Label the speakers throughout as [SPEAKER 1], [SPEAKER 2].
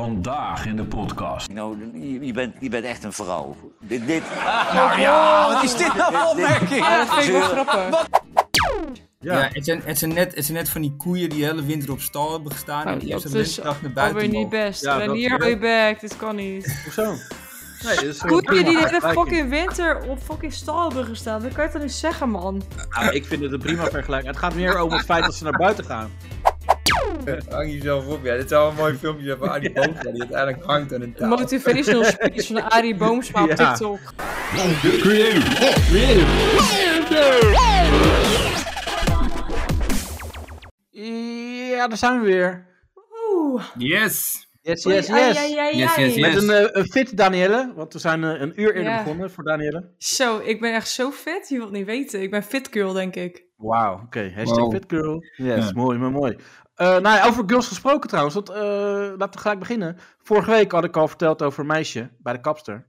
[SPEAKER 1] Vandaag in de podcast.
[SPEAKER 2] Nou, je, je bent, je bent echt een vrouw. Dit, dit,
[SPEAKER 3] ja, wat is dit nou voor opmerking?
[SPEAKER 4] Oh, dat vind ik wel grappig.
[SPEAKER 5] Ja, het, zijn, het, zijn net, het zijn net van die koeien die de hele winter op stal hebben gestaan.
[SPEAKER 4] Nou,
[SPEAKER 5] en die op
[SPEAKER 4] dat
[SPEAKER 5] zijn
[SPEAKER 4] is
[SPEAKER 5] lentedag naar
[SPEAKER 4] Alweer
[SPEAKER 5] buiten
[SPEAKER 4] niet
[SPEAKER 5] mogen.
[SPEAKER 4] best.
[SPEAKER 3] Ja, dat-
[SPEAKER 4] Renier, go je back. Dit kan niet.
[SPEAKER 3] Hoezo? Nee, dat is een
[SPEAKER 4] Koeien die
[SPEAKER 3] prima
[SPEAKER 4] de hele
[SPEAKER 3] vergelijking.
[SPEAKER 4] fucking winter op fucking stal hebben gestaan. Dat kan je toch niet zeggen, man?
[SPEAKER 3] Ah, maar ik vind het een prima vergelijking. Het gaat meer om het feit dat ze naar buiten gaan.
[SPEAKER 5] Hang jezelf op. Ja, dit zou een mooi filmpje zijn van Arie Boomsma die uiteindelijk hangt aan een
[SPEAKER 4] De
[SPEAKER 5] touw.
[SPEAKER 4] motivational speech van Arie Boomsma op
[SPEAKER 3] Ja.
[SPEAKER 4] TikTok.
[SPEAKER 3] Ja, daar zijn we weer.
[SPEAKER 4] Oeh.
[SPEAKER 5] Yes!
[SPEAKER 3] Yes, yes,
[SPEAKER 4] Oei, ai,
[SPEAKER 3] yes.
[SPEAKER 4] ai, ai,
[SPEAKER 5] Yes,
[SPEAKER 4] ai.
[SPEAKER 5] yes, yes.
[SPEAKER 3] Met een, eh, een fit Danielle, want we zijn eh, een uur eerder
[SPEAKER 4] Ja.
[SPEAKER 3] begonnen voor Danielle.
[SPEAKER 4] Zo, ik ben echt zo fit. Je wilt niet weten. Ik ben fit girl, denk ik.
[SPEAKER 3] Wauw, oké. Hashtag
[SPEAKER 5] Wow.
[SPEAKER 3] fit girl. Yes,
[SPEAKER 5] Ja.
[SPEAKER 3] mooi, maar mooi. Eh, nou ja, over girls gesproken trouwens. Want, eh, laten we gelijk beginnen. Vorige week had ik al verteld over een meisje bij de kapster.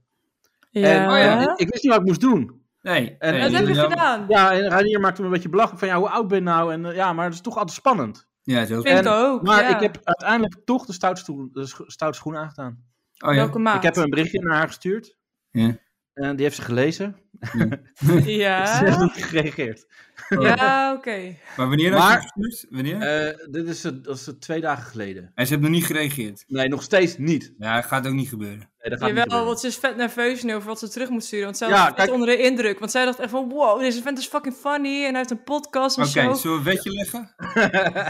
[SPEAKER 4] Ja. Oh
[SPEAKER 3] En eh,
[SPEAKER 4] ja.
[SPEAKER 3] ik, ik wist niet wat ik moest doen.
[SPEAKER 5] Nee.
[SPEAKER 3] En-
[SPEAKER 5] nee,
[SPEAKER 4] dat heb je
[SPEAKER 5] ja.
[SPEAKER 4] gedaan.
[SPEAKER 3] Ja, en Ranier maakte me een beetje belachelijk van ja, hoe oud ben je nou? En eh, ja, maar het is toch altijd spannend.
[SPEAKER 5] Ja, het is heel
[SPEAKER 4] Vind ik
[SPEAKER 3] en-
[SPEAKER 4] ook.
[SPEAKER 3] Maar
[SPEAKER 4] ja.
[SPEAKER 3] ik heb uiteindelijk toch de stoute, stoel- de scho- stoute schoen aangedaan.
[SPEAKER 5] Oh ja.
[SPEAKER 4] Welke maat?
[SPEAKER 3] Ik heb een berichtje naar haar gestuurd.
[SPEAKER 5] Ja.
[SPEAKER 3] En die heeft ze gelezen. Ze
[SPEAKER 5] Ah.
[SPEAKER 3] heeft
[SPEAKER 4] Ja,
[SPEAKER 3] niet gereageerd.
[SPEAKER 4] ja oké.
[SPEAKER 5] Maar wanneer had
[SPEAKER 3] Maar-
[SPEAKER 5] je het gestuurd? Wanneer?
[SPEAKER 3] Eh, dit is, eh, dat is eh, twee dagen geleden.
[SPEAKER 5] en ze hebben nog niet gereageerd.
[SPEAKER 3] Nee, nog steeds niet.
[SPEAKER 5] Ja, dat gaat ook niet gebeuren.
[SPEAKER 3] Nee, dat gaat niet
[SPEAKER 4] Jawel,
[SPEAKER 3] gebeuren.
[SPEAKER 4] want ze is vet nerveus nu over wat ze terug moet sturen. Want zij
[SPEAKER 3] Ja,
[SPEAKER 4] was vet
[SPEAKER 3] kijk-
[SPEAKER 4] onder de indruk. Want zij dacht echt van, wow, deze vent is fucking funny. En hij heeft een podcast en
[SPEAKER 5] Oké,
[SPEAKER 4] zo.
[SPEAKER 5] zullen we een wetje leggen?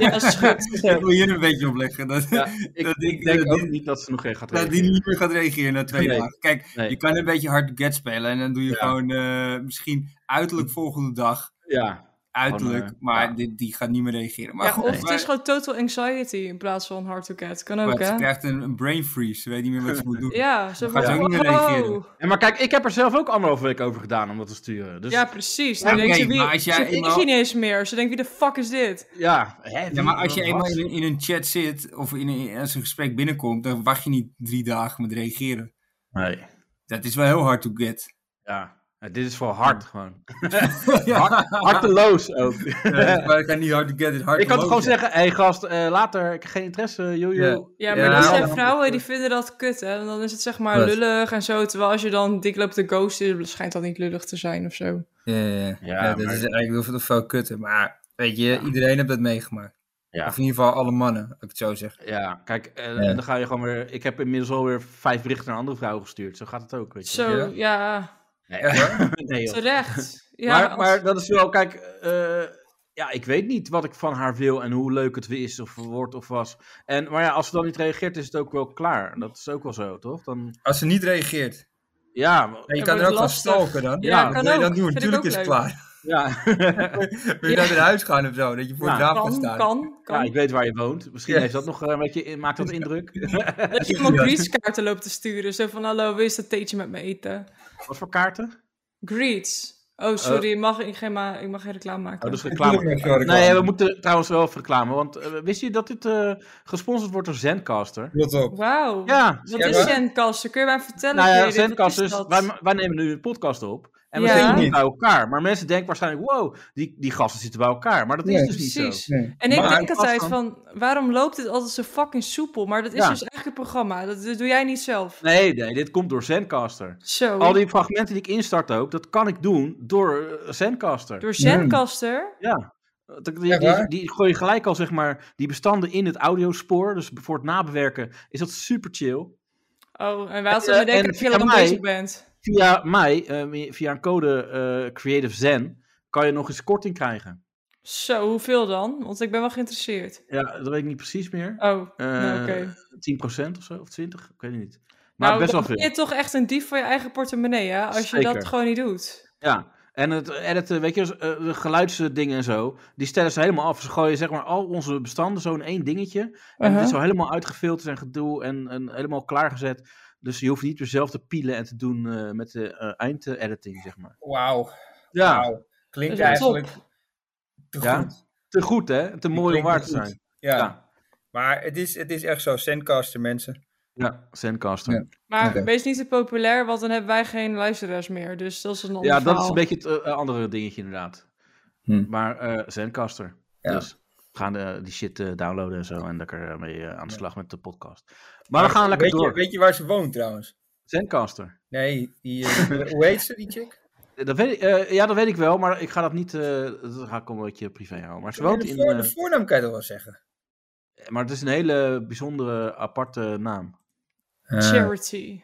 [SPEAKER 4] Ja, dat is goed.
[SPEAKER 5] Ik wil hier een wetje op leggen. Dat,
[SPEAKER 3] Ja, ik,
[SPEAKER 5] dat
[SPEAKER 3] ik eh,
[SPEAKER 5] ik-
[SPEAKER 3] denk
[SPEAKER 5] dat
[SPEAKER 3] ook
[SPEAKER 5] dit-
[SPEAKER 3] niet dat ze nog geen gaat
[SPEAKER 5] dat
[SPEAKER 3] reageren.
[SPEAKER 5] die niet meer gaat reageren na twee
[SPEAKER 3] Nee.
[SPEAKER 5] dagen. Kijk,
[SPEAKER 3] Nee.
[SPEAKER 5] je kan een beetje hard get spelen. En dan doe je
[SPEAKER 3] Ja.
[SPEAKER 5] gewoon eh, misschien uiterlijk volgende dag.
[SPEAKER 3] Ja.
[SPEAKER 5] Uiterlijk,
[SPEAKER 3] Gewoon, eh,
[SPEAKER 5] maar
[SPEAKER 3] ja.
[SPEAKER 5] die, die gaat niet meer reageren. Maar
[SPEAKER 4] Ja,
[SPEAKER 5] goed,
[SPEAKER 4] of het
[SPEAKER 5] maar-
[SPEAKER 4] is gewoon total anxiety in plaats van hard to get. Kan ook,
[SPEAKER 5] maar ze
[SPEAKER 4] hè?
[SPEAKER 5] krijgt een, een brain freeze. Ze weet niet meer wat ze moet doen.
[SPEAKER 4] Ja, ze
[SPEAKER 5] Gaat
[SPEAKER 4] van,
[SPEAKER 5] ze ook niet meer
[SPEAKER 4] wow.
[SPEAKER 5] reageren.
[SPEAKER 3] En maar kijk, ik heb er zelf ook anderhalve week over gedaan om dat te sturen. Dus
[SPEAKER 4] Ja,
[SPEAKER 3] ja,
[SPEAKER 4] precies.
[SPEAKER 5] Ja,
[SPEAKER 4] Dan denkt
[SPEAKER 5] oké,
[SPEAKER 4] ze, wie,
[SPEAKER 5] maar als jij
[SPEAKER 4] ze denkt
[SPEAKER 5] eenmaal-
[SPEAKER 4] ze niet eens meer. Ze denkt, wie de fuck is dit?
[SPEAKER 3] ja. Hè,
[SPEAKER 5] Ja,
[SPEAKER 3] wie-
[SPEAKER 5] maar als je
[SPEAKER 3] wat?
[SPEAKER 5] eenmaal in, een- in een chat zit of in een, als een gesprek binnenkomt, dan wacht je niet drie dagen met reageren.
[SPEAKER 3] Nee.
[SPEAKER 5] Dat is wel heel hard to get.
[SPEAKER 3] Ja. Ja, dit is voor hard gewoon.
[SPEAKER 5] ja,
[SPEAKER 3] Harteloos ook.
[SPEAKER 5] maar ik kan niet hard to get, het hard
[SPEAKER 3] ik
[SPEAKER 5] to
[SPEAKER 3] kan toch gewoon
[SPEAKER 5] lose.
[SPEAKER 3] zeggen, hé hey, gast, eh, later, ik heb geen interesse, jojo.
[SPEAKER 5] Ja.
[SPEAKER 4] Ja,
[SPEAKER 5] Ja,
[SPEAKER 4] maar dat zijn
[SPEAKER 5] ja.
[SPEAKER 4] vrouwen die vinden dat kut, hè? Want dan is het zeg maar
[SPEAKER 5] Wat?
[SPEAKER 4] lullig en zo. Terwijl als je dan dik loopt te ghosten, schijnt dat niet lullig te zijn of zo.
[SPEAKER 5] Ja, ja, ja.
[SPEAKER 3] Ja,
[SPEAKER 5] Ja, dat
[SPEAKER 3] maar-
[SPEAKER 5] is eigenlijk heel veel, te veel kutten. Maar weet je, iedereen heeft dat meegemaakt.
[SPEAKER 3] Ja.
[SPEAKER 5] Of in ieder geval alle mannen, als ik het zo zeg.
[SPEAKER 3] Ja, kijk, eh,
[SPEAKER 5] Ja.
[SPEAKER 3] en dan ga je gewoon weer. Ik heb inmiddels alweer vijf berichten naar andere vrouwen gestuurd. Zo gaat het ook, weet je.
[SPEAKER 4] Zo,
[SPEAKER 5] Ja.
[SPEAKER 4] ja.
[SPEAKER 3] Nee, hoor. nee, joh.
[SPEAKER 4] Terecht. Ja,
[SPEAKER 3] maar,
[SPEAKER 4] als-
[SPEAKER 3] maar dat is wel, kijk, eh, ja, ik weet niet wat ik van haar wil en hoe leuk het weer is of wordt of was. En, maar ja, als ze dan niet reageert, is het ook wel klaar. Dat is ook wel zo, toch? Dan,
[SPEAKER 5] Als ze niet reageert,
[SPEAKER 3] ja,
[SPEAKER 5] ja, je
[SPEAKER 4] Ja,
[SPEAKER 5] kan
[SPEAKER 4] maar
[SPEAKER 5] er ook gaan
[SPEAKER 4] lastig.
[SPEAKER 5] stalken dan.
[SPEAKER 4] Ja,
[SPEAKER 5] dat
[SPEAKER 4] kan
[SPEAKER 5] wil je
[SPEAKER 4] ook.
[SPEAKER 5] dan doen.
[SPEAKER 4] Vind ik
[SPEAKER 5] Natuurlijk
[SPEAKER 4] ook
[SPEAKER 5] is het
[SPEAKER 4] leuk.
[SPEAKER 5] klaar.
[SPEAKER 3] ja.
[SPEAKER 5] Wil je dan naar huis gaan of zo? Dat je voor
[SPEAKER 3] Ja.
[SPEAKER 5] het raam gaat
[SPEAKER 4] kan,
[SPEAKER 5] staan.
[SPEAKER 4] kan,
[SPEAKER 3] ja,
[SPEAKER 4] kan.
[SPEAKER 3] ik weet waar je woont. Misschien
[SPEAKER 5] Ja.
[SPEAKER 3] heeft dat nog eh, een beetje, maakt dat indruk.
[SPEAKER 4] Dat je iemand greetskaarten loopt te sturen. Zo van, hallo, wil je dat theetje met me eten?
[SPEAKER 3] Wat voor kaarten?
[SPEAKER 4] Greets. Oh, sorry, mag ik, geen ma ik mag geen reclame maken.
[SPEAKER 3] Eh, Oh, dat is
[SPEAKER 5] Natuurlijk
[SPEAKER 3] reclame.
[SPEAKER 5] maak je wel reclame.
[SPEAKER 3] Nee, we moeten trouwens wel even reclame. Want eh, wist je dat dit eh, gesponsord wordt door Zencaster?
[SPEAKER 5] Rot op.
[SPEAKER 4] Wauw.
[SPEAKER 3] Ja,
[SPEAKER 4] Wat
[SPEAKER 5] Ja,
[SPEAKER 4] is
[SPEAKER 5] maar-
[SPEAKER 4] Zenkasten? Kun je mij even vertellen?
[SPEAKER 3] Nou ja,
[SPEAKER 4] Gerrit? Wat
[SPEAKER 3] Zendkast
[SPEAKER 4] is
[SPEAKER 3] is,
[SPEAKER 4] dat?
[SPEAKER 3] wij, wij nemen nu een podcast op. En we
[SPEAKER 4] Ja.
[SPEAKER 3] zitten niet
[SPEAKER 5] Niet.
[SPEAKER 3] bij elkaar. Maar mensen denken waarschijnlijk, wow, die, die gasten zitten bij elkaar. Maar dat is
[SPEAKER 5] Nee,
[SPEAKER 3] dus niet
[SPEAKER 4] Precies.
[SPEAKER 3] zo.
[SPEAKER 5] Nee.
[SPEAKER 4] En ik
[SPEAKER 5] Maar-
[SPEAKER 4] denk altijd van, waarom loopt dit altijd zo fucking soepel? Maar dat is
[SPEAKER 3] Ja.
[SPEAKER 4] dus echt een programma. Dat, dat doe jij niet zelf.
[SPEAKER 3] Nee, nee, dit komt door Zencaster.
[SPEAKER 4] Zo.
[SPEAKER 3] Al die fragmenten die ik instart ook, dat kan ik doen door eh, Zencaster.
[SPEAKER 4] Door Zenkaster?
[SPEAKER 3] Ja. Dat- Die,
[SPEAKER 5] Echt
[SPEAKER 3] die,
[SPEAKER 5] waar?
[SPEAKER 3] die gooi je gelijk al, zeg maar, die bestanden in het audiospoor. Dus voor het nabewerken is dat super chill.
[SPEAKER 4] Oh, en wij
[SPEAKER 3] Eh,
[SPEAKER 4] hadden me denken
[SPEAKER 3] en
[SPEAKER 4] dat je
[SPEAKER 3] via
[SPEAKER 4] dan
[SPEAKER 3] mij-
[SPEAKER 4] bezig bent.
[SPEAKER 3] Via mij, eh, via een code eh, Creative Zen, kan je nog eens korting krijgen.
[SPEAKER 4] Zo, hoeveel dan? Want ik ben wel geïnteresseerd.
[SPEAKER 3] Ja, dat weet ik niet precies meer.
[SPEAKER 4] Oh,
[SPEAKER 3] Eh,
[SPEAKER 4] nou, oké.
[SPEAKER 3] 10% of zo, of 20, ik weet het niet. Maar
[SPEAKER 4] Nou,
[SPEAKER 3] best wel
[SPEAKER 4] dan
[SPEAKER 3] veel.
[SPEAKER 4] ben je toch echt een dief van je eigen portemonnee, hè? Als je dat
[SPEAKER 3] Zeker.
[SPEAKER 4] gewoon niet doet.
[SPEAKER 3] Ja. En het editen, weet je, dus, eh, de geluidsdingen en zo, die stellen ze helemaal af. Ze gooien zeg maar al onze bestanden zo in één dingetje. En het is al helemaal uitgefilterd en gedoe en, en helemaal klaargezet. Dus je hoeft niet meer zelf te pielen en te doen eh, met de eh, eindediting, zeg maar.
[SPEAKER 5] Wauw.
[SPEAKER 3] Ja, Dus
[SPEAKER 5] Wauw. Klinkt
[SPEAKER 4] Dus Dat is wel
[SPEAKER 5] eigenlijk te
[SPEAKER 3] Ja?
[SPEAKER 5] goed.
[SPEAKER 3] te goed hè? Te mooi om
[SPEAKER 5] klinkt
[SPEAKER 3] waar te
[SPEAKER 5] te goed.
[SPEAKER 3] zijn.
[SPEAKER 5] Ja.
[SPEAKER 3] Ja.
[SPEAKER 5] Maar het is, het is echt zo. Sandcaster, mensen.
[SPEAKER 3] Ja, Zencaster. Ja,
[SPEAKER 4] Maar
[SPEAKER 5] Oké.
[SPEAKER 4] wees niet te populair, want dan hebben wij geen luisteraars meer. Dus dat is een ander
[SPEAKER 3] dat is
[SPEAKER 4] verhaal.
[SPEAKER 3] een beetje het eh, andere dingetje inderdaad.
[SPEAKER 5] Hm.
[SPEAKER 3] Maar eh Zencaster.
[SPEAKER 5] Ja.
[SPEAKER 3] Dus. We gaan eh, die shit eh, downloaden en zo en lekker eh, mee eh, aan de slag met de podcast. Maar we gaan lekker
[SPEAKER 5] weet
[SPEAKER 3] door.
[SPEAKER 5] Je, weet je waar ze woont trouwens?
[SPEAKER 3] Zencaster.
[SPEAKER 5] Nee, die, eh, hoe heet ze die chick?
[SPEAKER 3] Dat weet ik, eh, ja, dat weet ik wel, maar ik ga dat niet. eh, dat ga ik een beetje privé houden. Maar ze woont
[SPEAKER 5] de,
[SPEAKER 3] in.
[SPEAKER 5] voor- de
[SPEAKER 3] eh,
[SPEAKER 5] voornaam kan je toch wel zeggen?
[SPEAKER 3] maar het is een hele bijzondere, aparte naam.
[SPEAKER 5] Eh.
[SPEAKER 4] Charity.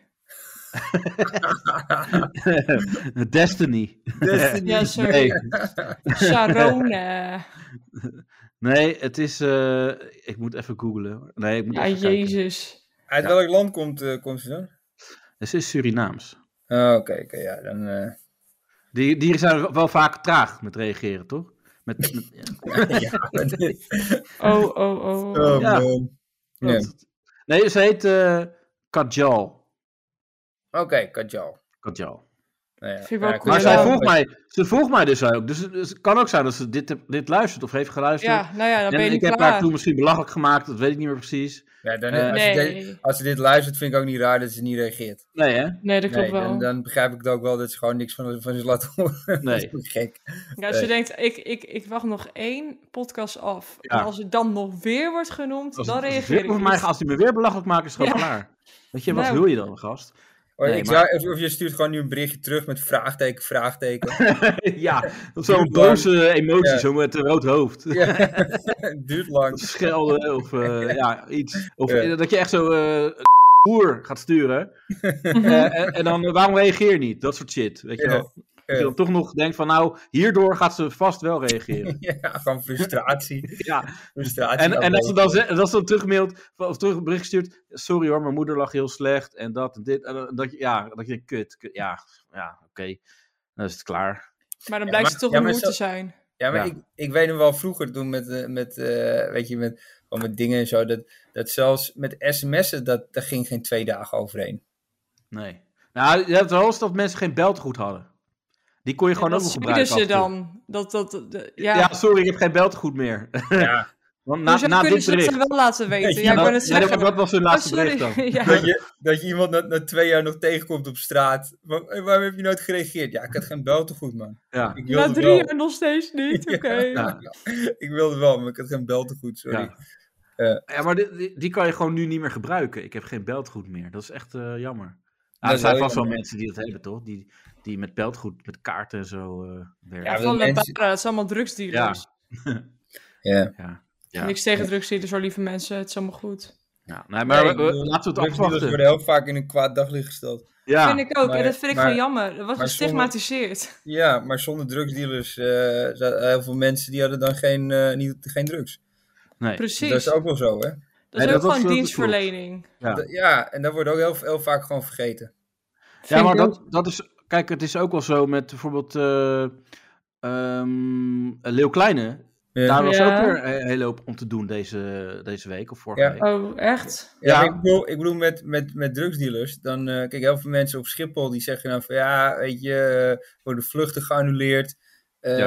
[SPEAKER 3] Destiny.
[SPEAKER 5] Eh,
[SPEAKER 4] Ja, sorry.
[SPEAKER 3] Nee,
[SPEAKER 4] Sharone.
[SPEAKER 3] nee, het is. eh, ik moet even googlen. Nee, ik moet
[SPEAKER 4] Ja,
[SPEAKER 3] even kijken.
[SPEAKER 4] Ah, jezus.
[SPEAKER 5] Uit welk land komt, eh, komt ze dan?
[SPEAKER 3] Ze is Surinaams.
[SPEAKER 5] Oh, oké, oké, ja, dan... eh,
[SPEAKER 3] Die, die zijn wel vaak traag met reageren, toch? Met, met- ja,
[SPEAKER 5] ja, dit-
[SPEAKER 4] Oh, oh, oh.
[SPEAKER 5] oh,
[SPEAKER 3] Ja.
[SPEAKER 5] man. Nee. Oké,
[SPEAKER 3] dat- Nee, ze heet eh Kajal.
[SPEAKER 5] Kajal.
[SPEAKER 3] Kajal.
[SPEAKER 5] Nou ja,
[SPEAKER 4] Vind ik wel
[SPEAKER 5] ja,
[SPEAKER 4] cool.
[SPEAKER 5] Kajal.
[SPEAKER 3] Maar zij volgt mij, ze volgt mij dus ook. Dus, dus het kan ook zijn dat ze dit, dit luistert of heeft geluisterd.
[SPEAKER 4] Ja, nou ja, dan ben je
[SPEAKER 3] en ik
[SPEAKER 4] niet
[SPEAKER 3] heb haar
[SPEAKER 4] klaar.
[SPEAKER 3] toen misschien belachelijk gemaakt, dat weet ik niet meer precies.
[SPEAKER 5] Ja, dan,
[SPEAKER 3] Eh,
[SPEAKER 5] als, ze
[SPEAKER 4] Nee.
[SPEAKER 5] dit, als ze dit luistert, vind ik ook niet raar dat ze niet reageert.
[SPEAKER 3] Nee, eh, hè?
[SPEAKER 4] Nee, dat klopt
[SPEAKER 5] Nee, dan,
[SPEAKER 4] wel.
[SPEAKER 5] dan begrijp ik het ook wel dat ze gewoon niks van, van zich laat horen.
[SPEAKER 3] Nee.
[SPEAKER 5] dat is gek.
[SPEAKER 4] Ja, als je
[SPEAKER 5] Eh.
[SPEAKER 4] denkt, ik, ik, ik wacht nog één podcast af.
[SPEAKER 3] Ja.
[SPEAKER 4] En als het dan nog weer wordt genoemd,
[SPEAKER 3] Als,
[SPEAKER 4] dan
[SPEAKER 3] het- als het
[SPEAKER 4] reageer ik
[SPEAKER 3] weer- voor mij,
[SPEAKER 4] niet.
[SPEAKER 3] als hij me weer belachelijk maakt, is het gewoon klaar. Weet je, wat
[SPEAKER 4] Nou.
[SPEAKER 3] wil je dan, gast?
[SPEAKER 5] Oh,
[SPEAKER 3] Nee,
[SPEAKER 5] ik
[SPEAKER 3] maar-
[SPEAKER 5] zou- of- of je stuurt gewoon nu een berichtje terug met vraagteken, vraagteken.
[SPEAKER 3] ja, zo'n
[SPEAKER 5] Duurt lang.
[SPEAKER 3] boze emotie,
[SPEAKER 5] Ja.
[SPEAKER 3] zo met een rood hoofd.
[SPEAKER 5] ja, het duurt lang.
[SPEAKER 3] Schelden of eh, ja, iets. Of
[SPEAKER 5] Ja.
[SPEAKER 3] eh, dat je echt zo eh, een boer gaat sturen. Eh, en, en dan eh, waarom reageer je niet? Dat soort shit. Weet je
[SPEAKER 5] Ja.
[SPEAKER 3] wel. Dat
[SPEAKER 5] Eh,
[SPEAKER 3] je dan toch nog denkt van nou, hierdoor gaat ze vast wel reageren.
[SPEAKER 5] ja, gewoon frustratie.
[SPEAKER 3] ja.
[SPEAKER 5] frustratie
[SPEAKER 3] En, en als ze dan, ze- als ze dan terugmailt of terug een bericht stuurt. Sorry hoor, mijn moeder lag heel slecht en dat en dit. En dan- dat, je- ja, dat je denkt, kut, kut, ja, ja oké. Dan is het klaar.
[SPEAKER 4] Maar dan
[SPEAKER 5] Ja,
[SPEAKER 4] blijkt
[SPEAKER 5] maar-
[SPEAKER 4] ze toch
[SPEAKER 5] ja,
[SPEAKER 4] een
[SPEAKER 5] maar
[SPEAKER 4] moer
[SPEAKER 5] zo-
[SPEAKER 4] te zijn.
[SPEAKER 5] Ja, maar
[SPEAKER 3] Ja.
[SPEAKER 5] Ik, ik weet nog wel vroeger toen met, eh, met eh, weet je, met, gewoon met dingen en zo, dat, dat zelfs met sms'en, dat, daar ging geen twee dagen overheen.
[SPEAKER 3] Nee. Nou, je hebt wel eens dat mensen geen belt goed hadden. Die kon je gewoon
[SPEAKER 4] dat
[SPEAKER 3] ook nog
[SPEAKER 4] spieden
[SPEAKER 3] gebruiken.
[SPEAKER 4] ze
[SPEAKER 3] af en toe.
[SPEAKER 4] dan. Dat, dat, de- ja.
[SPEAKER 3] Ja. sorry, ik heb geen belt goed meer.
[SPEAKER 5] Ja.
[SPEAKER 3] Want na,
[SPEAKER 4] Hoezo
[SPEAKER 3] na
[SPEAKER 4] kunnen
[SPEAKER 3] dit
[SPEAKER 4] ze dat
[SPEAKER 3] bericht.
[SPEAKER 4] ze wel laten weten?
[SPEAKER 5] Ja,
[SPEAKER 4] Ja, ik wou
[SPEAKER 3] Nou,
[SPEAKER 4] net
[SPEAKER 3] ja, dat,
[SPEAKER 4] zeggen.
[SPEAKER 3] dat was hun
[SPEAKER 4] Oh,
[SPEAKER 3] laatste
[SPEAKER 4] sorry.
[SPEAKER 3] bericht dan.
[SPEAKER 4] Ja.
[SPEAKER 5] Dat, je, dat je iemand na, na twee jaar nog tegenkomt op straat. Wa- eh, waarom heb je nooit gereageerd? Ja, ik had geen bel te goed, man.
[SPEAKER 3] Ja.
[SPEAKER 5] Ik
[SPEAKER 4] Na
[SPEAKER 5] wilde
[SPEAKER 4] drie
[SPEAKER 5] wel.
[SPEAKER 4] jaar nog steeds niet. Oké.
[SPEAKER 3] Ja.
[SPEAKER 5] Ik wilde wel, maar ik had geen bel te goed, sorry.
[SPEAKER 3] Ja. Ja, maar die, die, die kan je gewoon nu niet meer gebruiken. Ik heb geen beltgoed meer. Dat is echt eh, jammer.
[SPEAKER 5] Dat
[SPEAKER 3] Nou, er
[SPEAKER 5] is
[SPEAKER 3] zijn
[SPEAKER 5] wel
[SPEAKER 3] vast wel
[SPEAKER 5] jammer.
[SPEAKER 3] mensen die dat hebben, toch? Die, die met beltgoed, met kaarten en zo eh,
[SPEAKER 4] Ja,
[SPEAKER 3] werken.
[SPEAKER 5] dat
[SPEAKER 4] van de
[SPEAKER 5] mensen-
[SPEAKER 4] barra, het zijn allemaal drugsdealers.
[SPEAKER 5] Ja.
[SPEAKER 3] Ja. Ja.
[SPEAKER 4] Niks tegen drugsdealers, hoor, lieve mensen. Het is allemaal goed.
[SPEAKER 3] Ja. Nou, Nee, maar
[SPEAKER 5] Nee,
[SPEAKER 3] we- we- laten we het
[SPEAKER 5] Drugsdealers
[SPEAKER 3] afwachten.
[SPEAKER 5] worden heel vaak in een kwaad daglicht gesteld.
[SPEAKER 3] Ja.
[SPEAKER 4] vind ik ook.
[SPEAKER 5] maar-
[SPEAKER 4] en dat vind ik
[SPEAKER 5] maar-
[SPEAKER 4] gewoon jammer. Dat wordt
[SPEAKER 5] maar
[SPEAKER 4] gestigmatiseerd.
[SPEAKER 5] Ja, maar zonder drugsdealers, eh, za- heel veel mensen die hadden dan geen, eh, niet, geen drugs. Dus
[SPEAKER 3] Nee.
[SPEAKER 4] Precies.
[SPEAKER 5] Dat is ook wel zo, hè?
[SPEAKER 3] Nee, dat
[SPEAKER 4] ook
[SPEAKER 3] was-
[SPEAKER 4] gewoon
[SPEAKER 3] dat is
[SPEAKER 4] dienstverlening.
[SPEAKER 3] Ja.
[SPEAKER 5] Dat- Ja, en dat wordt ook heel, heel vaak gewoon vergeten.
[SPEAKER 3] Ja, maar
[SPEAKER 4] ik
[SPEAKER 3] dat, dat is. Kijk, het is ook wel zo met bijvoorbeeld. eh ehm, Leeuw Kleine.
[SPEAKER 5] Ja.
[SPEAKER 3] Daar was
[SPEAKER 4] Ja.
[SPEAKER 3] ook weer een hele hoop om te doen deze, deze week of vorige
[SPEAKER 5] Ja.
[SPEAKER 3] week.
[SPEAKER 4] Oh, echt?
[SPEAKER 5] Ja,
[SPEAKER 3] Ja.
[SPEAKER 5] Ik, bedoel, ik bedoel, met, met, met drugsdealers, dan eh, kijk, heel veel mensen op Schiphol die zeggen dan van ja, weet je, eh, worden vluchten geannuleerd, eh,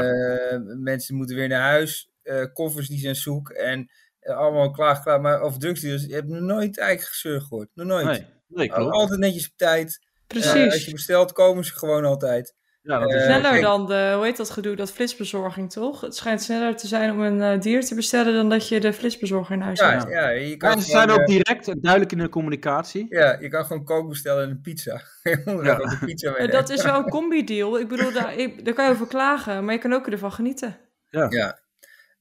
[SPEAKER 5] mensen moeten weer naar huis, eh, koffers die zijn zoek en eh, allemaal klaar, klaar. Maar over drugsdealers, je hebt nog nooit eigen gezeur gehoord, nog nooit.
[SPEAKER 3] Nee, nee,
[SPEAKER 5] Al-
[SPEAKER 3] klopt.
[SPEAKER 5] Altijd netjes op tijd. Eh, als
[SPEAKER 4] Precies.
[SPEAKER 5] je bestelt, komen ze gewoon altijd.
[SPEAKER 3] Ja, dat is
[SPEAKER 5] eh,
[SPEAKER 3] wel
[SPEAKER 4] sneller
[SPEAKER 3] zo.
[SPEAKER 5] kijk.
[SPEAKER 4] dan de, hoe heet dat gedoe, dat flitsbezorging, toch? Het schijnt sneller te zijn om een eh, dier te bestellen dan dat je de flitsbezorger in huis
[SPEAKER 5] Ja,
[SPEAKER 4] hebt.
[SPEAKER 5] ja. je kan
[SPEAKER 3] Ja, ze
[SPEAKER 5] gewoon,
[SPEAKER 3] zijn
[SPEAKER 5] eh,
[SPEAKER 3] ook direct en duidelijk in hun communicatie.
[SPEAKER 5] ja, je kan gewoon kook bestellen en een pizza. Je moet
[SPEAKER 3] Ja.
[SPEAKER 5] ook een pizza
[SPEAKER 4] Maar
[SPEAKER 5] meenemen.
[SPEAKER 4] Eh, dat is wel een combi-deal. Ik bedoel, daar, ik- daar kan je over klagen, maar je kan ook ervan genieten.
[SPEAKER 5] Ja,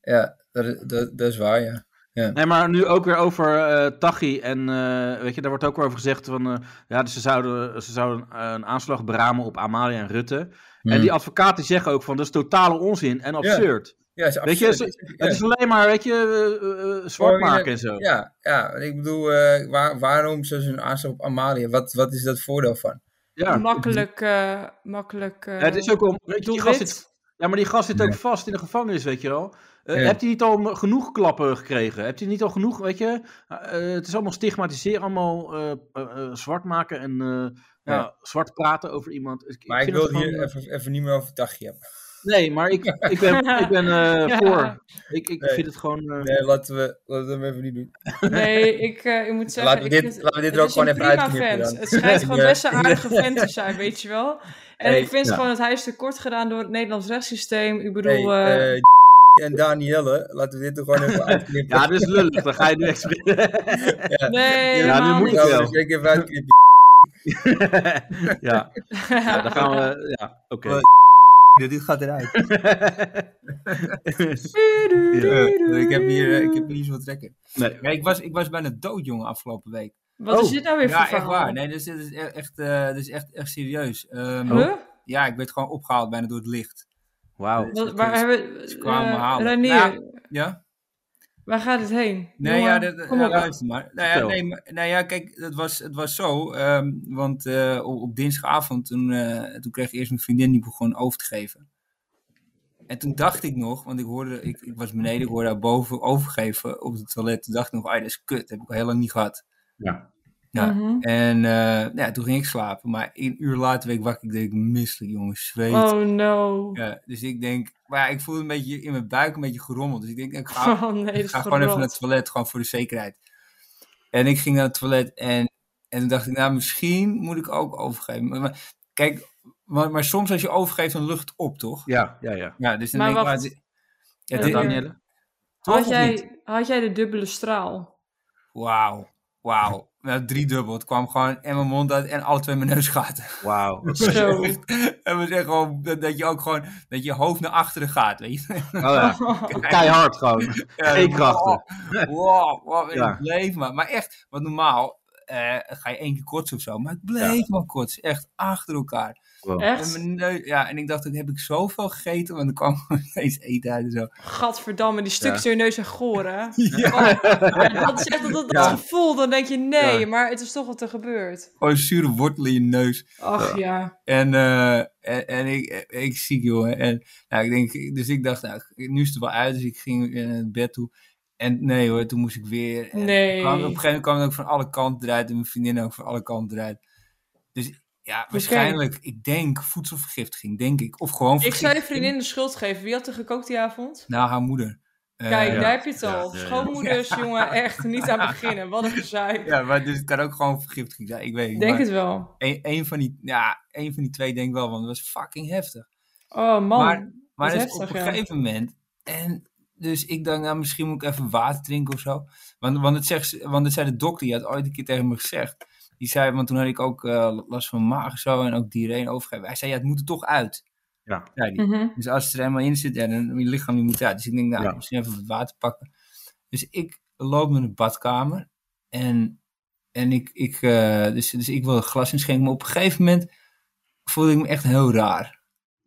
[SPEAKER 5] ja dat, is- dat, dat is waar, ja.
[SPEAKER 3] Nee, maar nu ook weer over eh Tachi. En eh, weet je, daar wordt ook weer over gezegd van... eh, ja, dus ze zouden, ze zouden eh, een aanslag beramen op Amalia en Rutte. En
[SPEAKER 5] Hmm.
[SPEAKER 3] die advocaten zeggen ook van, dat is totale onzin en absurd.
[SPEAKER 5] Ja, het is
[SPEAKER 3] Weet je,
[SPEAKER 5] absurd. Ja.
[SPEAKER 3] Het is alleen maar, weet je, eh, eh, zwart
[SPEAKER 5] Gewoon, eh,
[SPEAKER 3] maken en zo.
[SPEAKER 5] Ja, ja, want ik bedoel, eh, waar, waarom zou ze een aanslag op Amalia? Wat, wat is dat voordeel van?
[SPEAKER 3] Ja.
[SPEAKER 4] Makkelijk, eh, makkelijk... eh,
[SPEAKER 3] Ja, het is ook om, weet je, die gast
[SPEAKER 4] doelwit.
[SPEAKER 3] zit, ja, maar die gast zit ook
[SPEAKER 5] Ja.
[SPEAKER 3] vast in de gevangenis, weet je wel. Eh
[SPEAKER 5] Ja.
[SPEAKER 3] Hebt hij niet al m- genoeg klappen gekregen? Hebt hij niet al genoeg, weet je? eh, eh, het is allemaal stigmatiseren, allemaal eh, eh, eh, zwart maken en eh, ja.
[SPEAKER 5] Ja.
[SPEAKER 3] zwart praten over iemand. Ik,
[SPEAKER 5] Maar ik,
[SPEAKER 3] vind
[SPEAKER 5] wil
[SPEAKER 3] het gewoon- eh,
[SPEAKER 5] hier even,
[SPEAKER 4] eh,
[SPEAKER 5] even niet meer over dagje hebben.
[SPEAKER 3] Nee, maar ik, ik ben, ik ben eh,
[SPEAKER 4] Ja.
[SPEAKER 3] voor. Ik, ik
[SPEAKER 5] Nee.
[SPEAKER 3] vind het gewoon... eh,
[SPEAKER 5] Nee, laten we, laten we hem even niet doen.
[SPEAKER 4] Nee, ik, eh, ik moet zeggen...
[SPEAKER 5] Laten we dit-
[SPEAKER 4] ik, vind-
[SPEAKER 5] laten we dit er
[SPEAKER 4] het
[SPEAKER 5] ook
[SPEAKER 4] is
[SPEAKER 5] gewoon
[SPEAKER 4] een
[SPEAKER 5] even
[SPEAKER 4] prima
[SPEAKER 5] uitknippen
[SPEAKER 4] vent.
[SPEAKER 5] dan.
[SPEAKER 4] Het schijnt gewoon
[SPEAKER 5] Ja.
[SPEAKER 4] best een aardige vent te zijn, weet je wel. En
[SPEAKER 5] Hey,
[SPEAKER 4] ik vind
[SPEAKER 3] ja.
[SPEAKER 4] gewoon dat hij is tekort gedaan door het Nederlands rechtssysteem. Ik bedoel...
[SPEAKER 5] Nee,
[SPEAKER 4] eh,
[SPEAKER 5] eh,
[SPEAKER 6] en Danielle, laten we dit er gewoon even uitknippen.
[SPEAKER 3] Ja, dit is lullig. Dan ga je nu expres.
[SPEAKER 4] Nee,
[SPEAKER 6] Ja,
[SPEAKER 4] helemaal
[SPEAKER 3] nu moet
[SPEAKER 4] niet.
[SPEAKER 3] ik
[SPEAKER 6] Laten we
[SPEAKER 3] wel.
[SPEAKER 6] er zeker even uitknippen.
[SPEAKER 3] ja. ja, dan gaan we. Ja, oké.
[SPEAKER 6] Wel- Dit gaat eruit. Eh, ik, heb hier, eh, ik heb hier niet zo trekken.
[SPEAKER 3] Nee.
[SPEAKER 5] Ja, ik, was, ik was bijna dood, jongen, afgelopen week.
[SPEAKER 4] Wat is
[SPEAKER 3] Oh.
[SPEAKER 4] dit nou weer
[SPEAKER 5] Ja,
[SPEAKER 4] voor
[SPEAKER 5] echt
[SPEAKER 4] verhaal?
[SPEAKER 5] waar. Nee, dit is, dit is e- echt, eh, dit is echt, echt serieus. Ehm,
[SPEAKER 4] Huh?
[SPEAKER 5] Ja, ik werd gewoon opgehaald bijna door het licht.
[SPEAKER 3] Wauw.
[SPEAKER 4] Wat, waar hebben
[SPEAKER 5] Ze kwamen me halen.
[SPEAKER 4] Ranier,
[SPEAKER 5] Nou, Ja?
[SPEAKER 4] waar gaat het heen?
[SPEAKER 5] Nee,
[SPEAKER 4] Jongen,
[SPEAKER 5] ja, dat,
[SPEAKER 4] kom
[SPEAKER 5] ja,
[SPEAKER 4] op.
[SPEAKER 5] luister maar. Nou ja,
[SPEAKER 3] Vertel.
[SPEAKER 5] nee, maar- nou ja, kijk, het was, het was zo. ehm, want eh, op, op dinsdagavond, toen, eh, toen kreeg ik eerst mijn vriendin die begon over te geven. En toen dacht ik nog, want ik hoorde, ik, ik was beneden, ik hoorde haar boven overgeven op het toilet. Toen dacht ik nog, ah, dat is kut, heb ik al heel lang niet gehad.
[SPEAKER 3] Ja.
[SPEAKER 5] Ja.
[SPEAKER 4] Mhm.
[SPEAKER 5] En eh, ja, toen ging ik slapen. Maar een uur later werd ik wakker. Ik denk, misselijk jongens, zweet.
[SPEAKER 4] Oh no.
[SPEAKER 5] Ja, dus ik denk, maar ja, ik voelde een beetje in mijn buik een beetje gerommeld. Dus ik denk, ik ga,
[SPEAKER 4] Oh nee, dat
[SPEAKER 5] ik
[SPEAKER 4] is
[SPEAKER 5] ga gewoon even naar
[SPEAKER 4] gewoon
[SPEAKER 5] het toilet, gewoon voor de zekerheid. En ik ging naar het toilet en, en toen dacht ik, nou misschien moet ik ook overgeven. Maar, maar- kijk, maar, maar soms als je overgeeft, dan lucht het op, toch?
[SPEAKER 3] Ja, ja, ja.
[SPEAKER 5] Ja, dus dan
[SPEAKER 4] Maar
[SPEAKER 5] denk ik,
[SPEAKER 4] wacht.
[SPEAKER 5] maar dit- ja,
[SPEAKER 4] Ja,
[SPEAKER 5] dit-
[SPEAKER 4] Daniel.
[SPEAKER 3] Danielle?
[SPEAKER 5] toch
[SPEAKER 4] had
[SPEAKER 5] of niet?
[SPEAKER 4] jij, had jij de dubbele straal?
[SPEAKER 5] Wauw, wauw. Nou, driedubbel. Het kwam gewoon en mijn mond uit en alle twee mijn neusgaten.
[SPEAKER 3] Wauw.
[SPEAKER 4] Zo.
[SPEAKER 5] En we zeggen gewoon dat, dat je ook gewoon dat je hoofd naar achteren gaat, weet je.
[SPEAKER 3] Oh ja. Keihard gewoon.
[SPEAKER 5] Ja,
[SPEAKER 3] Geen krachten.
[SPEAKER 5] Wow, wow, wow, en
[SPEAKER 3] Ja.
[SPEAKER 5] ik bleef maar. Maar echt, want normaal eh, ga je één keer kotsen of zo. Maar ik bleef maar kotsen. Echt achter elkaar. En,
[SPEAKER 4] Echt?
[SPEAKER 5] mijn neus, ja, en ik dacht, dan heb ik zoveel gegeten. Want er kwam gewoon steeds eten uit en zo.
[SPEAKER 4] Gadverdamme, die stukjes in je neus zijn goor, hè?
[SPEAKER 5] Ja.
[SPEAKER 4] Oh, ja, dat is echt dat, dat, dat
[SPEAKER 3] Ja.
[SPEAKER 4] gevoel, dan denk je nee,
[SPEAKER 3] Ja.
[SPEAKER 4] maar het is toch wat er gebeurt.
[SPEAKER 5] Gewoon zure wortel in je neus.
[SPEAKER 4] Ach ja.
[SPEAKER 5] En, eh, en, en ik, eh, ik ziek, jongen. En, nou, ik denk, dus ik dacht, nou, nu is het er wel uit. Dus ik ging weer naar het bed toe. En nee hoor, toen moest ik weer. eh, En
[SPEAKER 4] Nee.
[SPEAKER 5] kwam- op een gegeven moment kwam het ook van alle kanten eruit. En mijn vriendin ook van alle kanten eruit. Dus ja, waarschijnlijk, ik denk voedselvergiftiging, denk ik. Of gewoon
[SPEAKER 4] Ik zou je
[SPEAKER 5] vergiftiging.
[SPEAKER 4] vriendin de schuld geven. Wie had er gekookt die avond?
[SPEAKER 5] Nou, haar moeder. Eh,
[SPEAKER 4] Kijk,
[SPEAKER 5] ja.
[SPEAKER 4] daar heb je het al.
[SPEAKER 1] ja, ja.
[SPEAKER 4] Schoonmoeders, jongen, echt niet aan beginnen. Wat een gezeik.
[SPEAKER 5] Ja, maar dus het kan ook gewoon vergiftiging zijn. Ik weet
[SPEAKER 4] Ik
[SPEAKER 5] niet.
[SPEAKER 4] denk
[SPEAKER 5] maar
[SPEAKER 4] het wel.
[SPEAKER 5] Een, een van die, ja, een van die twee denk ik wel, want het was fucking heftig.
[SPEAKER 4] Oh man.
[SPEAKER 5] Maar- Maar
[SPEAKER 4] Dat
[SPEAKER 5] dus
[SPEAKER 4] is
[SPEAKER 5] op
[SPEAKER 4] heftig,
[SPEAKER 5] een
[SPEAKER 4] ja.
[SPEAKER 5] gegeven moment. En dus ik dacht, nou, misschien moet ik even water drinken of zo. Want, want, het zegt, ze- want het zei de dokter, die had ooit een keer tegen me gezegd. Die zei, want toen had ik ook eh, last van mijn maag en zo en ook diarree overgeven. Hij zei, ja, het moet er toch uit.
[SPEAKER 3] Ja.
[SPEAKER 5] zei die.
[SPEAKER 4] Mhm.
[SPEAKER 5] Dus als het er helemaal in zit, ja, dan je lichaam die moet uit. Dus ik denk, nou,
[SPEAKER 3] Ja.
[SPEAKER 5] misschien even wat water pakken. Dus ik loop naar de badkamer en, en ik, ik, eh, dus, dus ik wil een glas inschenken. Maar op een gegeven moment voelde ik me echt heel raar.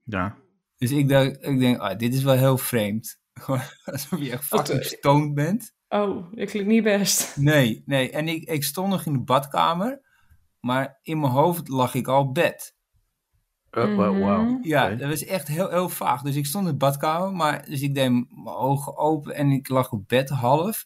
[SPEAKER 3] Ja.
[SPEAKER 5] Dus ik dacht, ik denk, ah, dit is wel heel vreemd. Gewoon Alsof je echt
[SPEAKER 4] Wat,
[SPEAKER 5] fucking
[SPEAKER 4] eh,
[SPEAKER 5] stoned bent.
[SPEAKER 4] Oh, dat klinkt niet best.
[SPEAKER 5] Nee, nee. En ik, ik stond nog in de badkamer, maar in mijn hoofd lag ik al op bed. Oh,
[SPEAKER 3] Eh, wa- Wauw.
[SPEAKER 4] Mhm.
[SPEAKER 5] Ja,
[SPEAKER 3] Oké.
[SPEAKER 5] dat was echt heel, heel vaag. Dus ik stond in de badkamer, maar dus ik deed mijn ogen open en ik lag op bed half.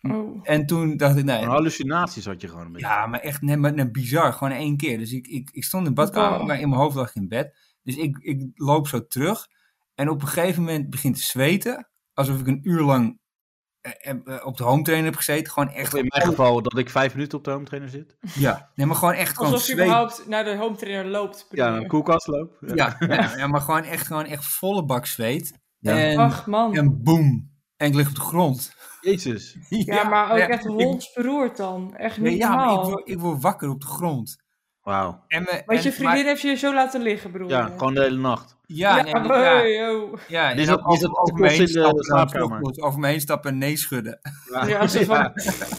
[SPEAKER 5] Hm.
[SPEAKER 4] Oh.
[SPEAKER 5] En toen dacht ik, nou nee,
[SPEAKER 3] Een hallucinaties had je gewoon een beetje.
[SPEAKER 5] Ja, maar echt net, maar net bizar. Gewoon één keer. Dus ik, ik, ik stond in de badkamer,
[SPEAKER 4] Wow.
[SPEAKER 5] maar in mijn hoofd lag ik in bed. Dus ik, ik loop zo terug. En op een gegeven moment begint te zweten. Alsof ik een uur lang eh, eh, op de home trainer heb gezeten. Gewoon echt.
[SPEAKER 3] In mijn geval dat ik vijf minuten op de home trainer zit.
[SPEAKER 5] Ja. Nee, maar gewoon echt gewoon
[SPEAKER 4] Alsof je
[SPEAKER 5] zweet.
[SPEAKER 4] überhaupt naar de home trainer loopt. bedoel
[SPEAKER 3] Ja, naar
[SPEAKER 4] je.
[SPEAKER 3] de koelkast loop.
[SPEAKER 5] Ja, ja, ja, maar gewoon echt, gewoon echt volle bak zweet.
[SPEAKER 3] Ja.
[SPEAKER 5] En,
[SPEAKER 4] Ach man. Ja,
[SPEAKER 5] en boem. En ik lig op de grond.
[SPEAKER 3] Jezus.
[SPEAKER 4] maar ook
[SPEAKER 5] ja,
[SPEAKER 4] echt
[SPEAKER 5] ik-
[SPEAKER 4] hondsberoerd dan. Echt niet
[SPEAKER 5] Ja, maar ik
[SPEAKER 4] normaal.
[SPEAKER 5] word, ik word wakker op de grond.
[SPEAKER 3] Wauw.
[SPEAKER 5] En me-
[SPEAKER 4] Want
[SPEAKER 5] en-
[SPEAKER 4] je vriendin
[SPEAKER 5] maar-
[SPEAKER 4] heeft je zo laten liggen, broer. oh,
[SPEAKER 3] Ja, gewoon de hele nacht.
[SPEAKER 5] ja, nee, maar- ja.
[SPEAKER 4] hey, yo.
[SPEAKER 5] Ja, en
[SPEAKER 3] Die
[SPEAKER 5] dan
[SPEAKER 3] zat- die
[SPEAKER 5] over-
[SPEAKER 3] zat te
[SPEAKER 5] over me heen
[SPEAKER 3] kotsen in de
[SPEAKER 5] stappen, dan
[SPEAKER 3] slaapkamer.
[SPEAKER 5] terugkomt, Over me heen stappen en nee schudden.
[SPEAKER 4] Ja, als ze van
[SPEAKER 3] Ja.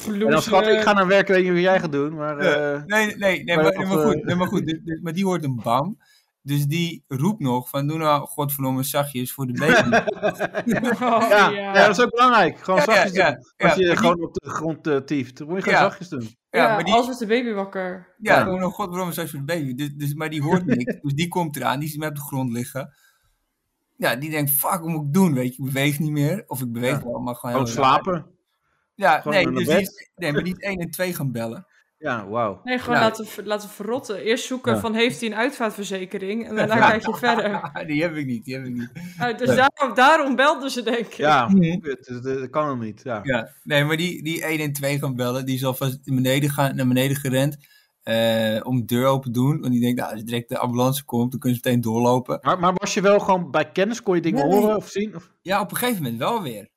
[SPEAKER 3] En dan schat,
[SPEAKER 5] eh,
[SPEAKER 3] ik ga naar werk, ik weet niet wat jij gaat doen, maar... eh,
[SPEAKER 5] Nee, nee, nee, nee,
[SPEAKER 3] Maar
[SPEAKER 5] maar,
[SPEAKER 3] of,
[SPEAKER 5] nee, maar goed.
[SPEAKER 3] eh,
[SPEAKER 5] Nee, maar, goed dus- dus- maar die hoort een bam. Dus die roept nog van doe nou godverdomme zachtjes voor de baby.
[SPEAKER 4] Oh, ja.
[SPEAKER 3] ja, ja. dat is ook belangrijk. Gewoon
[SPEAKER 5] Ja, ja,
[SPEAKER 3] zachtjes
[SPEAKER 5] ja,
[SPEAKER 3] doen. Als
[SPEAKER 5] ja,
[SPEAKER 3] je
[SPEAKER 5] maar
[SPEAKER 3] gewoon op de grond eh, tieft, dan moet je gewoon
[SPEAKER 5] Ja.
[SPEAKER 3] zachtjes doen.
[SPEAKER 5] Ja,
[SPEAKER 4] Ja,
[SPEAKER 5] maar die,
[SPEAKER 4] als wordt de baby wakker.
[SPEAKER 5] ja,
[SPEAKER 3] ja.
[SPEAKER 5] doe nou godverdomme zachtjes voor de baby. Dus, dus, maar die hoort niks. Dus die komt eraan, die ziet mij op de grond liggen. Ja, die denkt, fuck, wat moet ik doen? Weet je, ik beweeg niet meer. Of ik beweeg wel, maar gewoon
[SPEAKER 3] Gewoon
[SPEAKER 5] heel raar.
[SPEAKER 3] slapen.
[SPEAKER 5] Ja,
[SPEAKER 3] Gewoon
[SPEAKER 5] nee,
[SPEAKER 3] naar
[SPEAKER 5] dus
[SPEAKER 3] bed.
[SPEAKER 5] die, is- nee, maar die is 1 en 2 gaan bellen.
[SPEAKER 3] Ja, wauw.
[SPEAKER 4] Nee, gewoon
[SPEAKER 5] Ja.
[SPEAKER 4] laten, ver- laten verrotten. Eerst zoeken
[SPEAKER 3] Ja.
[SPEAKER 4] van heeft hij een uitvaartverzekering? En daarna
[SPEAKER 5] Ja.
[SPEAKER 4] kijk je verder.
[SPEAKER 5] Die heb ik niet, die heb ik niet.
[SPEAKER 4] Ah, dus daarom, daarom belden ze, denk ik.
[SPEAKER 3] Ja,
[SPEAKER 5] Mhm.
[SPEAKER 3] kut, dat, dat kan hem niet. Ja.
[SPEAKER 5] Ja, nee, maar die, die 1 en 2 gaan bellen. Die is alvast naar beneden, gaan, naar beneden gerend. eh, om de deur open doen. Want die denkt, nou, als direct de ambulance komt, dan kunnen ze meteen doorlopen.
[SPEAKER 3] Maar, maar was je wel gewoon bij kennis? Kon je dingen
[SPEAKER 5] Nee, nee.
[SPEAKER 3] horen of zien? Of- Oké,
[SPEAKER 5] Ja, op een gegeven moment wel weer.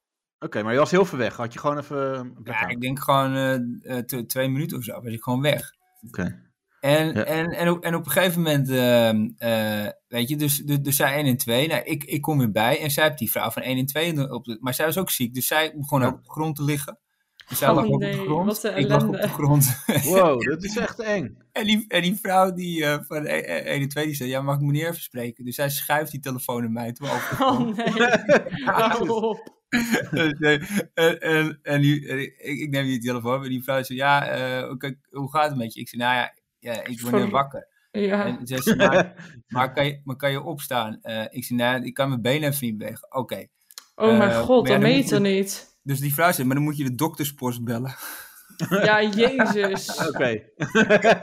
[SPEAKER 3] maar je was heel ver weg. Had je gewoon even... een plek
[SPEAKER 5] Ja,
[SPEAKER 3] aan?
[SPEAKER 5] ik denk gewoon eh, eh, tw- twee minuten of zo, was ik gewoon weg.
[SPEAKER 3] Oké.
[SPEAKER 5] En,
[SPEAKER 3] Ja.
[SPEAKER 5] en, en, op, en op een gegeven moment, ehm, eh, weet je, dus, dus, dus zij 1 en 2. Nou, ik, ik kom weer bij en zij heeft die vrouw van 1 en 2. Op de, maar zij was ook ziek, dus zij begon ook op de grond te liggen. Dus zij
[SPEAKER 4] Oh
[SPEAKER 5] lag ook op
[SPEAKER 4] nee,
[SPEAKER 5] de grond.
[SPEAKER 4] wat een
[SPEAKER 5] Ik lag op
[SPEAKER 4] ellende.
[SPEAKER 5] de grond.
[SPEAKER 3] Wow, dat is echt eng.
[SPEAKER 5] En die, en die vrouw die, eh, van 1 en 2 die zei, ja, mag ik meneer even spreken? Dus zij schuift die telefoon naar mij toe over de grond.
[SPEAKER 4] Oh nee, hou op.
[SPEAKER 5] Dus, nee, en, en, en, die- en ik, ik neem die telefoon en die vrouw zei, ja, eh, oké, hoe gaat het met je? Ik zei, nou ja, ja ik word net
[SPEAKER 4] Sorry.
[SPEAKER 5] wakker.
[SPEAKER 4] Ja,
[SPEAKER 5] En zei ze, maar, maar, kan je, maar kan je opstaan? Eh, ik zei, nee, ik kan mijn benen even niet bewegen. Oké.
[SPEAKER 4] oh mijn
[SPEAKER 5] eh,
[SPEAKER 4] god,
[SPEAKER 5] maar ja,
[SPEAKER 4] dat
[SPEAKER 5] dan
[SPEAKER 4] meet
[SPEAKER 5] moet je-
[SPEAKER 4] er niet.
[SPEAKER 5] Dus die vrouw zei, maar dan moet je de dokterspost bellen.
[SPEAKER 4] Ja, jezus.
[SPEAKER 3] Oké.
[SPEAKER 5] Ja.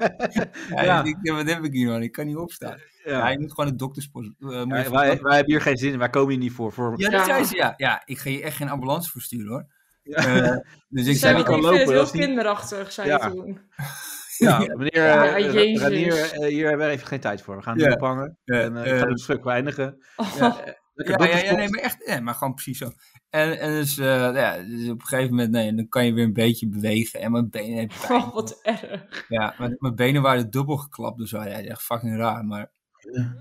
[SPEAKER 3] Ja.
[SPEAKER 5] dus ik zei, wat heb ik hier man? Ik kan niet opstaan. Ja.
[SPEAKER 3] Ja.
[SPEAKER 5] je moet gewoon de dokterspost... eh, moet je
[SPEAKER 3] Wij,
[SPEAKER 5] even-
[SPEAKER 3] wij, wij hebben hier geen zin in. Wij komen hier niet voor. voor...
[SPEAKER 5] ja, dat
[SPEAKER 4] Ja.
[SPEAKER 5] zei ze, ja. Ja, ik ga je echt geen ambulance voor sturen, hoor.
[SPEAKER 3] Ja.
[SPEAKER 5] Eh, dus ik
[SPEAKER 4] Ik, zei,
[SPEAKER 5] zei,
[SPEAKER 3] niet
[SPEAKER 4] ik
[SPEAKER 3] kan
[SPEAKER 4] vind
[SPEAKER 3] lopen,
[SPEAKER 4] het
[SPEAKER 3] dat
[SPEAKER 4] heel
[SPEAKER 3] is niet-
[SPEAKER 4] kinderachtig, zei
[SPEAKER 3] Ja.
[SPEAKER 4] je toen.
[SPEAKER 3] Ja, meneer
[SPEAKER 4] Ja,
[SPEAKER 3] eh,
[SPEAKER 4] jezus.
[SPEAKER 3] Ranier, eh, hier hebben we even geen tijd voor. We gaan nu
[SPEAKER 5] Ja.
[SPEAKER 3] ophangen.
[SPEAKER 5] Ja,
[SPEAKER 3] en eh, ik ga
[SPEAKER 5] eh,
[SPEAKER 3] het stuk eindigen.
[SPEAKER 4] Oh,
[SPEAKER 3] Lekker
[SPEAKER 5] ja, ja, ja,
[SPEAKER 3] dokterspot.
[SPEAKER 5] nee, maar echt, nee, maar gewoon precies zo. En, en dus, eh, ja, dus op een gegeven moment, nee, dan kan je weer een beetje bewegen. En mijn benen hebben pijn.
[SPEAKER 4] oh, wat erg.
[SPEAKER 5] Ja, maar mijn benen waren dubbel geklapt, dus hij is echt fucking raar. Maar
[SPEAKER 3] Ja.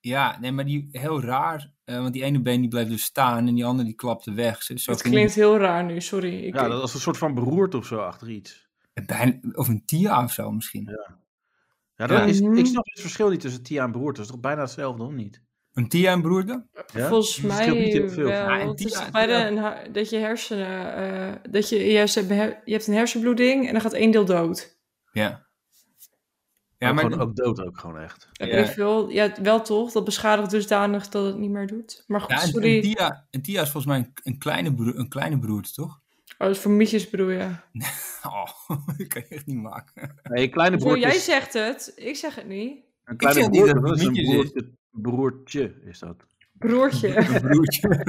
[SPEAKER 5] ja, nee, maar die heel raar, eh, want die ene been die bleef dus staan en die andere die klapte weg. Zo, zo
[SPEAKER 4] Het
[SPEAKER 5] ging
[SPEAKER 4] klinkt heel raar nu, sorry. Ik,
[SPEAKER 3] Ja, dat was een soort van beroerd of zo achter iets.
[SPEAKER 5] het bijna- of een tia of zo misschien.
[SPEAKER 3] Ja, dat
[SPEAKER 5] Ja.
[SPEAKER 3] Is,
[SPEAKER 4] Mhm.
[SPEAKER 3] ik snap het verschil niet tussen Tia en beroerd. Dat is toch bijna hetzelfde, of niet?
[SPEAKER 5] Een tia en broerde?
[SPEAKER 3] Ja?
[SPEAKER 4] Volgens
[SPEAKER 3] Het verschilt
[SPEAKER 4] mij
[SPEAKER 3] niet heel veel.
[SPEAKER 4] wel.
[SPEAKER 5] Ja, en
[SPEAKER 4] het
[SPEAKER 5] die-
[SPEAKER 4] is
[SPEAKER 5] ja,
[SPEAKER 4] toch bijna
[SPEAKER 5] die-
[SPEAKER 4] een ha- dat je hersenen... eh, dat je, je, hersen- je hebt een hersenbloeding en dan gaat één deel dood.
[SPEAKER 5] Ja.
[SPEAKER 3] Ja,
[SPEAKER 5] Ja,
[SPEAKER 3] maar
[SPEAKER 5] maar
[SPEAKER 3] gewoon ook dood ook gewoon echt.
[SPEAKER 4] Ja.
[SPEAKER 5] Ja.
[SPEAKER 4] Weet ik veel. Ja, wel toch? Dat beschadigt dusdanig dat het niet meer doet. Maar goed,
[SPEAKER 5] ja, een,
[SPEAKER 4] sorry.
[SPEAKER 5] een tia, een tia is volgens mij een, een kleine, broer, een kleine broerte, toch?
[SPEAKER 4] Oh, dat is voor mietjes bedoel je.
[SPEAKER 5] Oh, dat kan je echt niet maken.
[SPEAKER 3] Nee, een kleine
[SPEAKER 4] Broer,
[SPEAKER 3] broert
[SPEAKER 4] jij
[SPEAKER 3] is,
[SPEAKER 4] zegt het. Ik zeg het niet.
[SPEAKER 3] een kleine
[SPEAKER 5] zeg niet dat
[SPEAKER 3] broert,
[SPEAKER 5] het
[SPEAKER 3] dat is een
[SPEAKER 5] mietjes is.
[SPEAKER 3] broertje, broertje is dat.
[SPEAKER 4] Broertje.
[SPEAKER 5] Een broertje.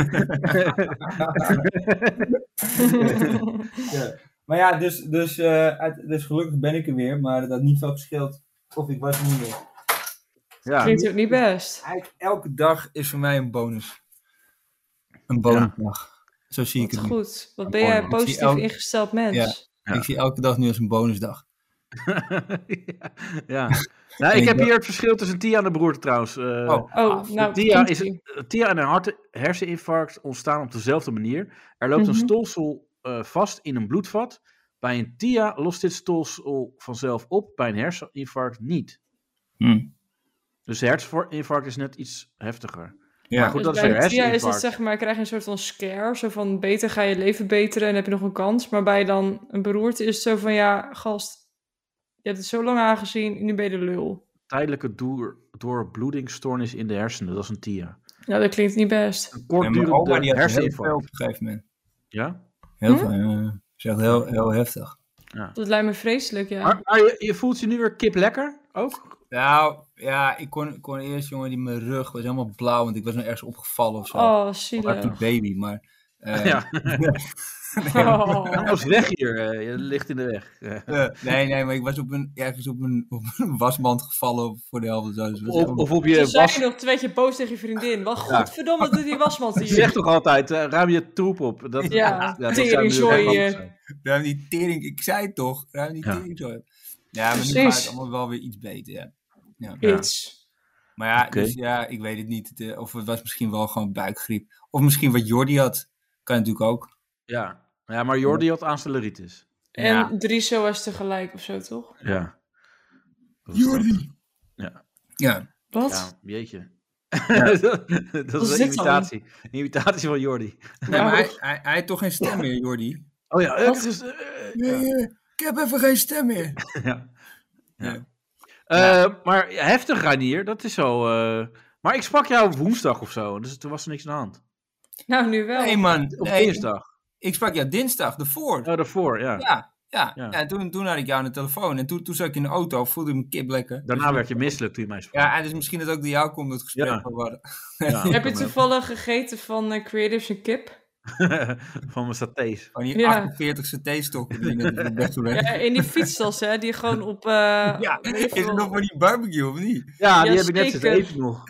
[SPEAKER 7] Maar ja, dus, dus, eh, uit- dus gelukkig ben ik er weer, maar dat had niet veel gescheeld of ik was er niet meer.
[SPEAKER 3] Ja,
[SPEAKER 4] Klinkt ook niet best.
[SPEAKER 5] Eigenlijk elke dag is voor mij een bonus. Een bonusdag. Zo zie ik
[SPEAKER 4] Wat
[SPEAKER 5] het nu.
[SPEAKER 4] goed. Wat ben
[SPEAKER 3] mooi,
[SPEAKER 4] jij
[SPEAKER 3] man.
[SPEAKER 4] een positief
[SPEAKER 5] elk-
[SPEAKER 4] ingesteld mens.
[SPEAKER 5] Ja.
[SPEAKER 3] oh, Ja.
[SPEAKER 5] Ik zie elke dag nu als een bonusdag.
[SPEAKER 3] ja. Nou, ik
[SPEAKER 5] Ik
[SPEAKER 3] heb
[SPEAKER 5] ben-
[SPEAKER 3] hier het verschil tussen Tia en de broerte trouwens. eh.
[SPEAKER 5] Oh,
[SPEAKER 4] Oh,
[SPEAKER 5] ah,
[SPEAKER 4] nou,
[SPEAKER 3] Tia,
[SPEAKER 4] komt
[SPEAKER 3] is,
[SPEAKER 4] ie.
[SPEAKER 3] Tia en een hart- herseninfarct ontstaan op dezelfde manier. Er loopt
[SPEAKER 4] Mhm.
[SPEAKER 3] een stolsel eh, vast in een bloedvat. Bij een Tia lost dit stolsel vanzelf op, bij een herseninfarct niet.
[SPEAKER 5] Hm.
[SPEAKER 3] Dus de herseninfarct is net iets heftiger.
[SPEAKER 5] Ja.
[SPEAKER 3] Maar goed, dat is
[SPEAKER 4] Dus bij
[SPEAKER 3] weer
[SPEAKER 4] Tia is het
[SPEAKER 3] herseninfarct.
[SPEAKER 4] zeg maar, krijg je een soort van scare. Zo van, beter ga je leven beteren en heb je nog een kans. Maar bij dan een beroerte is het zo van, ja, gast, je hebt het zo lang aangezien, nu ben je de lul.
[SPEAKER 3] Tijdelijke door, doorbloedingstoornis in de hersenen, dat is een Tia.
[SPEAKER 4] Nou, dat klinkt niet best.
[SPEAKER 3] Een
[SPEAKER 5] Ja, mijn oma
[SPEAKER 3] kortdurende
[SPEAKER 5] die had heel veel op
[SPEAKER 3] herseninfarct.
[SPEAKER 5] een gegeven moment.
[SPEAKER 3] Ja?
[SPEAKER 5] Heel
[SPEAKER 4] Hm?
[SPEAKER 5] veel, ja. Dat is echt heel, heel heftig.
[SPEAKER 4] Dat lijkt me vreselijk, ja.
[SPEAKER 3] Maar, maar je, je voelt je nu weer kip lekker ook?
[SPEAKER 5] Nou, ja, ik kon, kon eerst, jongen, die mijn rug was helemaal blauw, want ik was nou ergens opgevallen of zo.
[SPEAKER 4] Oh,
[SPEAKER 5] Uit die
[SPEAKER 4] zielig.
[SPEAKER 5] baby, maar... eh,
[SPEAKER 3] ja.
[SPEAKER 4] Oh.
[SPEAKER 3] Alles Nou, weg hier. eh, je ligt in de weg. Eh,
[SPEAKER 5] eh, nee, nee, maar ik was op een, ergens op een, op een wasband gevallen voor de helft. of zo, Dus het was
[SPEAKER 3] of,
[SPEAKER 5] helemaal-
[SPEAKER 3] of op
[SPEAKER 4] Toen
[SPEAKER 3] je
[SPEAKER 4] zei
[SPEAKER 3] was...
[SPEAKER 4] je nog, toen werd je boos tegen je vriendin. Wat godverdomme doet die wasmand
[SPEAKER 3] Je zegt
[SPEAKER 4] hier?
[SPEAKER 3] toch altijd, eh, ruim je troep op. Dat,
[SPEAKER 4] Ja, tering,
[SPEAKER 3] nu
[SPEAKER 4] sorry,
[SPEAKER 3] wel
[SPEAKER 4] eh.
[SPEAKER 3] anders zijn.
[SPEAKER 5] Ruim die tering, ik zei het toch, ruim die
[SPEAKER 3] Ja.
[SPEAKER 5] tering zo. Ja, maar nu
[SPEAKER 4] Precies.
[SPEAKER 5] gaat het allemaal wel weer iets beter, ja.
[SPEAKER 3] Ja.
[SPEAKER 4] Iets.
[SPEAKER 5] Maar ja,
[SPEAKER 3] Oké.
[SPEAKER 5] dus ja, ik weet het niet. Het, eh, of het was misschien wel gewoon buikgriep. Of misschien wat Jordi had. Kan natuurlijk ook.
[SPEAKER 3] Ja. ja, maar Jordi had aanstelleritis.
[SPEAKER 4] En
[SPEAKER 5] Ja.
[SPEAKER 4] drie SOA's tegelijk of zo, toch?
[SPEAKER 3] Ja.
[SPEAKER 5] Ja.
[SPEAKER 4] Wat?
[SPEAKER 3] Ja, jeetje. dat, dat
[SPEAKER 4] is
[SPEAKER 3] is een
[SPEAKER 4] dit dan?
[SPEAKER 3] imitatie. Een imitatie van Jordi.
[SPEAKER 5] Ja,
[SPEAKER 4] Nou,
[SPEAKER 5] maar hij, hij, hij heeft toch geen stem meer, Jordi?
[SPEAKER 3] Oh ja, eh,
[SPEAKER 4] Wat?
[SPEAKER 3] het is, eh,
[SPEAKER 5] ik heb even geen stem meer.
[SPEAKER 3] Ja. Ja.
[SPEAKER 5] Ja.
[SPEAKER 3] Eh, Maar heftig, Ranier, dat is zo. eh, maar ik sprak jou op woensdag of zo, dus toen was er niks aan de hand.
[SPEAKER 4] nou, nu wel.
[SPEAKER 5] Nee, man.
[SPEAKER 3] Op
[SPEAKER 5] Nee, ik,
[SPEAKER 3] dinsdag.
[SPEAKER 5] ik sprak jou dinsdag, daarvoor.
[SPEAKER 3] Oh, daarvoor, ja.
[SPEAKER 5] Ja, ja.
[SPEAKER 3] Ja.
[SPEAKER 5] ja. en toen, toen had ik jou aan de telefoon. En toen, toen zat ik in de auto, voelde ik mijn kip lekker.
[SPEAKER 3] Daarna werd je misselijk toen je mij sprak.
[SPEAKER 5] Ja, en dus misschien dat ook door jou komt dat gesprek
[SPEAKER 3] Ja.
[SPEAKER 5] van waar.
[SPEAKER 3] Ja.
[SPEAKER 4] Heb je toevallig gegeten van eh, Creatives en Kip?
[SPEAKER 3] van mijn satés.
[SPEAKER 1] Van die
[SPEAKER 4] Ja.
[SPEAKER 1] 48 satéstokken die je net op de bed toe legt.
[SPEAKER 4] Ja, in die fietstas, hè, die gewoon op... eh,
[SPEAKER 1] Ja,
[SPEAKER 4] weet
[SPEAKER 1] is
[SPEAKER 4] ik
[SPEAKER 1] het
[SPEAKER 4] veel.
[SPEAKER 1] nog van die barbecue of niet?
[SPEAKER 3] Ja, die
[SPEAKER 4] Ja,
[SPEAKER 3] heb ik net zitten
[SPEAKER 4] zeker.
[SPEAKER 3] eten nog.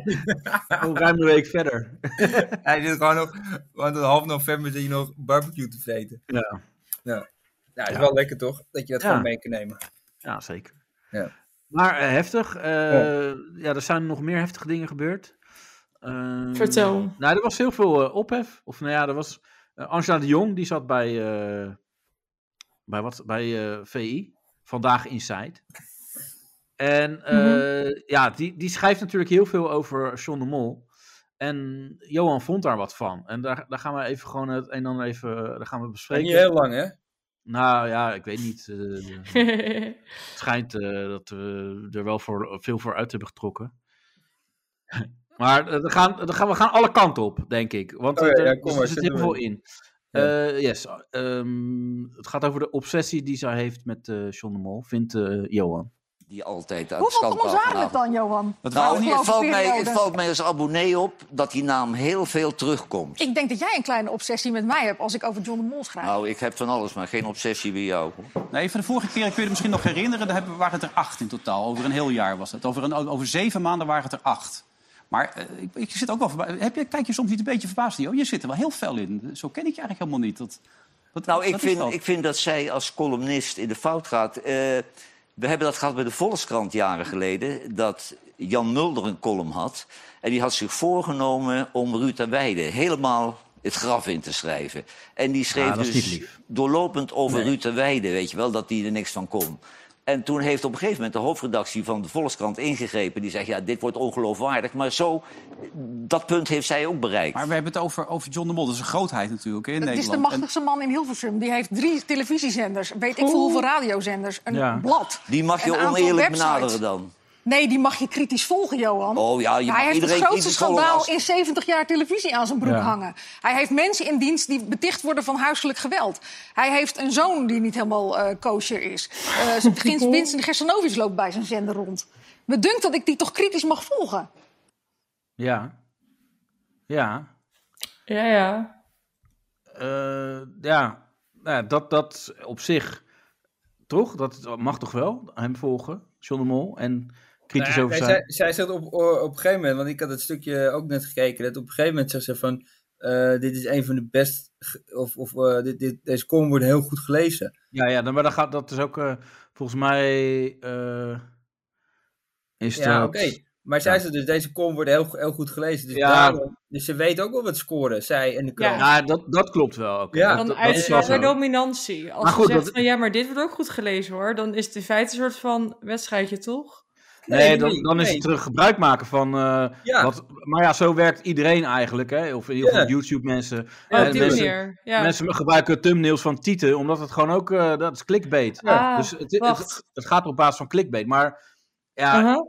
[SPEAKER 3] Hoe ruim een week verder.
[SPEAKER 1] Hij zit gewoon nog, want tot half november zit je nog barbecue te vreten.
[SPEAKER 3] Ja.
[SPEAKER 5] Nou, is
[SPEAKER 3] Ja.
[SPEAKER 5] wel lekker toch? Dat je dat
[SPEAKER 3] Ja.
[SPEAKER 5] gewoon mee kan nemen.
[SPEAKER 3] Ja, zeker.
[SPEAKER 5] Ja.
[SPEAKER 3] Maar eh, heftig. eh, ja. er zijn nog meer heftige dingen gebeurd. Ehm,
[SPEAKER 4] Vertel.
[SPEAKER 3] Nou, er was heel veel eh, ophef. Of nou ja, er was... eh, Angela de Jong, die zat bij... eh, bij wat? Bij eh, VI. Vandaag Inside. En eh, ja, die, die schrijft natuurlijk heel veel over John de Mol. En Johan vond daar wat van. En daar, daar gaan we even gewoon het een en ander even... eh, Daar gaan we bespreken.
[SPEAKER 5] Niet heel lang, hè?
[SPEAKER 3] Nou ja, ik weet niet. eh, het schijnt eh, dat we er wel voor, veel voor uit hebben getrokken. maar eh, we, gaan, we gaan, we gaan alle kanten op, denk ik. Want
[SPEAKER 5] Oké,
[SPEAKER 3] eh, er,
[SPEAKER 5] Oh ja, kom
[SPEAKER 3] er
[SPEAKER 5] maar,
[SPEAKER 3] zit
[SPEAKER 5] zet
[SPEAKER 3] heel
[SPEAKER 5] hem
[SPEAKER 3] veel in. Eh, yes, ehm, het gaat over de obsessie die zij heeft met eh John de Mol, vindt eh, Johan.
[SPEAKER 2] Die altijd aan de
[SPEAKER 8] Hoeveel
[SPEAKER 2] stand
[SPEAKER 8] kommers waren het dan, Johan?
[SPEAKER 2] Nou,
[SPEAKER 8] Afgelopen
[SPEAKER 2] het valt, mij, het
[SPEAKER 8] periode.
[SPEAKER 2] valt mij als abonnee op dat die naam heel veel terugkomt.
[SPEAKER 8] Ik denk dat jij een kleine obsessie met mij hebt als ik over John de Mol schrijf.
[SPEAKER 2] Nou, ik heb van alles, maar geen obsessie bij jou. hoor.
[SPEAKER 9] Nee, van de vorige keer, ik weet het misschien nog herinneren, daar hebben, waren het er acht in totaal. Over een heel jaar was dat. Over, een, over zeven maanden waren het er acht. Maar eh, ik, ik zit ook wel verba- Heb je, kijk je soms niet een beetje verbaasd in? Oh, je zit er wel heel fel in. Zo ken ik je eigenlijk helemaal niet. Dat, wat,
[SPEAKER 2] Nou, ik
[SPEAKER 9] wat is
[SPEAKER 2] vind,
[SPEAKER 9] dat?
[SPEAKER 2] ik vind dat zij als columnist in de fout gaat. Eh, we hebben dat gehad bij de Volkskrant jaren geleden. Dat Jan Mulder een column had. En die had zich voorgenomen om Ruud en Weide helemaal het graf in te schrijven. En die schreef
[SPEAKER 3] Ah, dat is niet
[SPEAKER 2] dus
[SPEAKER 3] lief.
[SPEAKER 2] doorlopend over Ruud en Weide, weet je wel, dat die er niks van kon. En toen heeft op een gegeven moment de hoofdredactie van de Volkskrant ingegrepen. Die zegt, ja, dit wordt ongeloofwaardig. Maar zo, dat punt heeft zij ook bereikt.
[SPEAKER 9] Maar we hebben het over, over John de Mol. Dat is een grootheid natuurlijk hè, in
[SPEAKER 8] Het is de
[SPEAKER 9] Nederland. En-
[SPEAKER 8] machtigste man in Hilversum. Die heeft drie televisiezenders, weet ik veel hoeveel radiozenders, een
[SPEAKER 3] Ja.
[SPEAKER 8] blad.
[SPEAKER 2] Die mag je
[SPEAKER 8] een aantal
[SPEAKER 2] oneerlijk
[SPEAKER 8] websites.
[SPEAKER 2] benaderen dan.
[SPEAKER 8] Nee, die mag je kritisch volgen, Johan.
[SPEAKER 2] Oh ja, je
[SPEAKER 8] Maar
[SPEAKER 2] mag
[SPEAKER 8] hij heeft het
[SPEAKER 2] iedereen
[SPEAKER 8] grootste
[SPEAKER 2] kritisch volgen
[SPEAKER 8] schandaal
[SPEAKER 2] als-
[SPEAKER 8] in 70 jaar televisie aan zijn broek
[SPEAKER 3] Ja.
[SPEAKER 8] hangen. Hij heeft mensen in dienst die beticht worden van huiselijk geweld. Hij heeft een zoon die niet helemaal eh kosher is. Eh, zijn vriend Vincent Gersanovic loopt bij zijn zender rond. Me dunkt dat ik die toch kritisch mag volgen.
[SPEAKER 3] Ja. Ja.
[SPEAKER 4] Ja, ja.
[SPEAKER 3] Eh, ja. Nou, ja, dat, dat op zich, toch? Dat mag toch wel, hem volgen, John de Mol. En kritisch
[SPEAKER 5] Nou ja,
[SPEAKER 3] over
[SPEAKER 5] nee,
[SPEAKER 3] zijn...
[SPEAKER 5] zij, zij zegt op, op een gegeven moment, want ik had het stukje ook net gekeken, dat op een gegeven moment zegt ze van, eh, dit is een van de best, ge- of, of eh, dit, dit, deze column wordt heel goed gelezen.
[SPEAKER 3] Ja, ja dan, maar dan gaat, dat is ook eh, volgens mij. eh, is
[SPEAKER 5] ja,
[SPEAKER 3] dat.
[SPEAKER 5] oké. Maar zij zegt dus, deze column wordt heel, heel goed gelezen. Dus,
[SPEAKER 3] Ja.
[SPEAKER 5] daarom- dus ze weet ook wel wat scoren, zij en de krant.
[SPEAKER 4] Ja.
[SPEAKER 3] Ja, dat, dat klopt wel. oké.
[SPEAKER 5] Ja,
[SPEAKER 4] Dan
[SPEAKER 3] Dat- dat, is wel
[SPEAKER 4] uitspraak
[SPEAKER 3] zo.
[SPEAKER 4] bij dominantie. Als
[SPEAKER 3] Maar goed,
[SPEAKER 4] je zegt
[SPEAKER 3] dat-
[SPEAKER 4] van ja, maar dit wordt ook goed gelezen hoor. Dan is het in feite een soort van wedstrijdje toch?
[SPEAKER 3] Nee, dan, dan is
[SPEAKER 5] nee.
[SPEAKER 3] het terug gebruik maken van. eh,
[SPEAKER 5] Ja.
[SPEAKER 3] wat, maar ja, zo werkt iedereen eigenlijk. Hè? Of in ieder geval
[SPEAKER 5] Ja.
[SPEAKER 3] YouTube-mensen.
[SPEAKER 4] Oh,
[SPEAKER 3] Eh,
[SPEAKER 4] op die
[SPEAKER 3] mensen,
[SPEAKER 4] manier. Ja.
[SPEAKER 3] mensen gebruiken thumbnails van titel, omdat het gewoon ook. eh, dat is clickbait.
[SPEAKER 4] Ah,
[SPEAKER 3] dus het, het,
[SPEAKER 4] wacht.
[SPEAKER 3] het, gaat op basis van clickbait. Maar ja,
[SPEAKER 5] Uh-huh.
[SPEAKER 4] Aha.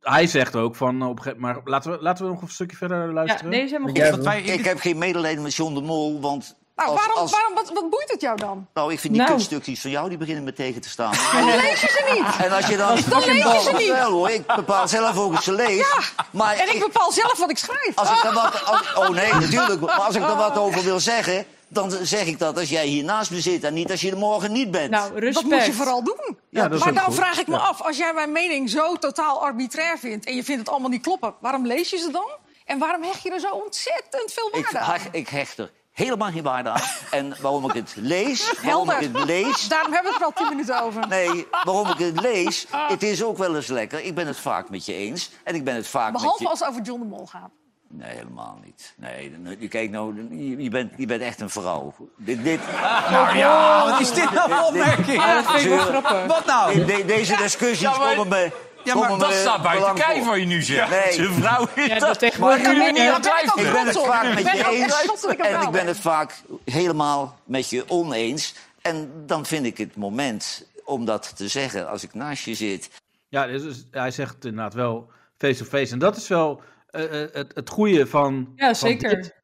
[SPEAKER 3] hij zegt ook van. Op een gegeven, maar laten we, laten we nog een stukje verder
[SPEAKER 4] ja,
[SPEAKER 3] luisteren.
[SPEAKER 4] nee, is helemaal
[SPEAKER 5] Ja,
[SPEAKER 4] goed.
[SPEAKER 9] dat wij in
[SPEAKER 2] Ik
[SPEAKER 9] dit-
[SPEAKER 2] heb geen medelijden met John de Mol, want...
[SPEAKER 8] Nou,
[SPEAKER 2] als-
[SPEAKER 8] waarom,
[SPEAKER 2] als-
[SPEAKER 8] waarom, wat, wat boeit het jou dan?
[SPEAKER 2] Nou, ik vind die
[SPEAKER 4] Nou.
[SPEAKER 2] kutstukjes van jou, die beginnen me tegen te staan.
[SPEAKER 8] Dan lees je ze niet.
[SPEAKER 2] en als je dan...
[SPEAKER 8] Dan lees je ze
[SPEAKER 2] Nou,
[SPEAKER 8] niet.
[SPEAKER 2] wel hoor, ik bepaal zelf ook eens de lees. Maar
[SPEAKER 8] En ik
[SPEAKER 2] ik-
[SPEAKER 8] bepaal zelf wat ik schrijf.
[SPEAKER 2] als ik daar wat... als- oh nee, natuurlijk. Maar als ik er wat over wil zeggen, dan zeg ik dat als jij hier naast me zit. En niet als je er morgen niet bent.
[SPEAKER 4] Nou,
[SPEAKER 8] Dat
[SPEAKER 4] respect.
[SPEAKER 8] moet je vooral doen.
[SPEAKER 3] Ja, dat is
[SPEAKER 8] maar
[SPEAKER 3] ook
[SPEAKER 8] dan
[SPEAKER 3] goed.
[SPEAKER 8] vraag ik me
[SPEAKER 3] Ja.
[SPEAKER 8] af, als jij mijn mening zo totaal arbitrair vindt... en je vindt het allemaal niet kloppen, waarom lees je ze dan? En waarom hecht je er zo ontzettend veel
[SPEAKER 2] ik,
[SPEAKER 8] waarde aan?
[SPEAKER 2] hech- ik hecht er helemaal geen waarde aan. En waarom ik het lees, waarom ik
[SPEAKER 8] Helder.
[SPEAKER 2] het lees...
[SPEAKER 8] Daarom hebben we het er al tien minuten over.
[SPEAKER 2] Nee, waarom ik het lees, het is ook wel eens lekker. Ik ben het vaak met je eens. En ik ben het vaak met
[SPEAKER 8] Behalve
[SPEAKER 2] je...
[SPEAKER 8] als het over John de Mol gaat.
[SPEAKER 2] Nee, helemaal niet. Nee, dan- je, kijkt nou, je, je bent, je bent echt een vrouw. Dit, dit,
[SPEAKER 9] Nou ja, wat is dit nou voor opmerking?
[SPEAKER 4] Ah, dat vind ik wel
[SPEAKER 2] Zeuren.
[SPEAKER 4] grappig.
[SPEAKER 9] Wat nou?
[SPEAKER 2] de- deze discussies
[SPEAKER 10] Ja, maar-
[SPEAKER 2] komen me.
[SPEAKER 9] Ja, maar
[SPEAKER 2] komen
[SPEAKER 9] dat
[SPEAKER 2] me
[SPEAKER 10] staat buiten
[SPEAKER 2] belang
[SPEAKER 10] kijf
[SPEAKER 2] voor.
[SPEAKER 10] wat je nu zegt.
[SPEAKER 2] Nee.
[SPEAKER 10] Zijn vrouw is
[SPEAKER 4] Ja, dat
[SPEAKER 10] dat.
[SPEAKER 4] tegenwoordig
[SPEAKER 10] Maar-
[SPEAKER 4] kunnen we niet
[SPEAKER 10] Ja,
[SPEAKER 8] Daar ben ik ook
[SPEAKER 2] Ik ben
[SPEAKER 8] trots
[SPEAKER 2] het
[SPEAKER 8] op.
[SPEAKER 2] vaak
[SPEAKER 8] Ik
[SPEAKER 2] met
[SPEAKER 8] ben
[SPEAKER 2] je
[SPEAKER 8] ook echt
[SPEAKER 2] eens
[SPEAKER 8] trots dat ik een
[SPEAKER 2] en
[SPEAKER 8] vrouw
[SPEAKER 2] ik ben
[SPEAKER 8] ben.
[SPEAKER 2] het vaak helemaal met je oneens. En dan vind ik het moment om dat te zeggen als ik naast je zit.
[SPEAKER 3] Ja, dus- dus hij zegt het inderdaad wel face-to-face. En dat is wel eh, eh, het, het goede van.
[SPEAKER 4] Ja,
[SPEAKER 3] van
[SPEAKER 4] zeker.
[SPEAKER 3] dit.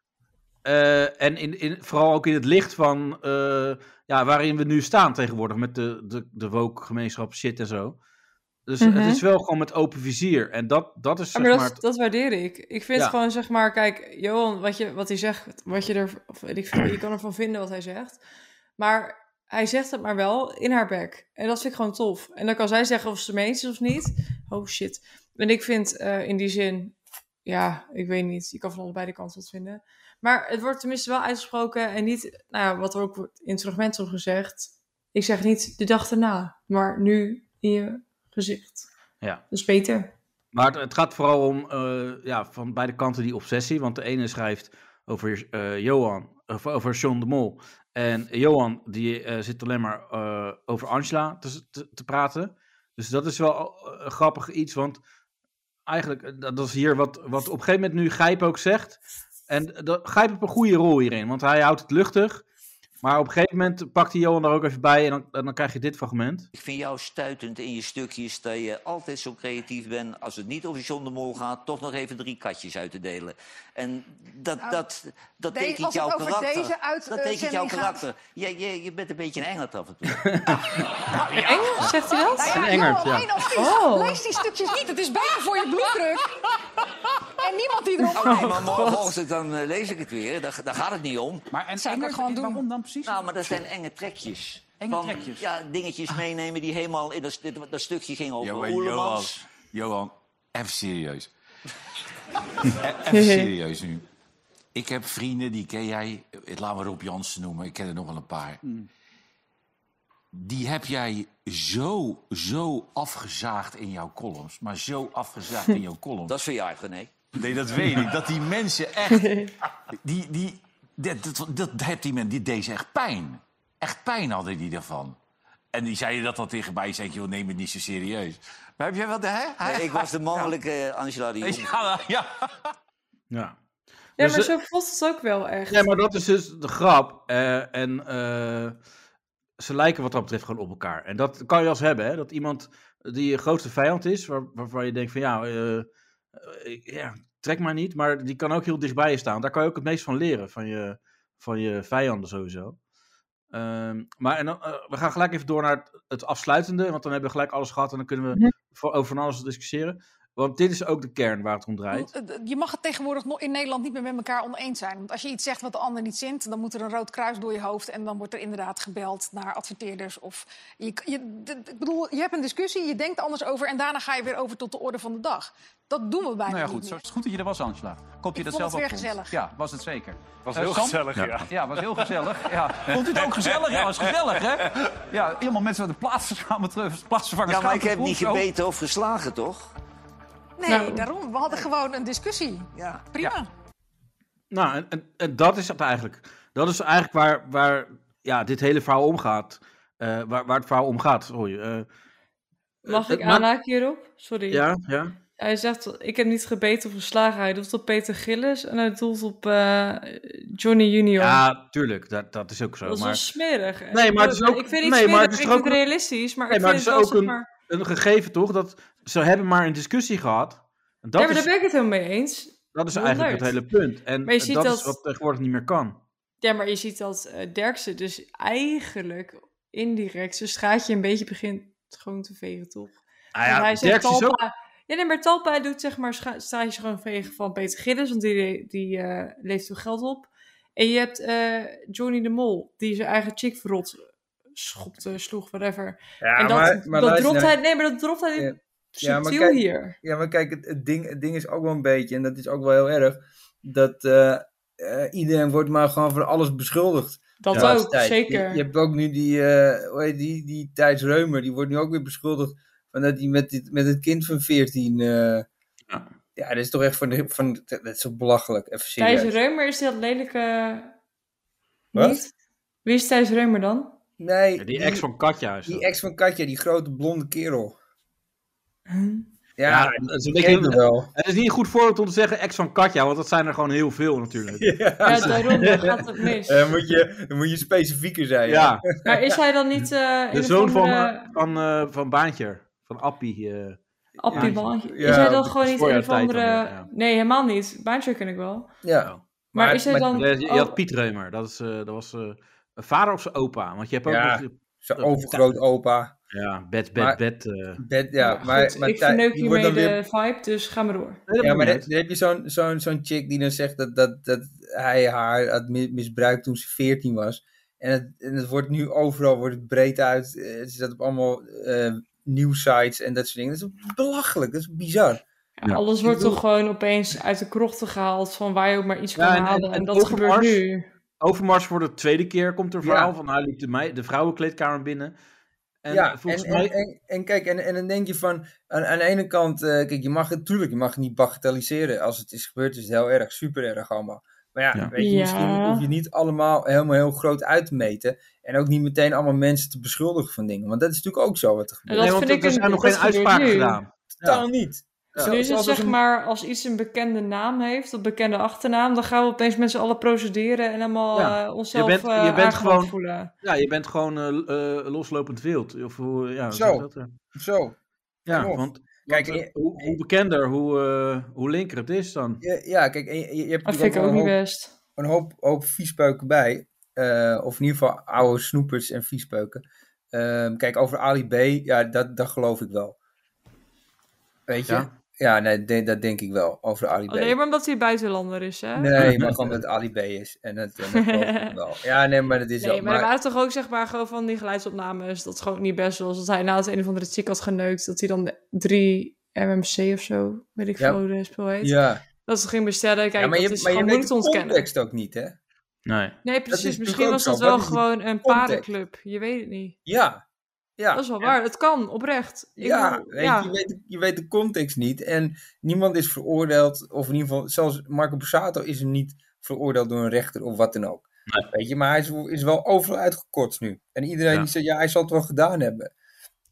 [SPEAKER 3] Eh, en in, in, vooral ook in het licht van eh, ja, waarin we nu staan tegenwoordig met de, de, de woke gemeenschap shit en zo. Dus
[SPEAKER 4] Mhm.
[SPEAKER 3] het is wel gewoon met open vizier. En dat, dat is
[SPEAKER 4] Ja,
[SPEAKER 3] zeg
[SPEAKER 4] maar
[SPEAKER 3] maar...
[SPEAKER 4] dat, dat waardeer ik. Ik vind
[SPEAKER 3] Ja.
[SPEAKER 4] gewoon, zeg maar, kijk, Johan, wat, je, wat hij zegt, wat je er, of weet ik, veel, je kan ervan vinden wat hij zegt. Maar hij zegt het maar wel in haar bek. En dat vind ik gewoon tof. En dan kan zij zeggen of ze het mee eens is of niet. Oh shit. En ik vind eh, in die zin, ja, ik weet niet. Je kan van alle beide kanten wat vinden. Maar het wordt tenminste wel uitgesproken en niet, nou ja, wat er ook wordt in het fragment wordt gezegd. Ik zeg niet de dag erna, maar nu in je gezicht.
[SPEAKER 3] Ja.
[SPEAKER 4] Dat is beter.
[SPEAKER 3] Maar het, het gaat vooral om eh, ja, van beide kanten die obsessie. Want de ene schrijft over eh, Johan, of over Sean de Mol. En Johan die eh, zit alleen maar eh, over Angela te, te, te praten. Dus dat is wel eh, grappig iets. Want eigenlijk, eh, dat, dat is hier wat, wat op een gegeven moment nu Gijp ook zegt. En eh, dat, Gijp heeft een goede rol hierin. Want hij houdt het luchtig. Maar op een gegeven moment pakt hij Johan er ook even bij. En dan, en dan krijg je dit fragment.
[SPEAKER 2] Ik vind jou stuitend in je stukjes dat je altijd zo creatief bent. Als het niet over John de Mol gaat, toch nog even drie katjes uit te delen. En dat,
[SPEAKER 8] Nou,
[SPEAKER 2] dat, dat
[SPEAKER 8] de-
[SPEAKER 2] tekent
[SPEAKER 8] als het
[SPEAKER 2] jouw
[SPEAKER 8] over
[SPEAKER 2] karakter.
[SPEAKER 8] deze uit-
[SPEAKER 2] dat
[SPEAKER 8] eh,
[SPEAKER 2] tekent jouw
[SPEAKER 8] zending gaat.
[SPEAKER 2] karakter. Je, je, je bent een beetje een engert af en toe.
[SPEAKER 4] Engels, Oh, zegt hij dat?
[SPEAKER 8] Nou ja,
[SPEAKER 3] Een Engert,
[SPEAKER 8] Johan,
[SPEAKER 3] ja.
[SPEAKER 8] mijn advies.
[SPEAKER 4] Oh.
[SPEAKER 8] Lees die stukjes niet. Het is beter voor je bloeddruk. En niemand die erop
[SPEAKER 2] Oh nee, maar morgenochtend dan eh, lees ik het weer. Daar, daar gaat het niet om.
[SPEAKER 9] Maar en
[SPEAKER 8] Zou ik dat
[SPEAKER 9] Engert,
[SPEAKER 8] gewoon doen?
[SPEAKER 9] waarom dan precies?
[SPEAKER 2] Nou, maar dat zijn enge trekjes.
[SPEAKER 9] Enge trekjes?
[SPEAKER 2] Ja, dingetjes meenemen die helemaal in dat, dit- dat stukje gingen
[SPEAKER 10] Ja,
[SPEAKER 2] over
[SPEAKER 10] maar
[SPEAKER 2] Oerlemans.
[SPEAKER 10] Johan, Johan, even serieus. E- even serieus nu. Ik heb vrienden, die ken jij, eh, laat maar Rob Jansen noemen, ik ken er nog wel een paar.
[SPEAKER 2] Mm.
[SPEAKER 10] Die heb jij zo, zo afgezaagd in jouw columns. Maar zo afgezaagd in jouw columns.
[SPEAKER 2] Dat is verjaard, René.
[SPEAKER 10] Nee, dat weet ik. Dat die mensen echt. Die, die, dat, dat, dat, heeft die men, die deed ze echt pijn. Echt pijn hadden die daarvan. En die zeiden dat dan tegen mij. Zei ik, joh, neem het niet zo serieus. Maar heb jij wel de. Hè? Hij-
[SPEAKER 2] Nee, ik was de mannelijke eh, Angela de Jong.
[SPEAKER 10] Ja, ja.
[SPEAKER 3] Ja.
[SPEAKER 4] Ja,
[SPEAKER 3] Dus,
[SPEAKER 4] maar
[SPEAKER 3] eh,
[SPEAKER 4] zo voelt het ook wel echt.
[SPEAKER 3] Ja, maar dat is dus de grap. eh, en eh, ze lijken wat dat betreft gewoon op elkaar. En dat kan je als hebben, hè? Dat iemand die je grootste vijand is, waar, waarvan je denkt van ja, eh, eh, ja, trek maar niet. Maar die kan ook heel dichtbij je staan. Daar kan je ook het meest van leren, van je, van je vijanden sowieso. Ehm, maar en, dan, eh, we gaan gelijk even door naar het, het afsluitende, want dan hebben we gelijk alles gehad en dan kunnen we
[SPEAKER 4] Mhm.
[SPEAKER 3] voor, over van alles discussiëren. Want dit is ook de kern waar het om draait.
[SPEAKER 8] eh, Je mag het tegenwoordig no- in Nederland niet meer met elkaar oneens zijn. Want als je iets zegt wat de ander niet zint, dan moet er een rood kruis door je hoofd. En dan wordt er inderdaad gebeld naar adverteerders. Of je, k- je, d- d- ik bedoel, je hebt een discussie, je denkt anders over. En daarna ga je weer over tot de orde van de dag. Dat doen we bijna
[SPEAKER 9] Nou ja,
[SPEAKER 8] niet
[SPEAKER 9] goed. Zo,
[SPEAKER 8] meer.
[SPEAKER 9] het is goed dat je er was, Angela. Ik hoop je
[SPEAKER 8] Ik
[SPEAKER 9] dat
[SPEAKER 8] vond
[SPEAKER 9] zelf
[SPEAKER 8] het weer
[SPEAKER 9] ook vond.
[SPEAKER 8] gezellig.
[SPEAKER 9] Ja, was het zeker.
[SPEAKER 11] Was
[SPEAKER 9] Eh,
[SPEAKER 11] heel
[SPEAKER 9] Sam?
[SPEAKER 11] gezellig, ja.
[SPEAKER 9] Ja, was heel gezellig. Ja. Vond u het ook gezellig? Ja, was gezellig, hè? Ja, helemaal mensen met de plaatsen gaan terug. Plaatsvervangers
[SPEAKER 2] Ja, maar ik heb
[SPEAKER 9] schaamtegevoel,
[SPEAKER 2] niet
[SPEAKER 9] zo.
[SPEAKER 2] gebeten of geslagen, toch?
[SPEAKER 8] Nee,
[SPEAKER 4] Nou.
[SPEAKER 8] daarom. We hadden gewoon een discussie.
[SPEAKER 2] Ja.
[SPEAKER 8] Prima.
[SPEAKER 3] Nou, en, en, en dat is het eigenlijk. Dat is eigenlijk waar, waar ja, dit hele verhaal om gaat. Eh, waar, waar het verhaal om gaat, sorry. Eh,
[SPEAKER 4] Mag
[SPEAKER 3] het-
[SPEAKER 4] ik
[SPEAKER 3] maar-
[SPEAKER 4] aanhaken hierop? Sorry.
[SPEAKER 3] Ja, ja.
[SPEAKER 4] Hij zegt, ik heb niet gebeten of geslagen. Hij doelt op Peter Gillis en hij doelt op eh, Johnny Junior.
[SPEAKER 3] ja, tuurlijk. Dat, dat is ook zo.
[SPEAKER 4] dat is dus- wel
[SPEAKER 3] maar
[SPEAKER 4] smerig.
[SPEAKER 3] Nee, maar het is ook-
[SPEAKER 4] Ik vind het
[SPEAKER 3] nee,
[SPEAKER 4] niet
[SPEAKER 3] maar
[SPEAKER 4] smerig,
[SPEAKER 3] het is
[SPEAKER 4] ik
[SPEAKER 3] er
[SPEAKER 4] vind
[SPEAKER 3] ook
[SPEAKER 4] het realistisch, maar
[SPEAKER 3] Nee,
[SPEAKER 4] ik
[SPEAKER 3] maar
[SPEAKER 4] vind
[SPEAKER 3] het
[SPEAKER 4] het
[SPEAKER 3] is
[SPEAKER 4] wel,
[SPEAKER 3] ook
[SPEAKER 4] zeg maar...
[SPEAKER 3] een gegeven toch, dat ze hebben maar een discussie gehad. En Dat
[SPEAKER 4] ja, maar
[SPEAKER 3] is,
[SPEAKER 4] daar ben ik het helemaal mee eens.
[SPEAKER 3] dat is
[SPEAKER 4] heel
[SPEAKER 3] eigenlijk het
[SPEAKER 4] leuk.
[SPEAKER 3] hele punt. En
[SPEAKER 4] Maar je ziet
[SPEAKER 3] dat, is
[SPEAKER 4] dat-
[SPEAKER 3] wat tegenwoordig niet meer kan.
[SPEAKER 4] Ja, maar je ziet dat eh, Derksen dus eigenlijk indirect zijn straatje een beetje begint schoon te vegen, toch?
[SPEAKER 3] Nou
[SPEAKER 4] Want hij
[SPEAKER 3] ja,
[SPEAKER 4] zegt
[SPEAKER 3] Derks is ook...
[SPEAKER 4] Talpa... Ja, nee, maar Talpa doet zeg maar scha- stages gewoon vegen van Peter Gillis, want die, die eh, leeft veel geld op. En je hebt eh, Johnny de Mol, die zijn eigen chick verrot schopte, sloeg, whatever.
[SPEAKER 5] Ja,
[SPEAKER 4] en dat,
[SPEAKER 5] maar, maar
[SPEAKER 4] dat
[SPEAKER 5] luister
[SPEAKER 4] dropt
[SPEAKER 5] nou.
[SPEAKER 4] hij, nee, maar dat dropt hij
[SPEAKER 5] Ja. Ja, maar
[SPEAKER 4] subtiel
[SPEAKER 5] kijk-
[SPEAKER 4] hier.
[SPEAKER 5] Ja, maar kijk, het, het ding, het ding is ook wel een beetje, en dat is ook wel heel erg, dat eh, eh, iedereen wordt maar gewoon voor alles beschuldigd.
[SPEAKER 4] Dat
[SPEAKER 5] de laatste
[SPEAKER 4] ook,
[SPEAKER 5] tijd.
[SPEAKER 4] zeker.
[SPEAKER 5] Je, je hebt ook nu die, eh, hoe heet die, die Thijs Reumer, die wordt nu ook weer beschuldigd van dat hij met, dit, met het kind van 14... eh,
[SPEAKER 3] Ja.
[SPEAKER 5] ja. dat is toch echt van, de- van dat is toch belachelijk, even serieus.
[SPEAKER 4] Thijs Reumer is dat lelijke...
[SPEAKER 5] Wat?
[SPEAKER 4] Niet? Wie is Thijs Reumer dan?
[SPEAKER 5] Nee,
[SPEAKER 3] Die ex van Katja is
[SPEAKER 5] die
[SPEAKER 3] dat.
[SPEAKER 5] ex van Katja, die grote blonde kerel.
[SPEAKER 4] Huh?
[SPEAKER 5] Ja,
[SPEAKER 3] Ja,
[SPEAKER 5] die
[SPEAKER 3] dat is een
[SPEAKER 5] ken
[SPEAKER 3] beetje-
[SPEAKER 5] je wel.
[SPEAKER 3] Het is niet een goed voorbeeld om te zeggen ex van Katja, want dat zijn er gewoon heel veel natuurlijk.
[SPEAKER 4] Ja, daarom, daar gaat het mis.
[SPEAKER 5] Dan moet, je, dan moet je specifieker zijn.
[SPEAKER 3] ja.
[SPEAKER 4] Maar is hij dan niet... eh
[SPEAKER 3] De
[SPEAKER 4] een
[SPEAKER 3] zoon
[SPEAKER 4] of
[SPEAKER 3] van,
[SPEAKER 4] andere-
[SPEAKER 3] eh, van, eh, van Baantje. Van Appie. eh.
[SPEAKER 4] Appie
[SPEAKER 3] Ja,
[SPEAKER 4] Baantje.
[SPEAKER 5] ja,
[SPEAKER 4] is hij dan
[SPEAKER 5] dat
[SPEAKER 4] gewoon
[SPEAKER 3] is
[SPEAKER 4] niet
[SPEAKER 3] voor
[SPEAKER 4] een
[SPEAKER 3] jouw
[SPEAKER 4] of
[SPEAKER 3] tijd
[SPEAKER 4] andere...
[SPEAKER 3] dan weer, ja.
[SPEAKER 4] Nee, helemaal niet. Baantje ken ik wel.
[SPEAKER 5] Ja.
[SPEAKER 3] Maar-
[SPEAKER 5] Maar,
[SPEAKER 4] Maar, is hij dan...
[SPEAKER 3] je, je had
[SPEAKER 4] oh,
[SPEAKER 3] Piet Reumer. Dat, is, eh, dat was eh, een vader of zijn opa. Want je hebt ook
[SPEAKER 5] Ja.
[SPEAKER 3] nog...
[SPEAKER 5] Zijn overgrootopa.
[SPEAKER 3] Ja, bed, bed,
[SPEAKER 5] Maar-
[SPEAKER 3] bed. eh.
[SPEAKER 5] Bed, ja,
[SPEAKER 4] Goed,
[SPEAKER 5] maar, maar
[SPEAKER 4] ik
[SPEAKER 5] Thij-
[SPEAKER 4] verneuk
[SPEAKER 5] die wordt
[SPEAKER 4] hiermee
[SPEAKER 5] dan
[SPEAKER 4] de
[SPEAKER 5] weer
[SPEAKER 4] vibe, dus ga maar door.
[SPEAKER 5] Ja, maar dan, dan heb je zo'n zo'n zo'n chick die dan zegt dat, dat, dat hij haar had mi- misbruikt toen ze 14 was. En het, en het wordt nu overal wordt het breed uit. eh, Ze zat op allemaal eh nieuwsites en dat soort dingen. Dat is belachelijk, dat is bizar.
[SPEAKER 3] Ja.
[SPEAKER 4] Alles wordt
[SPEAKER 5] bedoel-
[SPEAKER 4] toch gewoon opeens uit de krochten gehaald van waar je ook maar iets
[SPEAKER 3] Ja,
[SPEAKER 4] kan
[SPEAKER 3] en-
[SPEAKER 4] halen.
[SPEAKER 3] en-
[SPEAKER 4] En,
[SPEAKER 3] en
[SPEAKER 4] dat gebeurt
[SPEAKER 3] overmars-
[SPEAKER 4] nu.
[SPEAKER 3] Overmars voor de tweede keer komt er
[SPEAKER 5] Ja.
[SPEAKER 3] verhaal van hij liep de, mei- de vrouwenkleedkamer binnen. En
[SPEAKER 5] ja,
[SPEAKER 3] volgens
[SPEAKER 5] en,
[SPEAKER 3] mij...
[SPEAKER 5] en, en, en kijk, en, en dan denk je van, aan, aan de ene kant, eh, kijk, je mag het, tuurlijk, je mag het niet bagatelliseren. Als het is gebeurd, is het heel erg, super erg allemaal. Maar ja,
[SPEAKER 3] Ja.
[SPEAKER 5] Weet je,
[SPEAKER 4] Ja.
[SPEAKER 5] misschien hoef je niet allemaal helemaal heel groot uit te meten. En ook niet meteen allemaal mensen te beschuldigen van dingen. Want dat is natuurlijk ook zo wat
[SPEAKER 4] En
[SPEAKER 5] er gebeurt.
[SPEAKER 4] dat
[SPEAKER 3] nee, want
[SPEAKER 4] vind
[SPEAKER 3] er-
[SPEAKER 4] ik
[SPEAKER 3] er
[SPEAKER 4] een-
[SPEAKER 3] zijn nog
[SPEAKER 4] dat
[SPEAKER 3] geen
[SPEAKER 4] gebeurt nu.
[SPEAKER 3] uitspraken gedaan.
[SPEAKER 5] Totaal niet. Zo-
[SPEAKER 4] nu is Dus het
[SPEAKER 5] zoals
[SPEAKER 4] zeg
[SPEAKER 5] een-
[SPEAKER 4] maar, als iets een bekende naam heeft, een bekende achternaam, dan gaan we opeens met z'n allen procederen en allemaal
[SPEAKER 3] Ja.
[SPEAKER 4] eh, onszelf
[SPEAKER 3] Je
[SPEAKER 4] je
[SPEAKER 3] bent- je bent gewoon-
[SPEAKER 4] voelen.
[SPEAKER 3] Ja, je bent gewoon eh, l- eh, loslopend wild. Of, hoe- ja, hoe
[SPEAKER 5] Zo.
[SPEAKER 3] zeg je dat? eh?
[SPEAKER 5] Zo.
[SPEAKER 3] Ja,
[SPEAKER 5] Klopt.
[SPEAKER 3] want,
[SPEAKER 5] Kijk,
[SPEAKER 3] want, eh,
[SPEAKER 5] eh,
[SPEAKER 3] hoe, hoe bekender, hoe, eh, hoe linker het is dan.
[SPEAKER 5] Ja, ja, kijk, en je, je hebt
[SPEAKER 4] Dat
[SPEAKER 5] natuurlijk
[SPEAKER 4] vind ik
[SPEAKER 5] wel
[SPEAKER 4] ook
[SPEAKER 5] een
[SPEAKER 4] niet
[SPEAKER 5] hoop,
[SPEAKER 4] best.
[SPEAKER 5] een hoop, hoop viespeuken bij. Eh, of in ieder geval oude snoepers en viespeuken. Ehm, kijk, over Ali B, ja, dat, dat geloof ik wel. Weet je? Ja,
[SPEAKER 3] Ja.
[SPEAKER 5] nee, de- dat denk ik wel, over Ali B.
[SPEAKER 4] Alleen Oh, maar omdat hij buitenlander is, hè?
[SPEAKER 5] Nee, maar gewoon dat het Ali B is. En dat, en dat geloof ik wel. Ja, nee, maar dat is
[SPEAKER 4] Nee,
[SPEAKER 5] zo.
[SPEAKER 4] maar er
[SPEAKER 5] Maar,
[SPEAKER 4] waren toch ook zeg maar gewoon van die geluidsopnames. Dat is gewoon niet best was. Dat hij na het een of andere ziek had geneukt. Dat hij dan de- drie MMC of zo, weet ik
[SPEAKER 5] Ja.
[SPEAKER 4] veel hoe de spel heet.
[SPEAKER 5] ja.
[SPEAKER 4] Dat ze ging bestellen. Kijk,
[SPEAKER 5] ja, maar
[SPEAKER 4] dat
[SPEAKER 5] je,
[SPEAKER 4] is
[SPEAKER 5] maar je
[SPEAKER 4] gewoon moeilijk
[SPEAKER 5] weet de
[SPEAKER 4] te ontkennen.
[SPEAKER 5] context ook niet, hè?
[SPEAKER 3] Nee.
[SPEAKER 4] Nee,
[SPEAKER 5] natuurlijk
[SPEAKER 4] precies. Misschien
[SPEAKER 5] ook
[SPEAKER 4] was
[SPEAKER 5] zo.
[SPEAKER 4] dat
[SPEAKER 5] Wat
[SPEAKER 4] wel
[SPEAKER 5] is die
[SPEAKER 4] gewoon een
[SPEAKER 5] context?
[SPEAKER 4] paardenclub. Je weet het niet.
[SPEAKER 5] Ja. ja.
[SPEAKER 4] Dat is wel waar. Het kan, oprecht. Ik
[SPEAKER 5] Ja,
[SPEAKER 4] bedoel,
[SPEAKER 5] weet, Je, weet, de- je weet de context niet. En niemand is veroordeeld, of in ieder geval, zelfs Marco Borsato is hem niet veroordeeld door een rechter of wat dan ook.
[SPEAKER 3] Nee.
[SPEAKER 5] Weet je, maar hij is, is wel overal uitgekotst nu. En iedereen
[SPEAKER 3] Ja.
[SPEAKER 5] die zegt, ja, hij zal het wel gedaan hebben.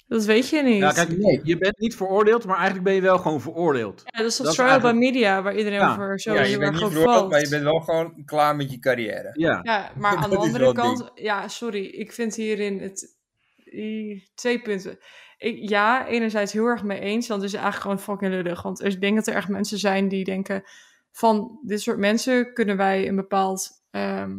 [SPEAKER 4] Dat weet je niet.
[SPEAKER 3] Ja,
[SPEAKER 4] Ja,
[SPEAKER 3] kijk,
[SPEAKER 5] Nee.
[SPEAKER 3] je bent niet veroordeeld, maar eigenlijk ben je wel gewoon veroordeeld.
[SPEAKER 4] dat is toch
[SPEAKER 3] dat is
[SPEAKER 4] trial
[SPEAKER 3] eigenlijk-
[SPEAKER 4] by media, waar iedereen
[SPEAKER 3] Ja.
[SPEAKER 4] over zo
[SPEAKER 5] ja, je
[SPEAKER 4] heel
[SPEAKER 5] bent
[SPEAKER 4] erg
[SPEAKER 5] niet
[SPEAKER 4] over
[SPEAKER 5] veroordeeld,
[SPEAKER 4] valt.
[SPEAKER 5] maar je bent wel gewoon klaar met je carrière.
[SPEAKER 3] Ja.
[SPEAKER 4] Ja, maar aan de
[SPEAKER 5] Dat is
[SPEAKER 4] andere
[SPEAKER 5] wel het
[SPEAKER 4] kant, ja, sorry, ik vind hierin het, i- twee punten. Ik, ja, enerzijds heel erg mee eens, want het is eigenlijk gewoon fucking lullig. Want ik denk dat er echt mensen zijn die denken van dit soort mensen kunnen wij een bepaald ehm,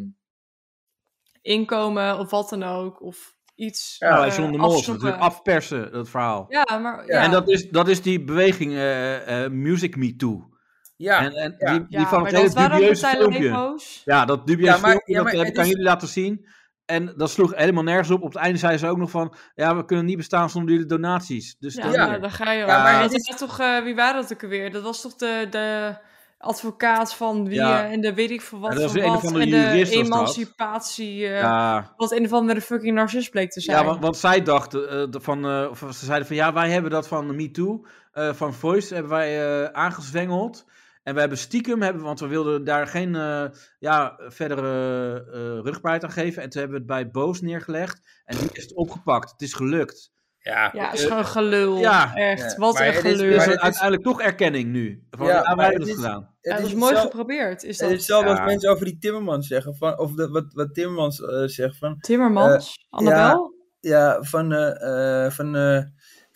[SPEAKER 4] inkomen of wat dan ook, of iets
[SPEAKER 3] Ja,
[SPEAKER 4] eh,
[SPEAKER 3] John de Mol is
[SPEAKER 4] afsnoepen.
[SPEAKER 3] natuurlijk afpersen, dat verhaal.
[SPEAKER 4] Ja, maar ja,
[SPEAKER 5] Ja,
[SPEAKER 3] En dat is, dat is die beweging eh, eh, Music Me Too.
[SPEAKER 5] Ja,
[SPEAKER 3] en en
[SPEAKER 5] ja.
[SPEAKER 3] die, die
[SPEAKER 4] ja,
[SPEAKER 3] van
[SPEAKER 4] maar
[SPEAKER 3] het
[SPEAKER 4] dat
[SPEAKER 3] hele
[SPEAKER 4] waren
[SPEAKER 3] dubieuze
[SPEAKER 4] partijden
[SPEAKER 3] filmpje.
[SPEAKER 4] demo's.
[SPEAKER 3] Ja, dat dubieuze
[SPEAKER 5] Ja, maar-
[SPEAKER 3] filmpje,
[SPEAKER 5] ja,
[SPEAKER 3] dat
[SPEAKER 5] maar
[SPEAKER 3] heb
[SPEAKER 5] het
[SPEAKER 3] ik aan
[SPEAKER 5] is-
[SPEAKER 3] jullie laten zien. En dat sloeg helemaal nergens op. Op het einde zei ze ook nog van, ja, we kunnen niet bestaan zonder jullie donaties. Dus
[SPEAKER 4] Ja,
[SPEAKER 3] dan
[SPEAKER 5] Ja.
[SPEAKER 4] nou, daar ga je al.
[SPEAKER 5] Ja, maar
[SPEAKER 4] maar
[SPEAKER 5] het
[SPEAKER 4] dat
[SPEAKER 5] is-
[SPEAKER 4] is toch, eh, wie waren dat ook alweer? Dat was toch de, de advocaat van wie
[SPEAKER 3] Ja.
[SPEAKER 4] eh, en de weet ik veel wat
[SPEAKER 3] Ja, dat was
[SPEAKER 4] van
[SPEAKER 3] een of
[SPEAKER 4] wat.
[SPEAKER 3] andere
[SPEAKER 4] en de
[SPEAKER 3] jurist was dat.
[SPEAKER 4] emancipatie, eh,
[SPEAKER 3] ja.
[SPEAKER 4] wat een of andere fucking narcist bleek te zijn.
[SPEAKER 3] Ja, want, want zij dachten eh, de- van, eh, of ze zeiden van ja, wij hebben dat van MeToo, eh van Voice, hebben wij eh, aangezwengeld. En we hebben stiekem, hebben, want we wilden daar geen eh, ja, verdere eh rugbaarheid aan geven. En toen hebben we het bij Boos neergelegd. En nu is het opgepakt. Het is gelukt.
[SPEAKER 5] ja.
[SPEAKER 4] ja, het is gewoon gelul.
[SPEAKER 3] ja.
[SPEAKER 4] echt.
[SPEAKER 5] Ja,
[SPEAKER 4] Wat
[SPEAKER 5] maar
[SPEAKER 4] een
[SPEAKER 5] het is-
[SPEAKER 4] gelul.
[SPEAKER 3] Dus
[SPEAKER 5] maar
[SPEAKER 3] het-
[SPEAKER 5] het is-
[SPEAKER 3] uiteindelijk toch erkenning nu. Van,
[SPEAKER 5] Ja,
[SPEAKER 3] ja,
[SPEAKER 5] maar
[SPEAKER 3] wij hebben
[SPEAKER 5] het
[SPEAKER 3] het
[SPEAKER 5] is-
[SPEAKER 3] gedaan.
[SPEAKER 5] Het
[SPEAKER 4] dat
[SPEAKER 5] is
[SPEAKER 4] is mooi
[SPEAKER 5] hetzelfde-
[SPEAKER 4] geprobeerd. Is
[SPEAKER 5] het
[SPEAKER 4] dat
[SPEAKER 5] is hetzelfde
[SPEAKER 3] Ja.
[SPEAKER 5] als mensen over die Timmermans zeggen, van, of dat, wat, wat Timmermans eh, zegt van,
[SPEAKER 4] Timmermans? Annabel?
[SPEAKER 5] Ja, van, eh, eh, van eh,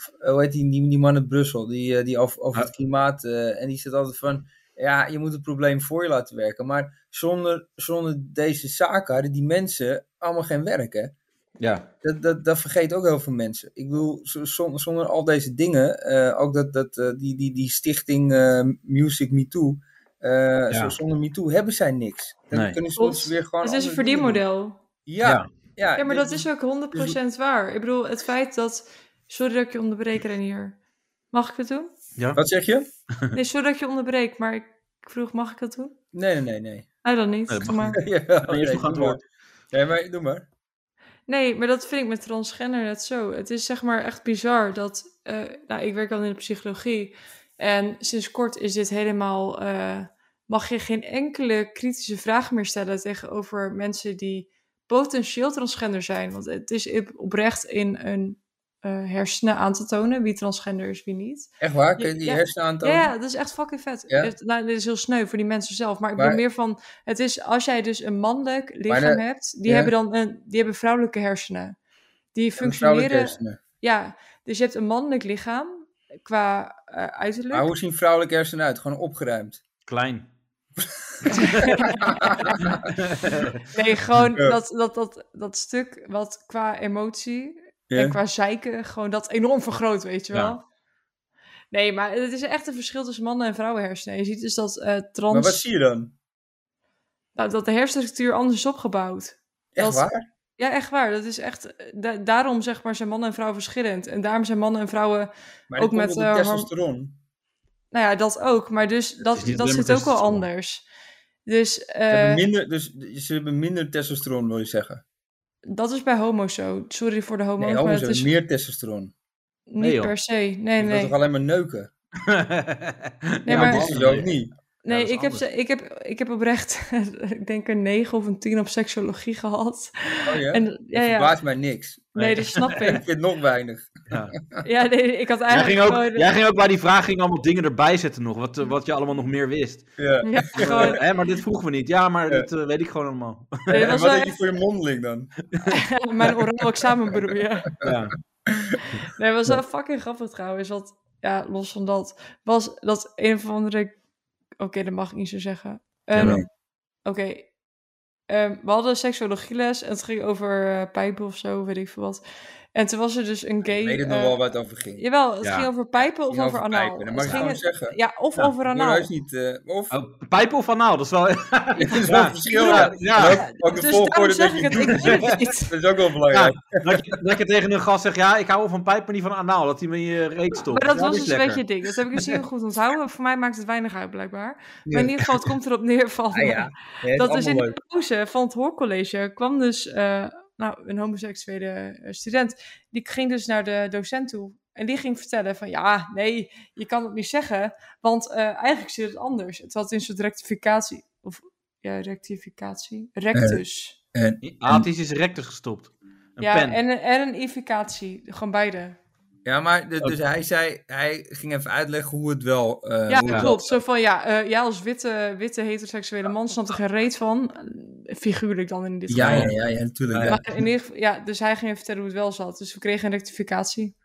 [SPEAKER 5] f- hoe heet die, die, die man uit Brussel, die, eh, die over, over het klimaat, eh, en die zegt altijd van, ja, je moet het probleem voor je laten werken, maar zonder, zonder deze zaken hadden die mensen allemaal geen werk, hè.
[SPEAKER 3] Ja.
[SPEAKER 5] Dat, dat, dat vergeet ook heel veel mensen. Ik bedoel, z- zonder, zonder al deze dingen, eh, ook dat, dat, eh, die, die, die stichting eh, Music Me Too, eh, zo- zonder Me Too hebben zij niks. Dan
[SPEAKER 3] Nee.
[SPEAKER 5] kunnen ze
[SPEAKER 4] Klopt.
[SPEAKER 5] ons weer gewoon...
[SPEAKER 4] Het is dus een
[SPEAKER 5] andere dingen doen.
[SPEAKER 4] verdienmodel.
[SPEAKER 5] Ja, ja.
[SPEAKER 4] Ja, maar
[SPEAKER 5] dit-
[SPEAKER 4] dat is ook 100% waar. Ik bedoel, het feit dat... Sorry dat ik je onderbreek, Renier. Mag ik het doen?
[SPEAKER 5] Wat zeg je?
[SPEAKER 4] Nee, sorry dat ik je onderbreekt, maar ik vroeg, mag ik dat doen?
[SPEAKER 5] Nee, nee, nee, nee.
[SPEAKER 4] Nee, Ah, dan niet.
[SPEAKER 3] Nee, dat
[SPEAKER 4] Doe maar.
[SPEAKER 5] Ja,
[SPEAKER 3] Nee, eerst nog aan het
[SPEAKER 5] doe maar. Nee, maar doe maar.
[SPEAKER 4] Nee, maar dat vind ik met transgender net zo. Het is zeg maar echt bizar dat... eh, nou, ik werk al in de psychologie. En sinds kort is dit helemaal... eh, mag je geen enkele kritische vraag meer stellen tegenover mensen die potentieel transgender zijn. Want het is oprecht in een eh, hersenen aan te tonen wie transgender is, wie niet.
[SPEAKER 5] Echt waar? Kun je die
[SPEAKER 4] Ja.
[SPEAKER 5] hersenen aantonen?
[SPEAKER 4] Ja, ja, dat is echt fucking vet.
[SPEAKER 5] Ja?
[SPEAKER 4] Het- nou, dit is heel sneu voor die mensen zelf. Maar ik
[SPEAKER 5] Maar-
[SPEAKER 4] bedoel meer van, het is als jij dus een mannelijk lichaam
[SPEAKER 5] Maar de-
[SPEAKER 4] hebt, die
[SPEAKER 5] ja.
[SPEAKER 4] hebben dan een, die hebben vrouwelijke hersenen. Die
[SPEAKER 5] Een vrouwelijke
[SPEAKER 4] functioneren,
[SPEAKER 5] hersenen.
[SPEAKER 4] ja. Dus je hebt een mannelijk lichaam qua eh,
[SPEAKER 5] Maar
[SPEAKER 4] uiterlijk.
[SPEAKER 5] hoe zien vrouwelijke hersenen uit? Gewoon opgeruimd.
[SPEAKER 3] Klein.
[SPEAKER 4] Nee, gewoon
[SPEAKER 5] Ja.
[SPEAKER 4] dat, dat, dat, dat stuk wat qua emotie
[SPEAKER 1] Ja.
[SPEAKER 4] En qua zeiken gewoon dat enorm vergroot, weet je
[SPEAKER 3] Ja.
[SPEAKER 4] wel. Nee, maar het is echt een verschil tussen mannen- en vrouwenhersenen. Je ziet dus dat eh, trans...
[SPEAKER 5] Maar wat zie je dan?
[SPEAKER 4] nou, dat de hersenstructuur anders is opgebouwd.
[SPEAKER 5] Echt
[SPEAKER 4] Dat-
[SPEAKER 5] waar?
[SPEAKER 4] Ja, echt waar. Dat is echt... eh, da- daarom zeg maar zijn mannen en vrouwen verschillend. En daarom zijn mannen en vrouwen...
[SPEAKER 5] Maar
[SPEAKER 4] ook
[SPEAKER 5] ook met
[SPEAKER 4] met, eh, horm-
[SPEAKER 5] testosteron.
[SPEAKER 4] Nou ja, dat ook. Maar dus dat,
[SPEAKER 3] is niet
[SPEAKER 4] dat
[SPEAKER 3] alleen
[SPEAKER 4] zit
[SPEAKER 3] maar
[SPEAKER 4] ook wel
[SPEAKER 3] testosteron.
[SPEAKER 4] anders. Dus
[SPEAKER 5] Ze
[SPEAKER 4] eh,
[SPEAKER 5] hebben minder, dus ze hebben minder testosteron, wil je zeggen?
[SPEAKER 4] dat is bij homo's zo. Sorry voor de homo's,
[SPEAKER 5] Nee,
[SPEAKER 4] maar
[SPEAKER 5] homo's
[SPEAKER 4] dat
[SPEAKER 5] hebben
[SPEAKER 4] is
[SPEAKER 5] meer testosteron.
[SPEAKER 4] niet
[SPEAKER 3] Nee, joh.
[SPEAKER 4] per se.
[SPEAKER 3] Dus
[SPEAKER 4] Nee,
[SPEAKER 5] Je wilt
[SPEAKER 4] nee.
[SPEAKER 5] toch alleen maar neuken?
[SPEAKER 4] Nee,
[SPEAKER 5] Maar
[SPEAKER 4] maar-
[SPEAKER 5] dit is dus ook niet.
[SPEAKER 3] Ja,
[SPEAKER 4] Nee,
[SPEAKER 3] dat is
[SPEAKER 4] ik, heb,
[SPEAKER 3] anders.
[SPEAKER 4] ze- ik, heb, ik heb oprecht, ik denk een 9 of een 10 op seksologie gehad.
[SPEAKER 5] Oh ja?
[SPEAKER 4] En, ja,
[SPEAKER 5] Dat
[SPEAKER 4] ja.
[SPEAKER 5] verbaast mij niks.
[SPEAKER 4] Nee, dat snap
[SPEAKER 5] Ik
[SPEAKER 4] ik.
[SPEAKER 5] vind nog weinig.
[SPEAKER 4] Ja, nee, ik had
[SPEAKER 3] Jij
[SPEAKER 4] eigenlijk
[SPEAKER 3] ging, ook,
[SPEAKER 4] gewoon-
[SPEAKER 3] jij ging ook bij die vraag ging allemaal dingen erbij zetten nog, wat, eh, wat je allemaal nog meer wist. Eh,
[SPEAKER 5] Ja.
[SPEAKER 4] Ja, gewoon,
[SPEAKER 3] Hè, maar dit vroegen we niet. Ja, maar
[SPEAKER 5] Ja.
[SPEAKER 3] dat eh, weet ik gewoon allemaal.
[SPEAKER 4] nee, dat
[SPEAKER 5] en
[SPEAKER 4] was
[SPEAKER 5] wat
[SPEAKER 4] wel
[SPEAKER 5] heb je
[SPEAKER 4] echt
[SPEAKER 5] voor je mondeling dan?
[SPEAKER 4] mijn oraal examen bedoel je.
[SPEAKER 3] Ja.
[SPEAKER 4] Nee, was wel fucking grappig trouwens. Want ja, los van dat, was dat een of andere. Oké, dat mag ik niet zo zeggen. Ehm,
[SPEAKER 3] Jawel.
[SPEAKER 4] Oké. Ehm, we hadden seksologieles en het ging over eh, pijpen of zo, weet ik veel wat. En toen was er dus een gay.
[SPEAKER 5] Ik weet het nog
[SPEAKER 4] eh,
[SPEAKER 5] wel waar het over ging.
[SPEAKER 4] Jawel, het
[SPEAKER 3] Ja.
[SPEAKER 4] ging over pijpen of
[SPEAKER 5] Ging
[SPEAKER 4] over anaal.
[SPEAKER 5] pijpen, Dat
[SPEAKER 4] Het
[SPEAKER 5] mag ik
[SPEAKER 4] ging-
[SPEAKER 5] gewoon zeggen.
[SPEAKER 4] Ja, of over
[SPEAKER 5] Nou,
[SPEAKER 4] anaal.
[SPEAKER 5] is niet... eh, of...
[SPEAKER 3] Oh, pijpen of anaal, dat is wel...
[SPEAKER 5] Het is wel
[SPEAKER 3] Ja.
[SPEAKER 5] een verschil.
[SPEAKER 3] Ja,
[SPEAKER 5] Ja,
[SPEAKER 3] ja.
[SPEAKER 5] En Ook, ook
[SPEAKER 4] Dus
[SPEAKER 5] de
[SPEAKER 4] daarom
[SPEAKER 5] volgorde
[SPEAKER 4] zeg
[SPEAKER 5] dat
[SPEAKER 4] ik
[SPEAKER 5] je
[SPEAKER 4] het, ik
[SPEAKER 5] doet.
[SPEAKER 4] weet het niet.
[SPEAKER 5] Dat is ook wel
[SPEAKER 3] Ja,
[SPEAKER 5] belangrijk.
[SPEAKER 3] dat, je, dat je tegen een gast zegt, ja, ik hou wel van pijpen, maar niet van anaal. Dat hij me in je reet stopt.
[SPEAKER 4] Maar dat
[SPEAKER 3] Ja,
[SPEAKER 4] was
[SPEAKER 3] is
[SPEAKER 4] dus een
[SPEAKER 3] lekker.
[SPEAKER 4] beetje het ding. Dat heb ik dus heel goed onthouden. Voor mij maakt het weinig uit, blijkbaar. Maar in ieder geval, het komt erop neer van...
[SPEAKER 5] Ah ja, Ja, het
[SPEAKER 4] dat
[SPEAKER 5] is
[SPEAKER 4] dus in
[SPEAKER 5] allemaal
[SPEAKER 4] de
[SPEAKER 5] leuk.
[SPEAKER 4] pauze van het hoorcollege kwam dus eh, nou, een homoseksuele eh, student. Die ging dus naar de docent toe. En die ging vertellen van ja, nee, je kan het niet zeggen. Want eh, eigenlijk zit het anders. Het had in zo'n rectificatie. Of ja, rectificatie. Rectus.
[SPEAKER 3] Aatisch is rectus gestopt. Een
[SPEAKER 4] ja,
[SPEAKER 3] pen.
[SPEAKER 4] en, een- en een ificatie. Gewoon beide.
[SPEAKER 1] Ja, maar de- dus hij zei, hij ging even uitleggen hoe het wel. eh,
[SPEAKER 4] ja,
[SPEAKER 1] hoe het
[SPEAKER 4] klopt. Zo van ja, eh ja als witte, witte heteroseksuele man snapt er geen reet van. eh, Figuurlijk dan in dit
[SPEAKER 1] Ja,
[SPEAKER 4] geval.
[SPEAKER 1] ja, ja, ja, natuurlijk. ja.
[SPEAKER 4] Maar in ieder geval, ja, dus hij ging even vertellen hoe het wel zat. Dus we kregen een rectificatie.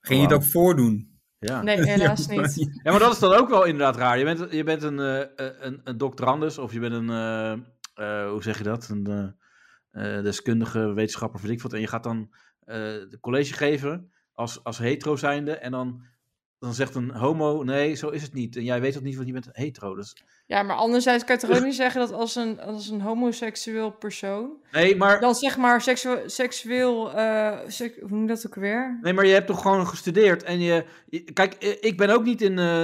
[SPEAKER 1] Ging je het ook voordoen?
[SPEAKER 3] Ja.
[SPEAKER 4] Nee, helaas niet.
[SPEAKER 3] ja, maar dat is dan ook wel inderdaad raar. Je bent, je bent een, eh, eh, een, een doctorandus of je bent een, eh, eh, hoe zeg je dat, een eh, eh, deskundige, wetenschapper, weet ik wat. En je gaat dan eh, de college geven als, als hetero zijnde en dan, dan zegt een homo, nee, zo is het niet. En jij weet dat niet, want je bent hetero. Dus...
[SPEAKER 4] Ja, maar anderzijds kan je toch ook niet zeggen dat als een, als een homoseksueel persoon.
[SPEAKER 3] Nee, maar,
[SPEAKER 4] dan zeg maar seksueel. seksueel eh, sek- hoe noem je dat ook weer?
[SPEAKER 3] nee, maar je hebt toch gewoon gestudeerd en je... je- kijk, eh, ik ben ook niet in eh,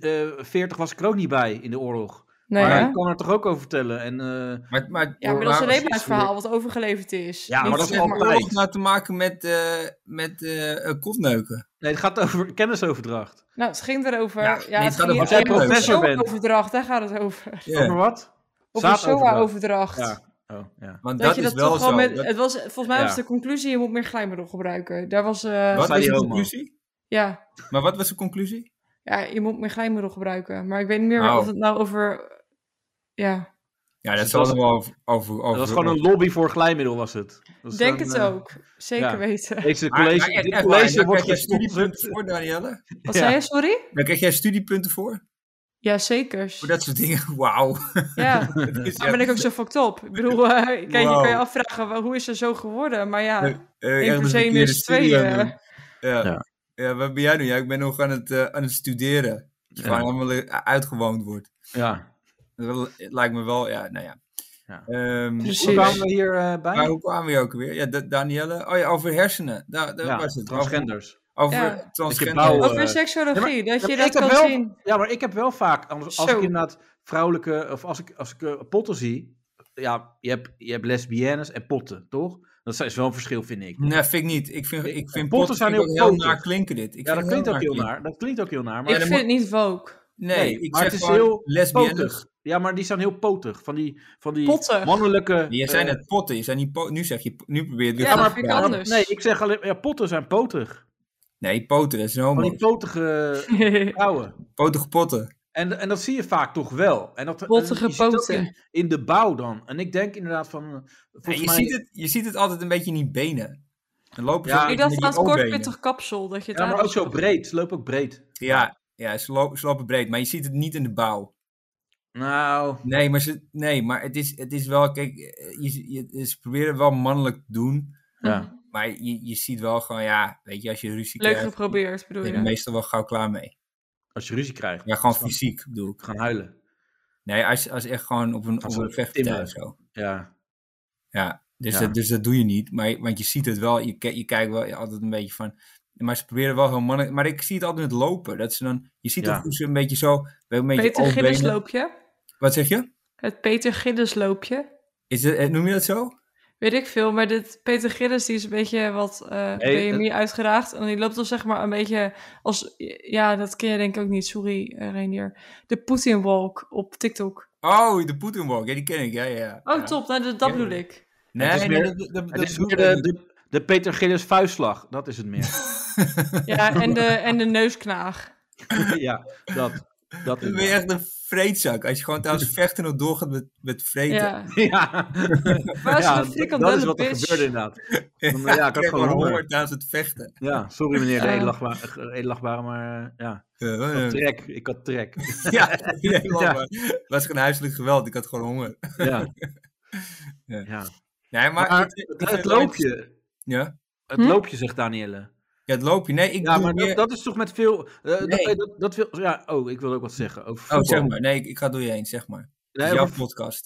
[SPEAKER 3] 1940, was ik er ook niet bij in de oorlog.
[SPEAKER 4] Nee,
[SPEAKER 3] maar
[SPEAKER 4] hè?
[SPEAKER 3] ik kan er toch ook over vertellen en... eh,
[SPEAKER 1] Maar, maar,
[SPEAKER 4] Ja, maar dat is alleen maar
[SPEAKER 1] precies,
[SPEAKER 4] het verhaal wat overgeleverd is.
[SPEAKER 3] Ja, maar
[SPEAKER 4] Niet
[SPEAKER 3] dat is
[SPEAKER 4] zeg
[SPEAKER 1] Maar
[SPEAKER 3] altijd-
[SPEAKER 1] oorlog nou te maken met, eh met eh, eh, kotneuken.
[SPEAKER 3] Nee, het gaat over kennisoverdracht.
[SPEAKER 4] Nou, het ging erover.
[SPEAKER 1] Ja,
[SPEAKER 4] Ja,
[SPEAKER 1] nee, het gaat
[SPEAKER 4] het ging
[SPEAKER 1] over-
[SPEAKER 3] Als jij
[SPEAKER 4] over
[SPEAKER 3] professor bent.
[SPEAKER 4] overdracht, daar gaat het over.
[SPEAKER 1] Ja.
[SPEAKER 3] Over wat?
[SPEAKER 4] Of een
[SPEAKER 3] Zaadoverdracht.
[SPEAKER 4] SOA-overdracht.
[SPEAKER 3] Ja. Oh, ja.
[SPEAKER 1] Want
[SPEAKER 4] Dat,
[SPEAKER 1] dat,
[SPEAKER 4] je
[SPEAKER 1] is
[SPEAKER 4] dat
[SPEAKER 1] wel
[SPEAKER 4] toch
[SPEAKER 1] zo.
[SPEAKER 4] gewoon met.
[SPEAKER 1] Dat-
[SPEAKER 4] Het was, volgens mij
[SPEAKER 3] Ja.
[SPEAKER 4] was de conclusie: je moet meer glijmiddel gebruiken. Daar was. eh,
[SPEAKER 1] wat
[SPEAKER 3] zei
[SPEAKER 1] was
[SPEAKER 3] die
[SPEAKER 1] de
[SPEAKER 3] homo?
[SPEAKER 1] conclusie?
[SPEAKER 4] Ja.
[SPEAKER 1] Maar wat was de conclusie?
[SPEAKER 4] ja, je moet meer glijmiddel gebruiken. Maar ik weet niet meer
[SPEAKER 1] Oh.
[SPEAKER 4] of het nou over. Ja.
[SPEAKER 1] Ja, dat
[SPEAKER 3] Dus
[SPEAKER 1] zal
[SPEAKER 3] dat-
[SPEAKER 1] er wel over... over, over
[SPEAKER 3] Dat was gewoon een lobby voor glijmiddel, was het. Dat is
[SPEAKER 4] Denk
[SPEAKER 3] een,
[SPEAKER 4] het
[SPEAKER 3] eh,
[SPEAKER 4] ook. Zeker
[SPEAKER 3] ja.
[SPEAKER 4] weten.
[SPEAKER 3] Deze
[SPEAKER 1] Maar- maar
[SPEAKER 3] college,
[SPEAKER 1] echt-
[SPEAKER 3] dit
[SPEAKER 1] echt waar,
[SPEAKER 3] college
[SPEAKER 1] daar
[SPEAKER 3] wordt
[SPEAKER 1] krijg jij studiepunten
[SPEAKER 3] gesponsord.
[SPEAKER 1] voor, Danielle.
[SPEAKER 4] Wat
[SPEAKER 3] Ja.
[SPEAKER 4] zei je, sorry?
[SPEAKER 1] Daar krijg jij studiepunten voor.
[SPEAKER 4] Ja, zeker.
[SPEAKER 1] Voor dat soort dingen. Wauw.
[SPEAKER 4] Ja,
[SPEAKER 1] Dat is
[SPEAKER 4] daar Ah, ben
[SPEAKER 1] echt-
[SPEAKER 4] ik ook zo fucked up. Ik bedoel, eh, kijk, je
[SPEAKER 1] Wow.
[SPEAKER 4] kan je afvragen, wel, hoe is er zo geworden? Maar ja,
[SPEAKER 1] Nee, eh,
[SPEAKER 4] één
[SPEAKER 1] echt
[SPEAKER 4] plus
[SPEAKER 1] een
[SPEAKER 4] één
[SPEAKER 1] verkeerde
[SPEAKER 4] is twee,
[SPEAKER 1] studio
[SPEAKER 4] eh.
[SPEAKER 1] doen. Ja.
[SPEAKER 3] Ja.
[SPEAKER 1] Ja. wat ben jij nu? Ja, ik ben nog aan het, eh, aan het studeren. Dat je
[SPEAKER 3] Ja.
[SPEAKER 1] gewoon allemaal eh, uitgewoond wordt.
[SPEAKER 3] Ja.
[SPEAKER 1] Dat wel- het lijkt me wel, ja, nou ja.
[SPEAKER 3] Ja.
[SPEAKER 1] Ehm,
[SPEAKER 4] Precies.
[SPEAKER 3] Hoe kwamen we hier eh,
[SPEAKER 1] maar
[SPEAKER 3] bij?
[SPEAKER 1] hoe kwamen we hier ook weer? Ja, Da- Danielle. Oh ja, over hersenen. Daar, daar
[SPEAKER 3] Ja,
[SPEAKER 1] was het.
[SPEAKER 3] transgenders.
[SPEAKER 1] Over,
[SPEAKER 4] Ja.
[SPEAKER 1] over
[SPEAKER 4] Dat
[SPEAKER 1] transgender.
[SPEAKER 3] blauwe-
[SPEAKER 4] over
[SPEAKER 3] eh,
[SPEAKER 4] seksuologie, dat je
[SPEAKER 3] Ja, maar
[SPEAKER 4] dat
[SPEAKER 3] ik
[SPEAKER 4] kan
[SPEAKER 3] heb wel-
[SPEAKER 4] zien.
[SPEAKER 3] Ja, maar ik heb wel vaak, anders, als
[SPEAKER 4] Zo.
[SPEAKER 3] ik inderdaad vrouwelijke, of als ik, als ik eh, potten zie, ja, je hebt, je hebt lesbiennes en potten, toch? Dat is wel een verschil, vind ik.
[SPEAKER 1] Oh, Nee, vind ik niet. Ik vind, ik vind
[SPEAKER 3] Potten
[SPEAKER 1] potten
[SPEAKER 3] zijn
[SPEAKER 1] vind ik
[SPEAKER 3] heel
[SPEAKER 1] ook heel
[SPEAKER 3] poten.
[SPEAKER 1] naar klinken dit. Ik
[SPEAKER 3] Ja,
[SPEAKER 1] vind
[SPEAKER 3] dat
[SPEAKER 1] het
[SPEAKER 3] klinkt ook heel
[SPEAKER 1] klinken.
[SPEAKER 3] naar. Dat klinkt ook heel naar. Maar
[SPEAKER 4] Ik vind het niet woke.
[SPEAKER 1] Nee,
[SPEAKER 3] Nee,
[SPEAKER 1] ik
[SPEAKER 3] maar
[SPEAKER 1] zeg
[SPEAKER 3] het is
[SPEAKER 1] gewoon
[SPEAKER 3] heel
[SPEAKER 1] lesbiennes.
[SPEAKER 3] potig. Ja, maar die zijn heel potig. Van die, van die
[SPEAKER 4] Pottig.
[SPEAKER 3] mannelijke...
[SPEAKER 1] Je
[SPEAKER 3] eh,
[SPEAKER 1] zijn net potten. Je zijn niet po- nu zeg je, nu probeer je het weer
[SPEAKER 4] Ja,
[SPEAKER 1] goed
[SPEAKER 4] maar
[SPEAKER 1] te
[SPEAKER 4] vind ik
[SPEAKER 1] praten.
[SPEAKER 4] anders.
[SPEAKER 3] Nee, ik zeg alleen... Ja, potten zijn potig.
[SPEAKER 1] Nee, poten, dat is een
[SPEAKER 3] Van
[SPEAKER 1] homo.
[SPEAKER 5] Oh.
[SPEAKER 3] die potige vrouwen.
[SPEAKER 1] Potige potten.
[SPEAKER 3] En, en dat zie je vaak toch wel. En dat,
[SPEAKER 4] Pottige
[SPEAKER 3] en je ziet het ook
[SPEAKER 4] poten.
[SPEAKER 3] In, in de bouw dan. En ik denk inderdaad van... eh,
[SPEAKER 1] Ja,
[SPEAKER 3] Volgens
[SPEAKER 1] je,
[SPEAKER 3] mij...
[SPEAKER 1] ziet het, je ziet het altijd een beetje in die benen. Dan lopen ze
[SPEAKER 3] Ja,
[SPEAKER 1] een
[SPEAKER 4] ik
[SPEAKER 1] beetje met
[SPEAKER 4] dacht aan
[SPEAKER 1] die
[SPEAKER 4] het kort
[SPEAKER 1] O-benen.
[SPEAKER 4] pittig kapsel, dat je het daar
[SPEAKER 3] ja, maar ook
[SPEAKER 4] was.
[SPEAKER 3] zo breed. Ze lopen ook breed.
[SPEAKER 1] Ja, ja ze, lopen, ze lopen breed, maar je ziet het niet in de bouw.
[SPEAKER 3] Nou...
[SPEAKER 1] Nee, maar, ze, nee, maar het, is, het is wel, kijk, eh, je, je, ze proberen wel mannelijk te doen.
[SPEAKER 3] Ja.
[SPEAKER 5] Maar je, je ziet wel gewoon, ja, weet je, als je ruzie
[SPEAKER 4] Leuk
[SPEAKER 5] krijgt,
[SPEAKER 4] geprobeerd, bedoel
[SPEAKER 5] ben je
[SPEAKER 4] je?
[SPEAKER 5] er meestal wel gauw klaar mee.
[SPEAKER 3] Als je ruzie krijgt,
[SPEAKER 5] Ja, gewoon fysiek bedoel ik.
[SPEAKER 3] gaan huilen.
[SPEAKER 5] Nee, als, als echt gewoon op een,
[SPEAKER 3] Als
[SPEAKER 5] op een
[SPEAKER 3] een
[SPEAKER 5] vechtpartij
[SPEAKER 3] timmer.
[SPEAKER 5] of zo.
[SPEAKER 3] Ja,
[SPEAKER 5] Ja, dus,
[SPEAKER 3] Ja.
[SPEAKER 5] Dat, dus dat doe je niet. Maar, want je ziet het wel, je, ki- je kijkt wel altijd een beetje van... Maar ze proberen wel heel mannelijk... Maar ik zie het altijd met lopen. Dat ze dan... Je ziet
[SPEAKER 3] Ja.
[SPEAKER 5] toch hoe ze een beetje zo... Een beetje
[SPEAKER 4] Peter Gillis
[SPEAKER 5] overbenen-
[SPEAKER 4] loopje.
[SPEAKER 5] Wat zeg je?
[SPEAKER 4] Het Peter Gillis loopje.
[SPEAKER 5] Is het, eh, noem je dat zo?
[SPEAKER 4] Weet ik veel, maar dit Peter Gillis die is een beetje wat eh
[SPEAKER 3] Nee,
[SPEAKER 4] BMI uitgeraagd. En die loopt dan zeg maar een beetje als... Ja, dat ken je denk ik ook niet. Sorry, eh Reinier. De Poetin Walk op TikTok.
[SPEAKER 5] Oh, de Putin Walk. Ja, die ken ik. Ja, ja, ja.
[SPEAKER 4] Oh,
[SPEAKER 5] Ja.
[SPEAKER 4] top. Nou, dat, dat
[SPEAKER 5] Ja.
[SPEAKER 4] bedoel ik.
[SPEAKER 5] Nee,
[SPEAKER 3] Het
[SPEAKER 5] nee,
[SPEAKER 3] is meer-
[SPEAKER 5] dat- dat-
[SPEAKER 3] het
[SPEAKER 5] dat
[SPEAKER 3] is
[SPEAKER 5] doe
[SPEAKER 3] meer
[SPEAKER 5] ik ook
[SPEAKER 3] de,
[SPEAKER 5] niet.
[SPEAKER 3] de, de Peter Gillis vuistslag, dat is het meer.
[SPEAKER 4] Ja, en de, en de neusknaag.
[SPEAKER 3] ja, dat. Dat
[SPEAKER 5] Dan
[SPEAKER 3] is
[SPEAKER 5] ben je echt een vreedzak. Als je gewoon tijdens vechten nog doorgaat met, met vreten.
[SPEAKER 4] Ja.
[SPEAKER 3] Ja,
[SPEAKER 4] Maar als een
[SPEAKER 3] Ja, dat, dat is
[SPEAKER 4] frikandelle
[SPEAKER 3] wat er
[SPEAKER 4] bitch...
[SPEAKER 3] gebeurde inderdaad. Dan, eh, ja, ik had
[SPEAKER 5] krijg
[SPEAKER 3] gewoon honger.
[SPEAKER 5] honger tijdens het vechten.
[SPEAKER 3] Ja, sorry meneer de
[SPEAKER 4] Ja.
[SPEAKER 3] edelachtba- eh, edelachtbare, maar eh, ja.
[SPEAKER 5] Eh, eh,
[SPEAKER 3] Trek, ik had trek.
[SPEAKER 5] ja, nee, man,
[SPEAKER 3] Ja.
[SPEAKER 5] maar het was gewoon huiselijk geweld. Ik had gewoon honger.
[SPEAKER 3] Ja.
[SPEAKER 5] Ja.
[SPEAKER 3] ja.
[SPEAKER 5] Nee, maar,
[SPEAKER 3] Maar
[SPEAKER 5] ik- ik
[SPEAKER 3] het,
[SPEAKER 5] vind
[SPEAKER 3] het
[SPEAKER 5] wel-
[SPEAKER 3] loopje,
[SPEAKER 5] Ja?
[SPEAKER 3] het
[SPEAKER 4] Hm?
[SPEAKER 3] loopje zegt Danielle.
[SPEAKER 5] ja, het loopje. Nee, ik
[SPEAKER 3] Ja,
[SPEAKER 5] doe
[SPEAKER 3] maar
[SPEAKER 5] meer...
[SPEAKER 3] dat, dat is toch met veel... eh,
[SPEAKER 5] Nee.
[SPEAKER 3] dat, dat, dat wil, ja, oh, ik wil ook wat zeggen over
[SPEAKER 5] Oh,
[SPEAKER 3] voetbal.
[SPEAKER 5] zeg maar. Nee, ik, ik ga door je heen, zeg maar. Het
[SPEAKER 3] Nee,
[SPEAKER 5] is jouw
[SPEAKER 3] over-
[SPEAKER 5] podcast.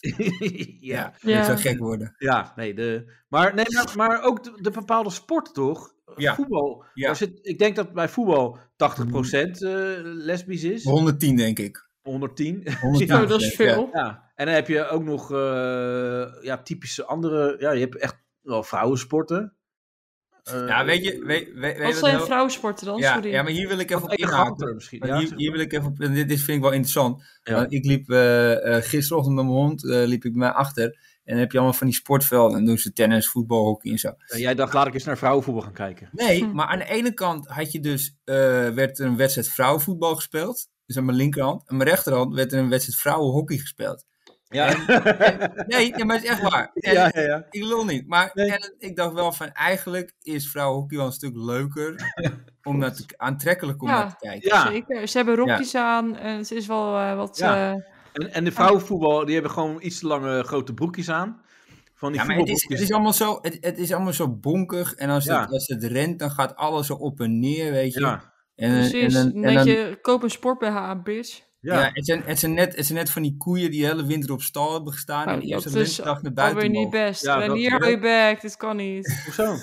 [SPEAKER 3] ja,
[SPEAKER 5] Dat
[SPEAKER 4] Ja.
[SPEAKER 5] zou gek worden.
[SPEAKER 3] ja, nee, de, maar, nee maar, maar ook de, de bepaalde sport, toch?
[SPEAKER 5] Ja.
[SPEAKER 3] Voetbal.
[SPEAKER 5] Ja. Mm.
[SPEAKER 3] Daar zit, ik denk dat bij voetbal 80% eh, lesbisch is.
[SPEAKER 5] 110, denk ik.
[SPEAKER 3] 110.
[SPEAKER 5] 110.
[SPEAKER 4] Oh, dat is
[SPEAKER 5] Ja.
[SPEAKER 4] veel.
[SPEAKER 3] Ja, en dan heb je ook nog eh, ja, typische andere... Ja, je hebt echt wel vrouwensporten. Eh,
[SPEAKER 5] Ja, weet je... Weet, weet, weet
[SPEAKER 4] Wat zijn vrouwensporten dan?
[SPEAKER 5] ja,
[SPEAKER 4] Sorry.
[SPEAKER 5] ja, maar hier wil ik even op inhaken.
[SPEAKER 3] eleganter misschien.
[SPEAKER 5] Want
[SPEAKER 3] Ja,
[SPEAKER 5] hier,
[SPEAKER 3] zeg
[SPEAKER 5] hier
[SPEAKER 3] maar.
[SPEAKER 5] wil ik even op, en dit, dit vind ik wel interessant.
[SPEAKER 3] Ja.
[SPEAKER 5] Want ik liep eh, eh, gisterochtend met mijn hond, eh, liep ik mij achter. En dan heb je allemaal van die sportvelden. En doen ze tennis, voetbal, hockey en zo.
[SPEAKER 3] En jij dacht, laat ik eens naar vrouwenvoetbal gaan kijken.
[SPEAKER 5] Nee,
[SPEAKER 4] Hm.
[SPEAKER 5] maar aan de ene kant had je dus, eh, werd er een wedstrijd vrouwenvoetbal gespeeld. Dus aan mijn linkerhand. Aan mijn rechterhand werd er een wedstrijd vrouwenhockey gespeeld.
[SPEAKER 3] Ja,
[SPEAKER 5] Nee, nee, maar het is echt waar. En
[SPEAKER 3] ja, ja. ja.
[SPEAKER 5] Ik lul niet. Maar
[SPEAKER 3] Nee.
[SPEAKER 5] en ik dacht wel van, eigenlijk is vrouwenhockey wel een stuk leuker. om naar te, aantrekkelijk om
[SPEAKER 4] Ja.
[SPEAKER 5] naar te kijken.
[SPEAKER 3] Ja,
[SPEAKER 4] Zeker. Ze hebben rokjes aan en het is wel eh, wat...
[SPEAKER 3] Ja.
[SPEAKER 4] eh,
[SPEAKER 3] En, en de vrouwenvoetbal, die hebben gewoon iets te lange grote broekjes aan. Van die
[SPEAKER 5] Ja, maar het is, het
[SPEAKER 3] voetbalbroekjes.
[SPEAKER 5] is allemaal zo, het, het is allemaal zo bonkig. En als,
[SPEAKER 3] Ja.
[SPEAKER 5] het, als het rent, dan gaat alles zo op en neer, weet je.
[SPEAKER 3] Ja,
[SPEAKER 5] en, dan-
[SPEAKER 4] precies.
[SPEAKER 5] En,
[SPEAKER 4] Dan,
[SPEAKER 5] dan- en
[SPEAKER 4] denk
[SPEAKER 5] dan-
[SPEAKER 4] je, koop een sport BH, bitch.
[SPEAKER 5] ja.
[SPEAKER 3] ja.
[SPEAKER 5] het, zijn, het, zijn net, het zijn net van die koeien die de hele winter op stal hebben gestaan.
[SPEAKER 4] Nou,
[SPEAKER 5] en de
[SPEAKER 4] dat
[SPEAKER 5] eerste
[SPEAKER 4] is
[SPEAKER 5] winterdag naar
[SPEAKER 4] Alweer
[SPEAKER 5] buiten
[SPEAKER 4] niet
[SPEAKER 5] mogen.
[SPEAKER 4] best.
[SPEAKER 3] Ja,
[SPEAKER 4] Ja,
[SPEAKER 3] dat-
[SPEAKER 4] hier je back, dit kan niet.
[SPEAKER 3] Hoezo?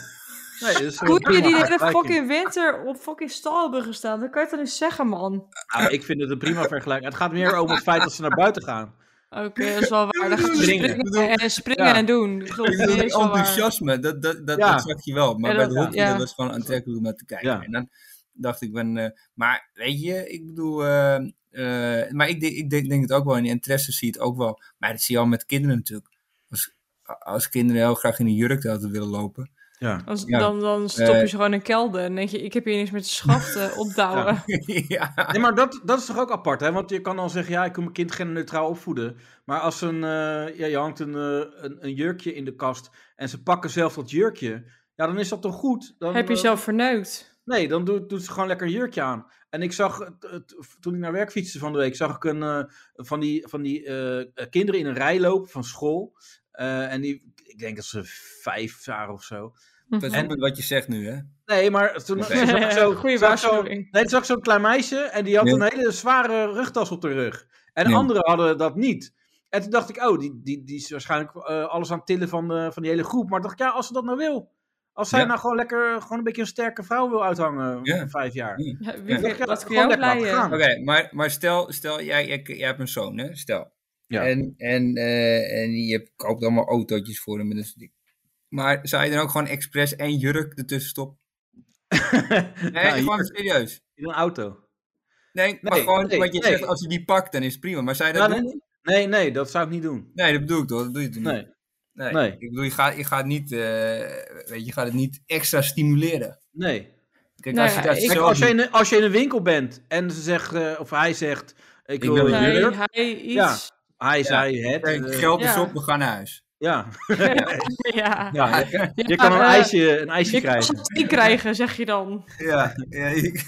[SPEAKER 3] Nee, dat is een
[SPEAKER 4] Koeien
[SPEAKER 3] prima
[SPEAKER 4] die de hele
[SPEAKER 3] vergelijking.
[SPEAKER 4] fucking winter op fucking stal hebben gestaan. Dan kan je het dan eens zeggen, man.
[SPEAKER 3] Nou, ik vind het een prima vergelijking. Het gaat meer om het feit dat ze naar buiten gaan.
[SPEAKER 4] Oké, dat is wel waar. Dan gaan ze
[SPEAKER 3] Springen.
[SPEAKER 4] springen en springen
[SPEAKER 3] Ja.
[SPEAKER 4] en doen. Ik bedoel,
[SPEAKER 5] Ik bedoel,
[SPEAKER 4] nee,
[SPEAKER 5] dat
[SPEAKER 4] is wel waar.
[SPEAKER 5] enthousiasme, dat, dat, dat,
[SPEAKER 3] Ja.
[SPEAKER 5] dat zag je wel. Maar
[SPEAKER 4] Ja,
[SPEAKER 5] bij
[SPEAKER 4] dat-
[SPEAKER 5] de hockey
[SPEAKER 4] ja.
[SPEAKER 5] dat was gewoon aantrekkelijk om naar te kijken.
[SPEAKER 3] Ja.
[SPEAKER 5] En dan dacht ik, ben, eh, maar weet je, ik bedoel... eh, eh, maar ik, denk- ik denk, denk het ook wel, in de interesse zie je het ook wel. Maar dat zie je al met kinderen natuurlijk. Als, als kinderen heel graag in een jurk de hele tijd willen lopen...
[SPEAKER 3] Ja. Eh.
[SPEAKER 4] Als-
[SPEAKER 5] Ja.
[SPEAKER 4] Dan, dan stop je ze gewoon in een kelder en denk je, ik heb hier niks met schaften opdouwen.
[SPEAKER 5] ja.
[SPEAKER 3] Nee, maar dat, dat is toch ook apart, hè? Want je kan dan zeggen, ja, ik wil mijn kind genderneutraal opvoeden. Maar als een, eh, ja, je hangt een, eh, een, een jurkje in de kast en ze pakken zelf dat jurkje, ja, dan is dat toch goed? Dan,
[SPEAKER 4] Heb je
[SPEAKER 3] eh,
[SPEAKER 4] zelf verneukt?
[SPEAKER 3] Nee, dan doet, doet ze gewoon lekker een jurkje aan. En ik zag, eh, t- t- toen ik naar werk fietste van de week, zag ik een, eh, van die, van die eh, eh, kinderen in een rij lopen van school. Eh, en die, ik denk dat ze vijf waren of zo.
[SPEAKER 5] Dat is
[SPEAKER 3] En-
[SPEAKER 5] ook wat je zegt nu, hè?
[SPEAKER 3] Nee, maar toen
[SPEAKER 5] Oké.
[SPEAKER 3] toen zag ik zo...
[SPEAKER 4] Eh, Goeie
[SPEAKER 3] zag ik zo-
[SPEAKER 4] waarschuwing.
[SPEAKER 3] Nee, toen zag ik zo'n klein meisje en die had
[SPEAKER 5] Ja.
[SPEAKER 3] een hele zware rugtas op de rug. En
[SPEAKER 5] Ja.
[SPEAKER 3] anderen hadden dat niet. En toen dacht ik, oh, die, die, die is waarschijnlijk eh, alles aan het tillen van, eh, van die hele groep. Maar toen dacht ik, ja, als ze dat nou wil. Als zij
[SPEAKER 5] Ja.
[SPEAKER 3] nou gewoon lekker gewoon een beetje een sterke vrouw wil uithangen
[SPEAKER 5] Ja.
[SPEAKER 3] van vijf jaar.
[SPEAKER 4] Ja,
[SPEAKER 5] Ja.
[SPEAKER 4] Wie,
[SPEAKER 3] Ja, dat
[SPEAKER 4] Wat kun
[SPEAKER 3] gewoon
[SPEAKER 4] je ook
[SPEAKER 3] lekker laten
[SPEAKER 4] leiden?
[SPEAKER 3] gaan.
[SPEAKER 5] Oké, maar, maar stel, stel jij, jij, jij hebt een zoon, hè? Stel.
[SPEAKER 3] Ja.
[SPEAKER 5] En, en, eh, en je hebt- koopt allemaal autootjes voor hem. en dat soort dingen. Maar zou je dan ook gewoon expres één jurk ertussen stoppen? Nee,
[SPEAKER 3] Nou,
[SPEAKER 5] gewoon
[SPEAKER 3] hier,
[SPEAKER 5] serieus.
[SPEAKER 3] in een auto.
[SPEAKER 5] Nee, maar gewoon
[SPEAKER 3] nee,
[SPEAKER 5] wat je
[SPEAKER 3] nee.
[SPEAKER 5] zegt, als je die pakt, dan is het prima. Maar zou je dat
[SPEAKER 3] Ja,
[SPEAKER 5] doen?
[SPEAKER 3] nee, nee, nee, dat zou ik niet doen.
[SPEAKER 5] Nee, dat bedoel ik toch? Dat doe je toch niet?
[SPEAKER 3] Nee.
[SPEAKER 5] Nee.
[SPEAKER 3] nee.
[SPEAKER 5] Ik bedoel, je gaat, je, gaat niet, eh, weet je, je gaat het niet extra stimuleren.
[SPEAKER 3] Nee.
[SPEAKER 5] Kijk,
[SPEAKER 4] Nou
[SPEAKER 5] als je
[SPEAKER 4] ja,
[SPEAKER 5] dat
[SPEAKER 4] ik-
[SPEAKER 5] zelf
[SPEAKER 3] Kijk, als,
[SPEAKER 5] doet-
[SPEAKER 3] jij in, een- als je in een winkel bent en ze zegt, eh, of hij zegt, ik wil
[SPEAKER 5] wil
[SPEAKER 3] een
[SPEAKER 5] een
[SPEAKER 4] Nee,
[SPEAKER 3] jurk.
[SPEAKER 4] hij iets.
[SPEAKER 3] Ja. Hij,
[SPEAKER 5] Ja.
[SPEAKER 3] zij, het.
[SPEAKER 5] Kijk,
[SPEAKER 3] eh,
[SPEAKER 5] geld is
[SPEAKER 4] ja.
[SPEAKER 5] op, we gaan naar huis.
[SPEAKER 3] ja.
[SPEAKER 4] Ja.
[SPEAKER 3] ja. je- Je
[SPEAKER 4] Ja,
[SPEAKER 3] kan een
[SPEAKER 4] eh,
[SPEAKER 3] ijsje, een ijsje
[SPEAKER 4] Je kan
[SPEAKER 3] krijgen.
[SPEAKER 4] ze niet krijgen, zeg je dan.
[SPEAKER 5] Ja, ja ik-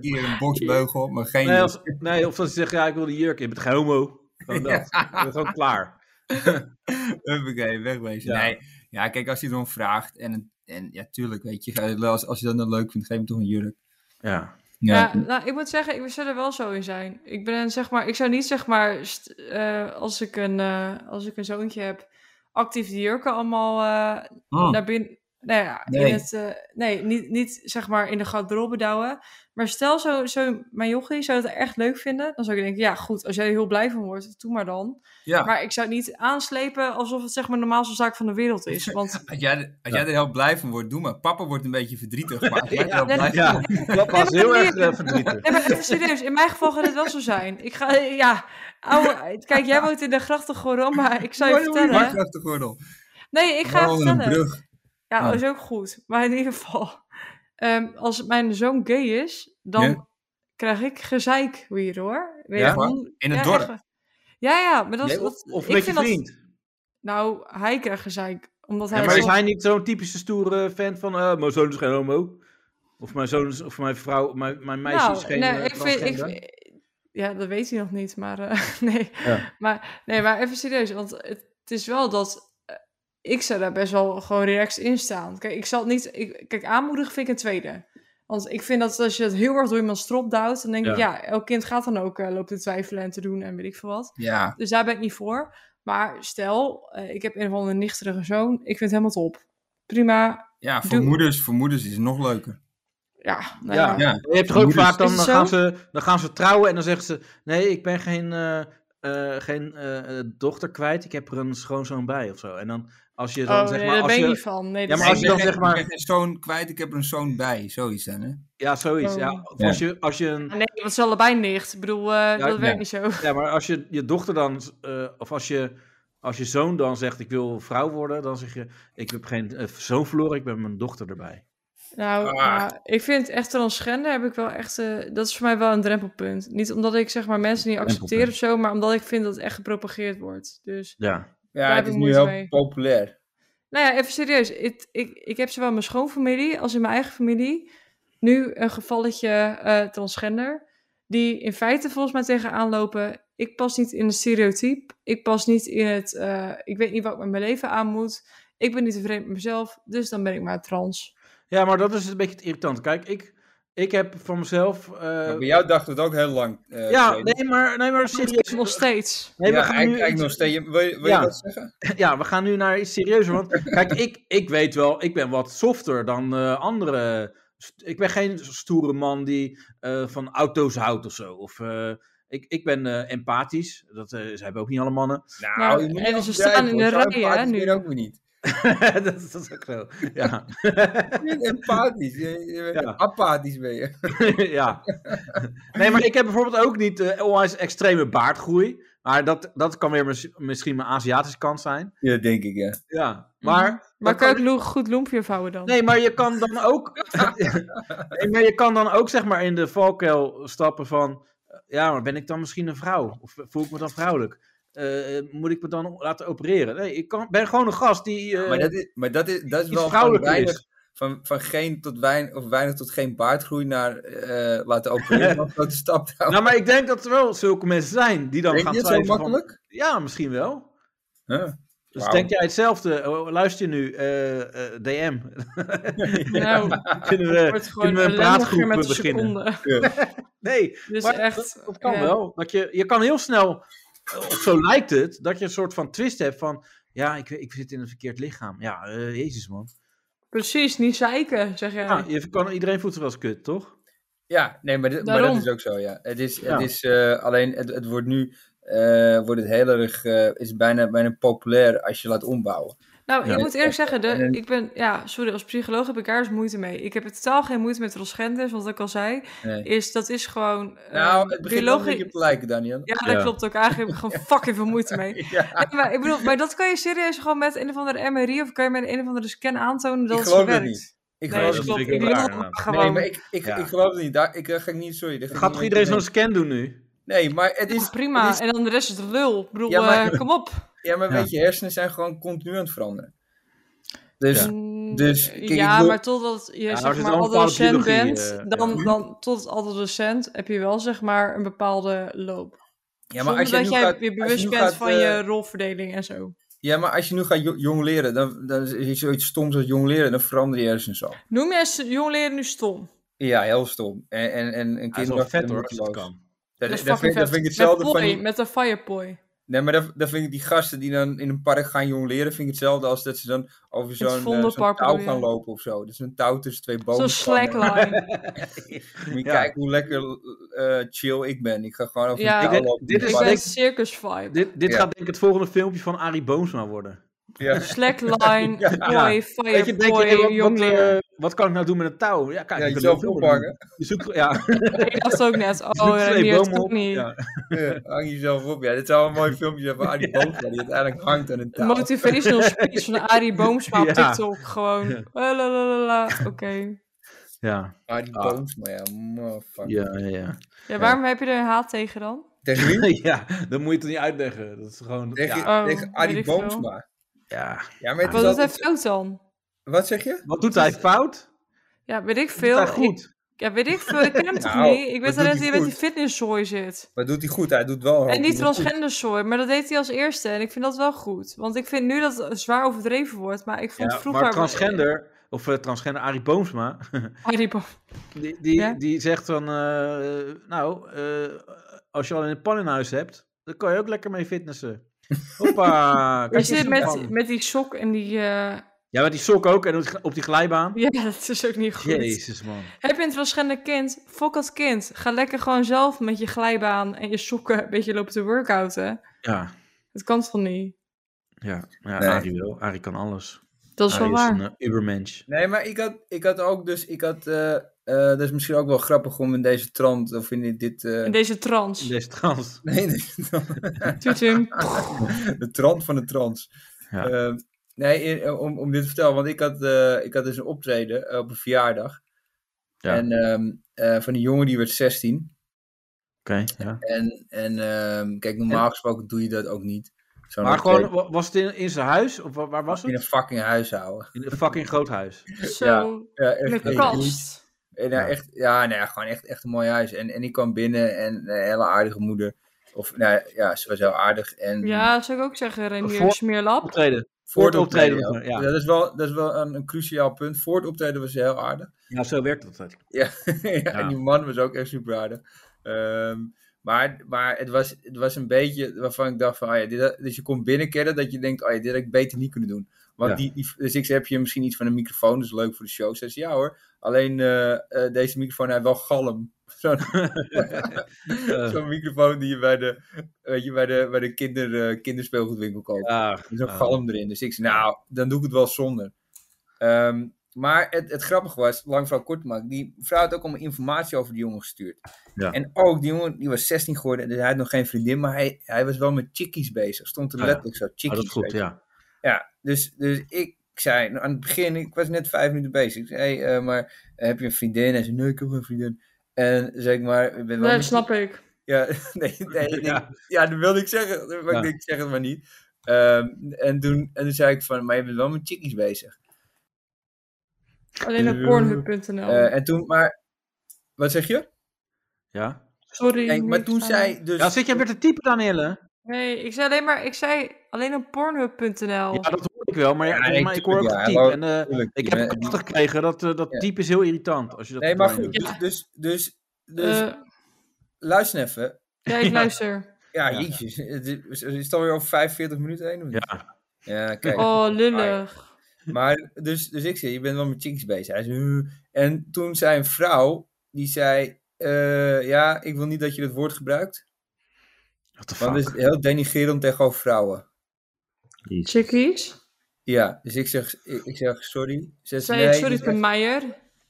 [SPEAKER 5] hier een boksbeugel, maar geen...
[SPEAKER 3] Nee, als, nee, of als ze zegt, ja, ik wil die jurk in. Je bent geen homo. Gewoon dat. Je bent gewoon klaar.
[SPEAKER 5] Huppakee, wegwezen.
[SPEAKER 3] Ja.
[SPEAKER 5] Nee, ja, kijk, als hij erom vraagt en
[SPEAKER 1] En ja, tuurlijk, weet je, als, als je dat nou leuk vindt, geef hem toch een jurk.
[SPEAKER 3] Ja.
[SPEAKER 4] Ja, nou, ik moet zeggen, ik zou er wel zo in zijn. Ik ben zeg maar, ik zou niet zeg maar, st- eh, als, ik een, eh, als ik een zoontje heb, actief die jurken allemaal eh,
[SPEAKER 1] Oh.
[SPEAKER 4] naar binnen. Nou ja,
[SPEAKER 1] Nee.
[SPEAKER 4] in het, eh, nee, niet, niet zeg maar in de garderobe douwen. Maar stel zo, zo mijn jochie zou het echt leuk vinden, dan zou ik denken, ja goed, als jij er heel blij van wordt, doe maar dan.
[SPEAKER 1] Ja.
[SPEAKER 4] Maar ik zou het niet aanslepen alsof het zeg maar de normaalste zaak van de wereld is. Want
[SPEAKER 1] Als jij, als jij er heel blij van wordt, doe maar. Papa wordt een beetje verdrietig, maar als jij er heel blij van
[SPEAKER 3] Ja, dat was heel erg eh, verdrietig.
[SPEAKER 4] Nee, maar even serieus, in mijn geval gaat het wel zo zijn. Ik ga, eh, ja, ouwe, kijk, jij woont in de grachtengordel, maar ik zou je
[SPEAKER 1] wordt,
[SPEAKER 4] vertellen.
[SPEAKER 1] wordt de gordel.
[SPEAKER 4] Nee, ik ga je
[SPEAKER 1] Oh, een
[SPEAKER 4] vertellen.
[SPEAKER 1] brug.
[SPEAKER 4] Ja,
[SPEAKER 1] Ah.
[SPEAKER 4] dat is ook goed. Maar in ieder geval, ehm, als mijn zoon gay is, dan
[SPEAKER 1] Ja.
[SPEAKER 4] krijg ik gezeik weer hoor. Weet
[SPEAKER 1] Ja?
[SPEAKER 4] je hoe-
[SPEAKER 1] In het
[SPEAKER 4] ja,
[SPEAKER 1] dorp?
[SPEAKER 4] echt wel. Ja, ja, maar dat is...
[SPEAKER 3] Nee, of,
[SPEAKER 4] dat-
[SPEAKER 3] of
[SPEAKER 4] ik
[SPEAKER 3] met je
[SPEAKER 4] vind dat-
[SPEAKER 3] vriend.
[SPEAKER 4] nou, hij krijgt gezeik, omdat hij...
[SPEAKER 3] Ja, maar is
[SPEAKER 4] zo-
[SPEAKER 3] hij niet zo'n typische stoere fan van eh, mijn zoon is geen homo? Of mijn zoon is, of mijn vrouw, mijn, mijn meisje
[SPEAKER 4] nou,
[SPEAKER 3] is geen
[SPEAKER 4] nee,
[SPEAKER 3] eh,
[SPEAKER 4] ik vind, ik,
[SPEAKER 3] transgender?
[SPEAKER 4] Ja, dat weet hij nog niet, maar eh, nee.
[SPEAKER 3] Ja.
[SPEAKER 4] Maar, nee, maar even serieus, want het is wel dat... eh, ik zou daar best wel gewoon relaxed in staan. Kijk, ik zal het niet... Ik, kijk, aanmoedigen vind ik een tweede. Want ik vind dat als je dat heel erg door iemands strop duwt... dan denk ik, ja, elk kind gaat dan ook eh, lopen te twijfelen en te doen en weet ik veel wat.
[SPEAKER 1] Ja,
[SPEAKER 4] Dus daar ben ik niet voor. Maar stel, eh, ik heb een of andere nichterige zoon. Ik vind het helemaal top. Prima.
[SPEAKER 1] ja voor,
[SPEAKER 4] Doe-
[SPEAKER 1] moeders, voor moeders is het nog leuker.
[SPEAKER 4] Ja, nou
[SPEAKER 3] Ja. dus
[SPEAKER 4] ja.
[SPEAKER 1] Ja,
[SPEAKER 3] Je hebt toch ook
[SPEAKER 1] Moeders-
[SPEAKER 3] vaak dan,
[SPEAKER 4] Is
[SPEAKER 3] dan,
[SPEAKER 4] het
[SPEAKER 3] gaan
[SPEAKER 4] zo?
[SPEAKER 3] ze, dan gaan ze trouwen en dan zeggen ze: Nee, ik ben geen, eh, eh, geen eh, eh, dochter kwijt, ik heb er een schoonzoon bij of zo. En dan als je dan
[SPEAKER 4] oh,
[SPEAKER 3] zeg
[SPEAKER 4] nee,
[SPEAKER 3] maar.
[SPEAKER 4] daar
[SPEAKER 3] als
[SPEAKER 4] ben ik
[SPEAKER 3] je,
[SPEAKER 4] niet van. Nee,
[SPEAKER 3] Ja,
[SPEAKER 4] dat
[SPEAKER 3] maar als
[SPEAKER 4] is-
[SPEAKER 3] je dan
[SPEAKER 1] Ik ben-
[SPEAKER 3] zeg maar-
[SPEAKER 1] Ik ben geen zoon kwijt, ik heb er een zoon bij. Zoiets dan, hè?
[SPEAKER 3] Ja, zoiets. Ja.
[SPEAKER 4] Oh.
[SPEAKER 3] Of Als, je, als je een
[SPEAKER 4] Ah, Nee, want ze allebei nicht. Ik bedoel, eh, dat
[SPEAKER 3] ja.
[SPEAKER 4] werkt niet zo.
[SPEAKER 3] Ja, maar als je je dochter dan, eh, of als je, als je zoon dan zegt, ik wil vrouw worden, dan zeg je, ik heb geen eh, zoon verloren, ik ben mijn dochter erbij.
[SPEAKER 4] Nou,
[SPEAKER 1] Ah.
[SPEAKER 4] maar ik vind echt transgender heb ik wel echt... eh, dat is voor mij wel een drempelpunt. Niet omdat ik zeg maar mensen niet accepteer of zo... maar omdat ik vind dat het echt gepropageerd wordt. Dus,
[SPEAKER 3] Ja.
[SPEAKER 5] Ja,
[SPEAKER 4] heb
[SPEAKER 5] het
[SPEAKER 4] ik
[SPEAKER 5] is nu
[SPEAKER 4] moeite
[SPEAKER 5] heel
[SPEAKER 4] mee.
[SPEAKER 5] populair.
[SPEAKER 4] nou ja, even serieus. Ik, ik, ik heb zowel in mijn schoonfamilie als in mijn eigen familie... nu een gevalletje eh, transgender... die in feite volgens mij tegenaan lopen... ik pas niet in het stereotype. Ik pas niet in het... eh, ik weet niet wat ik met mijn leven aan moet. Ik ben niet tevreden met mezelf. Dus dan ben ik maar trans.
[SPEAKER 3] Ja, maar dat is een beetje het irritant. Kijk, ik, ik heb van mezelf... eh,
[SPEAKER 5] Maar bij jou dacht het ook heel lang. eh,
[SPEAKER 3] ja,
[SPEAKER 5] geleden.
[SPEAKER 3] nee, maar, nee, maar serieus.
[SPEAKER 4] Nog steeds.
[SPEAKER 3] Nee,
[SPEAKER 5] ja,
[SPEAKER 3] we gaan
[SPEAKER 5] eigenlijk,
[SPEAKER 3] nu
[SPEAKER 5] eigenlijk
[SPEAKER 3] iets-
[SPEAKER 5] nog steeds. Wil, je- wil
[SPEAKER 3] Ja.
[SPEAKER 5] je dat zeggen?
[SPEAKER 3] ja, we gaan nu naar iets serieuzer. Want kijk, ik, ik weet wel, ik ben wat softer dan eh andere. st- Ik ben geen stoere man die eh, van auto's houdt of zo. Of, eh, ik, ik ben eh, empathisch. Dat eh, zijn we ook niet alle mannen.
[SPEAKER 4] Nou,
[SPEAKER 5] je moet
[SPEAKER 4] en
[SPEAKER 5] niet
[SPEAKER 4] ze
[SPEAKER 5] overdrijven,
[SPEAKER 4] staan in de
[SPEAKER 5] hoor. Zo
[SPEAKER 4] rij, hè,
[SPEAKER 5] empathisch
[SPEAKER 4] nu.
[SPEAKER 5] ben je ook weer niet.
[SPEAKER 3] dat, dat is ook zo. Ja.
[SPEAKER 5] Je bent empathisch. Je, je bent
[SPEAKER 3] Ja.
[SPEAKER 5] apathisch ben je.
[SPEAKER 3] ja. Nee, maar ik heb bijvoorbeeld ook niet eh onwijs extreme baardgroei. Maar dat, dat kan weer mis- misschien mijn Aziatische kant zijn.
[SPEAKER 5] Ja, denk ik, ja.
[SPEAKER 3] Ja. Maar,
[SPEAKER 4] Maar
[SPEAKER 3] dat kan
[SPEAKER 4] kan ik lo- goed loempje vouwen dan?
[SPEAKER 3] Nee, maar je kan dan ook. nee, maar je kan dan ook zeg maar in de valkuil stappen van. eh, Ja, maar ben ik dan misschien een vrouw? Of voel ik me dan vrouwelijk? Eh, eh, moet ik me dan laten opereren? Nee, ik kan, ben gewoon een gast die. eh,
[SPEAKER 1] Maar dat is, maar dat is, dat is
[SPEAKER 3] iets
[SPEAKER 1] wel van
[SPEAKER 3] vrouwelijker
[SPEAKER 1] weinig,
[SPEAKER 3] is.
[SPEAKER 1] van, van geen tot weinig, of weinig tot geen baardgroei naar eh, laten opereren. Een grote stap. Nou,
[SPEAKER 3] Nou, maar ik denk dat er wel zulke mensen zijn die dan
[SPEAKER 1] denk
[SPEAKER 3] gaan
[SPEAKER 1] je het zo
[SPEAKER 3] twijfelen. van-
[SPEAKER 1] makkelijk?
[SPEAKER 3] Ja, misschien wel.
[SPEAKER 1] Huh?
[SPEAKER 3] Dus
[SPEAKER 5] Wauw.
[SPEAKER 3] denk jij hetzelfde? Oh, Luister je nu, eh, eh, DM.
[SPEAKER 4] Nou,
[SPEAKER 3] kunnen we,
[SPEAKER 4] wordt gewoon
[SPEAKER 3] kunnen we
[SPEAKER 4] ellendiger
[SPEAKER 3] een praatgroep
[SPEAKER 4] met de
[SPEAKER 3] beginnen?
[SPEAKER 4] seconden.
[SPEAKER 3] Nee,
[SPEAKER 4] Dus
[SPEAKER 3] Maar
[SPEAKER 4] echt.
[SPEAKER 3] Dat kan
[SPEAKER 4] ja.
[SPEAKER 3] wel. Dat je, je kan heel snel, eh, of zo lijkt het, dat je een soort van twist hebt van... Ja, ik, ik zit in een verkeerd lichaam. Ja, eh, jezus man.
[SPEAKER 4] Precies, niet zeiken, zeg jij.
[SPEAKER 3] Ja, je kan, iedereen voelt zich als kut, toch?
[SPEAKER 5] Ja, nee, maar, dit- maar
[SPEAKER 4] Daarom.
[SPEAKER 5] dat is ook zo, ja. Het is,
[SPEAKER 3] Ja.
[SPEAKER 5] Het is eh, alleen, het, het wordt nu, eh, wordt het heel erg, eh, is bijna, bijna populair als je laat ombouwen.
[SPEAKER 4] Nou,
[SPEAKER 3] Ja.
[SPEAKER 4] ik moet eerlijk zeggen,
[SPEAKER 5] En
[SPEAKER 4] de,
[SPEAKER 5] een-
[SPEAKER 4] ik ben, ja, sorry, als psycholoog heb ik daar dus moeite mee. Ik heb er totaal geen moeite met transgenders, wat ik al zei.
[SPEAKER 5] Nee.
[SPEAKER 4] Is, dat is gewoon... eh,
[SPEAKER 5] nou, het begint wel een
[SPEAKER 4] biologi-
[SPEAKER 5] beetje op te lijken, Daniel.
[SPEAKER 4] Ja, dat
[SPEAKER 3] Ja.
[SPEAKER 4] klopt ook. Eigenlijk heb ik gewoon fucking veel moeite mee.
[SPEAKER 5] Ja.
[SPEAKER 4] Nee, maar, ik bedoel, maar dat kan je serieus gewoon met een of andere MRI of kan je met een of andere scan aantonen dat
[SPEAKER 5] Ik
[SPEAKER 4] het
[SPEAKER 5] geloof
[SPEAKER 4] zo
[SPEAKER 5] dat
[SPEAKER 4] werkt.
[SPEAKER 5] niet. Ik
[SPEAKER 4] Nee,
[SPEAKER 5] geloof
[SPEAKER 4] dat
[SPEAKER 5] het
[SPEAKER 4] klopt.
[SPEAKER 5] niet.
[SPEAKER 3] vind
[SPEAKER 4] Ik
[SPEAKER 3] ik ook
[SPEAKER 4] bedoel,
[SPEAKER 3] raar, ja.
[SPEAKER 4] gewoon...
[SPEAKER 5] Nee, maar ik, ik,
[SPEAKER 3] Ja.
[SPEAKER 5] ik geloof het niet. Daar, ik eh, ga ik niet, sorry. daar ga ik
[SPEAKER 3] Gaat
[SPEAKER 5] niet
[SPEAKER 3] toch iedereen
[SPEAKER 5] mee.
[SPEAKER 3] zo'n scan doen nu?
[SPEAKER 5] Nee, maar het
[SPEAKER 4] Ja,
[SPEAKER 5] is...
[SPEAKER 4] Oh, prima.
[SPEAKER 5] het is-
[SPEAKER 4] En dan de rest is het lul. Ik bedoel,
[SPEAKER 5] Ja, maar-
[SPEAKER 4] eh, kom op.
[SPEAKER 5] ja, maar
[SPEAKER 3] Ja.
[SPEAKER 5] weet je, hersenen zijn gewoon continu aan het veranderen. Dus,
[SPEAKER 4] Mm,
[SPEAKER 5] dus, kijk, ik
[SPEAKER 4] ja,
[SPEAKER 5] wil-
[SPEAKER 4] maar totdat je
[SPEAKER 3] maar
[SPEAKER 4] zeg
[SPEAKER 3] er
[SPEAKER 4] maar
[SPEAKER 3] zit wel een
[SPEAKER 4] adolescent
[SPEAKER 3] bepaalde
[SPEAKER 4] bent,
[SPEAKER 3] biologie, eh,
[SPEAKER 4] dan, dan tot adolescent heb je wel zeg maar een bepaalde loop.
[SPEAKER 5] ja, maar
[SPEAKER 4] Zonder
[SPEAKER 5] als je
[SPEAKER 4] dat
[SPEAKER 5] nu
[SPEAKER 4] jij
[SPEAKER 5] gaat-
[SPEAKER 4] weer
[SPEAKER 5] als je
[SPEAKER 4] bewust
[SPEAKER 5] nu
[SPEAKER 4] bent
[SPEAKER 5] gaat,
[SPEAKER 4] van
[SPEAKER 5] eh,
[SPEAKER 4] je rolverdeling en zo.
[SPEAKER 5] Ja, maar als je nu gaat jo- jong leren, dan, dan is zoiets stoms als jong leren, dan verander je hersenen zo.
[SPEAKER 4] Noem jij s- jongleren nu stom?
[SPEAKER 5] Ja, heel stom. En, en, en, en
[SPEAKER 3] Hij is wel
[SPEAKER 5] kinderen
[SPEAKER 3] vet
[SPEAKER 5] vinden
[SPEAKER 3] hoor, als
[SPEAKER 5] moedeloos.
[SPEAKER 3] je
[SPEAKER 5] dat,
[SPEAKER 3] dat kan.
[SPEAKER 5] dat,
[SPEAKER 4] Dat is
[SPEAKER 5] vind,
[SPEAKER 4] fucking
[SPEAKER 5] dat
[SPEAKER 4] vet.
[SPEAKER 5] vind ik hetzelfde
[SPEAKER 4] met,
[SPEAKER 5] van
[SPEAKER 4] poi,
[SPEAKER 5] die,
[SPEAKER 4] met een firepoi.
[SPEAKER 5] Nee, maar dat, dat vind ik die gasten die dan in een park gaan jong leren, vind ik hetzelfde als dat ze dan over zo'n eh, zo'n
[SPEAKER 4] Vondelpark
[SPEAKER 5] touw
[SPEAKER 4] bedoel je?
[SPEAKER 5] gaan lopen of zo. Dat is een touw tussen twee
[SPEAKER 4] Zo'n
[SPEAKER 5] bomen.
[SPEAKER 4] slackline.
[SPEAKER 5] Moet je
[SPEAKER 3] Ja.
[SPEAKER 5] kijken hoe lekker eh, chill ik ben. Ik ga gewoon over
[SPEAKER 4] Ja.
[SPEAKER 5] een
[SPEAKER 4] Ik
[SPEAKER 5] touw
[SPEAKER 3] denk-
[SPEAKER 5] lopen.
[SPEAKER 3] dit
[SPEAKER 5] in
[SPEAKER 4] Ik
[SPEAKER 3] is
[SPEAKER 5] een park.
[SPEAKER 4] ben
[SPEAKER 3] denk-
[SPEAKER 4] circus vibe.
[SPEAKER 3] Dit, dit
[SPEAKER 5] Ja.
[SPEAKER 3] gaat denk ik het volgende filmpje van Arie Boomsma worden.
[SPEAKER 5] Ja.
[SPEAKER 4] Slackline,
[SPEAKER 3] Ja.
[SPEAKER 4] poi,
[SPEAKER 3] Weet je, denk je,
[SPEAKER 4] firepoi,
[SPEAKER 3] hey, wat, wat,
[SPEAKER 4] jongleren.
[SPEAKER 3] eh, wat kan ik nou doen met een touw? Ja, kijk,
[SPEAKER 5] Ja,
[SPEAKER 3] ik kan
[SPEAKER 5] jezelf
[SPEAKER 3] heel veel
[SPEAKER 5] ophangen.
[SPEAKER 3] doen. Je zoekt, ja, je
[SPEAKER 4] Ik dacht ook net, oh,
[SPEAKER 3] zoekt
[SPEAKER 4] ja,
[SPEAKER 3] twee
[SPEAKER 4] hier
[SPEAKER 3] bomen
[SPEAKER 4] toch
[SPEAKER 3] op.
[SPEAKER 4] niet.
[SPEAKER 3] Ja.
[SPEAKER 5] Ja, hang jezelf op. Ja, dit zou een mooi filmpje zijn van Arie Boomsma, die uiteindelijk hangt aan een
[SPEAKER 4] De
[SPEAKER 5] touw.
[SPEAKER 4] motivational speech van Arie Boomsma op
[SPEAKER 3] Ja.
[SPEAKER 4] TikTok. Gewoon, la la la la, oké.
[SPEAKER 3] Ja,
[SPEAKER 5] Arie Boomsma, ja, motherfucker.
[SPEAKER 3] Ah. ja, ja.
[SPEAKER 4] Ja, waarom heb je er een haat tegen dan?
[SPEAKER 5] Tegen wie?
[SPEAKER 3] ja, dat moet je toch niet uitleggen. Dat is gewoon,
[SPEAKER 5] Tegen,
[SPEAKER 3] ja,
[SPEAKER 4] Oh,
[SPEAKER 5] tegen
[SPEAKER 4] weet
[SPEAKER 5] Arie
[SPEAKER 4] ik veel.
[SPEAKER 5] Boomsma.
[SPEAKER 3] ja.
[SPEAKER 5] Ja, maar het
[SPEAKER 4] Wat
[SPEAKER 5] is
[SPEAKER 4] doet hij
[SPEAKER 5] altijd-
[SPEAKER 4] fout dan?
[SPEAKER 5] Wat zeg je?
[SPEAKER 3] Wat doet hij fout?
[SPEAKER 4] Ja, weet ik
[SPEAKER 3] Doet
[SPEAKER 4] veel.
[SPEAKER 3] hij
[SPEAKER 4] Ik,
[SPEAKER 3] goed?
[SPEAKER 4] ja, weet ik veel. Ik ken hem toch
[SPEAKER 5] Nou,
[SPEAKER 4] niet? Ik
[SPEAKER 5] wat
[SPEAKER 4] weet alleen dat
[SPEAKER 5] doet
[SPEAKER 4] hij
[SPEAKER 5] hij
[SPEAKER 4] met
[SPEAKER 5] goed?
[SPEAKER 4] die fitnesszooi zit.
[SPEAKER 5] Wat doet hij goed? Hij doet wel een
[SPEAKER 4] En die
[SPEAKER 5] hoop dingen goed.
[SPEAKER 4] transgenderzooi, maar dat deed hij als eerste. En ik vind dat wel goed. Want ik vind nu dat het zwaar overdreven wordt, maar ik vond
[SPEAKER 3] Ja,
[SPEAKER 4] vroeger...
[SPEAKER 3] maar transgender, of eh, transgender Arie Boomsma,
[SPEAKER 4] Arie Boom-
[SPEAKER 3] die, die,
[SPEAKER 4] Ja?
[SPEAKER 3] die zegt van, eh, nou, eh, als je al een pan in huis hebt, dan kan je ook lekker mee fitnessen. Hoppa, kijk
[SPEAKER 4] Is
[SPEAKER 3] eens
[SPEAKER 4] dit
[SPEAKER 3] een
[SPEAKER 4] met,
[SPEAKER 3] pan.
[SPEAKER 4] met die sok en die... eh,
[SPEAKER 3] Ja, maar die sok ook en op die- op die glijbaan.
[SPEAKER 4] Ja, dat is ook niet goed.
[SPEAKER 3] Jezus, man.
[SPEAKER 4] Heb je een transgender kind? Fok dat kind. Ga lekker gewoon zelf met je glijbaan en je sokken een beetje lopen te workouten.
[SPEAKER 3] Ja,
[SPEAKER 4] Dat kan toch niet?
[SPEAKER 3] ja. ja
[SPEAKER 5] Nee.
[SPEAKER 3] Arie wil. Arie kan alles.
[SPEAKER 4] Dat is
[SPEAKER 5] Nou,
[SPEAKER 3] Arie
[SPEAKER 4] wel
[SPEAKER 3] is
[SPEAKER 4] waar.
[SPEAKER 3] een eh, ubermensch.
[SPEAKER 5] Nee, maar ik had, ik had ook dus, ik had, eh, eh, dat is misschien ook wel grappig om in deze trant, of in dit, dit eh,
[SPEAKER 4] In deze trans.
[SPEAKER 3] Deze trans.
[SPEAKER 5] nee, in deze trant.
[SPEAKER 4] Tutum.
[SPEAKER 5] de trant van de trans.
[SPEAKER 3] Ja.
[SPEAKER 5] Eh, nee, in- eh, om, om dit te vertellen, want ik had, eh, ik had dus een optreden eh, op een verjaardag.
[SPEAKER 3] Ja.
[SPEAKER 5] En ehm, eh, van die jongen die werd 16.
[SPEAKER 3] Oké, ja.
[SPEAKER 5] En, en ehm, kijk, normaal gesproken doe je dat ook niet. Zo'n
[SPEAKER 3] Maar
[SPEAKER 5] optreden
[SPEAKER 3] gewoon, wa- was het in, in zijn huis? Of wa- waar was
[SPEAKER 5] in een
[SPEAKER 3] het?
[SPEAKER 5] fucking huis houden.
[SPEAKER 3] In een fucking groot huis.
[SPEAKER 4] Zo.
[SPEAKER 5] Ja, echt,
[SPEAKER 4] Met
[SPEAKER 5] echt niet.
[SPEAKER 4] kast.
[SPEAKER 5] En, ja.
[SPEAKER 3] Ja.
[SPEAKER 5] echt, ja, nou ja, gewoon echt, echt een mooi huis. En, en ik kwam binnen en een hele aardige moeder. Of, nou ja, ze was heel aardig. En
[SPEAKER 4] Ja, dat zou ik ook zeggen, Renier
[SPEAKER 3] Voor-
[SPEAKER 4] Smeerlap.
[SPEAKER 3] Optreden.
[SPEAKER 5] voor het
[SPEAKER 3] voor het optreden
[SPEAKER 5] optreden,
[SPEAKER 3] was er, ja.
[SPEAKER 5] Dat is wel, dat is wel een, een cruciaal punt. Voor het optreden was ze heel aardig.
[SPEAKER 3] Ja, zo werkt dat. altijd.
[SPEAKER 5] Ja, ja, en die man was ook echt super aardig. Ehm, maar maar het, was, het was een beetje waarvan ik dacht van, ah ja, dit, had- dus je komt binnenkennen dat je denkt, oh ja, dit had ik beter niet kunnen doen. Want
[SPEAKER 3] Ja.
[SPEAKER 5] die, die, dus ik zei, heb je misschien iets van een microfoon, dat is leuk voor de show. Ze zei, ja hoor, alleen eh, eh, deze microfoon, hij heeft wel galm. Zo'n
[SPEAKER 3] Eh,
[SPEAKER 5] Zo'n microfoon die je bij de, weet je, bij de, bij de kinder, eh, kinderspeelgoedwinkel koopt.
[SPEAKER 3] ja,
[SPEAKER 5] Er is een
[SPEAKER 3] ja.
[SPEAKER 5] galm erin. Dus ik zei, nou, dan doe ik het wel zonder. Ehm, maar het, het grappige was, lang verhaal kort te maken, die vrouw had ook allemaal informatie over die jongen gestuurd.
[SPEAKER 3] Ja.
[SPEAKER 5] En ook, die jongen die was 16 geworden, dus hij had nog geen vriendin, maar hij, hij was wel met chickies bezig. Stond er
[SPEAKER 3] Ah, ja.
[SPEAKER 5] letterlijk zo,
[SPEAKER 3] Ah,
[SPEAKER 5] chickies.
[SPEAKER 3] dat is goed,
[SPEAKER 5] weet je.
[SPEAKER 3] ja.
[SPEAKER 5] Ja, dus, dus ik zei nou, aan het begin, ik was net vijf minuten bezig. Ik zei, hey, eh, maar heb je een vriendin? Hij zei, nee, ik heb geen vriendin. En zei ik maar, ik ben wel
[SPEAKER 4] Nee, dat
[SPEAKER 5] met-
[SPEAKER 4] snap ik.
[SPEAKER 5] ja, nee, nee, ik denk-
[SPEAKER 3] Ja.
[SPEAKER 5] ja. dat wilde ik zeggen, maar
[SPEAKER 3] Ja.
[SPEAKER 5] ik denk, ik zeg het maar niet. Ehm, en, toen, en toen zei ik van, maar je bent wel met chickies bezig.
[SPEAKER 4] Alleen op
[SPEAKER 5] Eh,
[SPEAKER 3] Oh.
[SPEAKER 4] pornhub.nl.
[SPEAKER 5] Eh, en toen, maar, wat zeg je?
[SPEAKER 3] Ja,
[SPEAKER 4] Sorry.
[SPEAKER 5] Nee, maar
[SPEAKER 4] niks
[SPEAKER 5] toen
[SPEAKER 4] aan-
[SPEAKER 5] zei dus...
[SPEAKER 3] ja zit jij weer te typen, Danielle?
[SPEAKER 4] Nee, ik zei alleen maar, ik zei alleen op pornhub.nl.
[SPEAKER 3] Ja, dat hoor ik wel, maar, ja,
[SPEAKER 5] Ja,
[SPEAKER 3] volgens
[SPEAKER 5] nee,
[SPEAKER 3] mij, ik hoor ook
[SPEAKER 5] tuurlijk, ja,
[SPEAKER 3] getypt.
[SPEAKER 5] maar-
[SPEAKER 3] En, eh,
[SPEAKER 5] Tuurlijk,
[SPEAKER 3] ik
[SPEAKER 5] die-
[SPEAKER 3] heb het gekregen dat eh, dat
[SPEAKER 5] Ja.
[SPEAKER 3] type is heel irritant. Als je dat
[SPEAKER 5] Nee, maar
[SPEAKER 3] online
[SPEAKER 5] goed,
[SPEAKER 3] doet.
[SPEAKER 5] dus, dus, dus, dus
[SPEAKER 4] Eh,
[SPEAKER 5] luister even.
[SPEAKER 4] ja, ik luister.
[SPEAKER 5] Ja,
[SPEAKER 3] Ja.
[SPEAKER 5] jeetjes, het is, het is alweer over 45 minuten heen? of niet?
[SPEAKER 3] Ja,
[SPEAKER 5] Ja, kijk.
[SPEAKER 4] Oh, lullig.
[SPEAKER 5] Maar, dus, dus ik zei, je bent wel met chickies bezig. Hij zei, "Huh." en toen zei een vrouw, die zei, eh, ja, ik wil niet dat je dat woord gebruikt.
[SPEAKER 3] what the
[SPEAKER 5] Want
[SPEAKER 3] fuck.
[SPEAKER 5] het is heel denigrerend tegenover vrouwen.
[SPEAKER 4] Chickies?
[SPEAKER 5] Ja, dus ik zeg, ik, ik zeg sorry. Ze zegt,
[SPEAKER 4] Zei
[SPEAKER 5] nee,
[SPEAKER 4] ik sorry
[SPEAKER 5] dit, is
[SPEAKER 4] te
[SPEAKER 5] echt,
[SPEAKER 4] Meijer?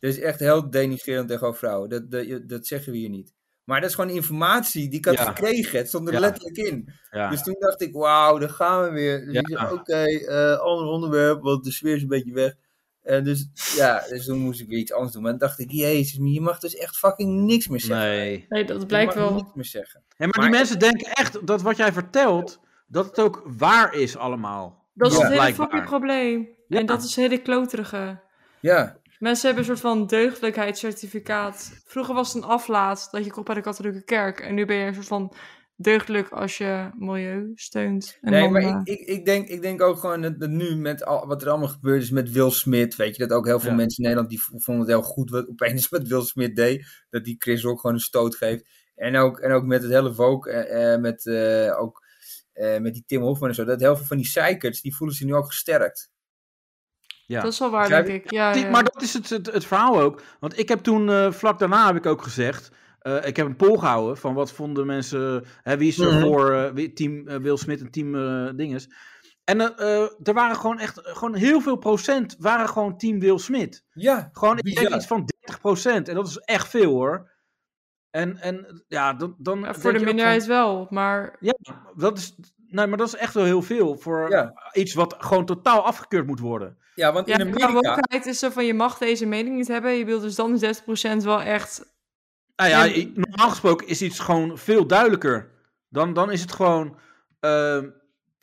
[SPEAKER 5] dit is echt heel denigrerend tegenover vrouwen. Dat, dat, dat zeggen we hier niet. Maar dat is gewoon informatie die ik had
[SPEAKER 3] Ja.
[SPEAKER 5] gekregen. Het stond er
[SPEAKER 3] Ja.
[SPEAKER 5] letterlijk in.
[SPEAKER 3] Ja.
[SPEAKER 5] Dus toen dacht ik, wauw, daar gaan we weer. Dus
[SPEAKER 3] Ja.
[SPEAKER 5] ik zei, oké, eh, ander onderwerp, want de sfeer is een beetje weg. En dus ja, dus toen moest ik weer iets anders doen. Maar toen dacht ik, jezus, maar je mag dus echt fucking niks meer zeggen.
[SPEAKER 3] nee.
[SPEAKER 4] Nee, dat
[SPEAKER 5] Je
[SPEAKER 4] blijkt
[SPEAKER 5] mag
[SPEAKER 4] wel.
[SPEAKER 5] niks meer zeggen.
[SPEAKER 3] Ja, maar,
[SPEAKER 5] Maar-
[SPEAKER 3] die mensen denken echt dat wat jij vertelt, dat het ook waar is allemaal.
[SPEAKER 4] Dat is
[SPEAKER 5] Ja.
[SPEAKER 4] het hele
[SPEAKER 3] Blijkbaar.
[SPEAKER 4] fucking probleem.
[SPEAKER 3] Ja.
[SPEAKER 4] En dat is het hele kloterige.
[SPEAKER 5] Ja,
[SPEAKER 4] Mensen hebben een soort van deugdelijkheidscertificaat. Vroeger was het een aflaat dat je kocht bij de katholieke kerk. En nu ben je een soort van deugdelijk als je milieu steunt. En
[SPEAKER 5] Nee,
[SPEAKER 4] dan,
[SPEAKER 5] maar
[SPEAKER 4] eh,
[SPEAKER 5] ik, ik, ik, denk, ik denk ook gewoon dat, dat nu met al, wat er allemaal gebeurd is met Will Smith, weet je, dat ook heel veel
[SPEAKER 1] Ja.
[SPEAKER 5] mensen in Nederland die v- vonden het heel goed wat opeens wat Will Smith deed, dat die Chris Rock gewoon een stoot geeft. En ook, en ook met het hele woke, eh, eh, met, eh, ook, eh, met die Tim Hofman en zo, dat heel veel van die zeikers, die voelen zich nu ook gesterkt.
[SPEAKER 1] Ja.
[SPEAKER 4] Dat is wel waar,
[SPEAKER 5] Jij-
[SPEAKER 4] denk ik. Ja,
[SPEAKER 1] Die-
[SPEAKER 4] ja.
[SPEAKER 1] maar dat is het, het, het verhaal ook. Want ik heb toen, eh, vlak daarna heb ik ook gezegd. eh, ik heb een poll gehouden van wat vonden mensen. Hè, wie is er
[SPEAKER 5] Mhm.
[SPEAKER 1] voor eh, wie- team eh, Will Smith en team eh, dinges. En eh, eh, er waren gewoon echt, gewoon heel veel procent waren gewoon team Will Smith.
[SPEAKER 5] Ja,
[SPEAKER 1] Gewoon ik denk
[SPEAKER 5] Bizar.
[SPEAKER 1] iets van 30 procent. En dat is echt veel hoor. En, en ja, dan. dan
[SPEAKER 4] Ja,
[SPEAKER 1] denk
[SPEAKER 4] voor
[SPEAKER 1] je
[SPEAKER 4] de
[SPEAKER 1] ook van-
[SPEAKER 4] minderheid wel, maar
[SPEAKER 1] ja, dat is, nee, maar dat is echt wel heel veel voor
[SPEAKER 5] Ja.
[SPEAKER 1] iets wat gewoon totaal afgekeurd moet worden.
[SPEAKER 5] ja want
[SPEAKER 4] ja,
[SPEAKER 5] in Amerika...
[SPEAKER 4] wokenheid is zo van je mag deze mening niet hebben. Je wil dus dan is 30% wel echt.
[SPEAKER 1] Nou ja,
[SPEAKER 4] En-
[SPEAKER 1] i- normaal gesproken is iets gewoon veel duidelijker. Dan, dan is het gewoon. ehm,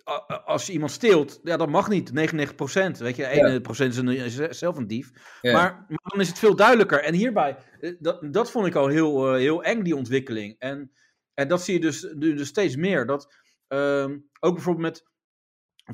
[SPEAKER 1] a- a- als je iemand steelt, ja, dat mag niet. 99%. Weet je, 1% is, een, is zelf een dief.
[SPEAKER 5] Ja.
[SPEAKER 1] Maar, maar dan is het veel duidelijker. En hierbij, eh, dat, dat vond ik al heel, eh, heel eng, die ontwikkeling. En, en dat zie je dus, nu dus steeds meer. Dat, ehm, ook bijvoorbeeld met.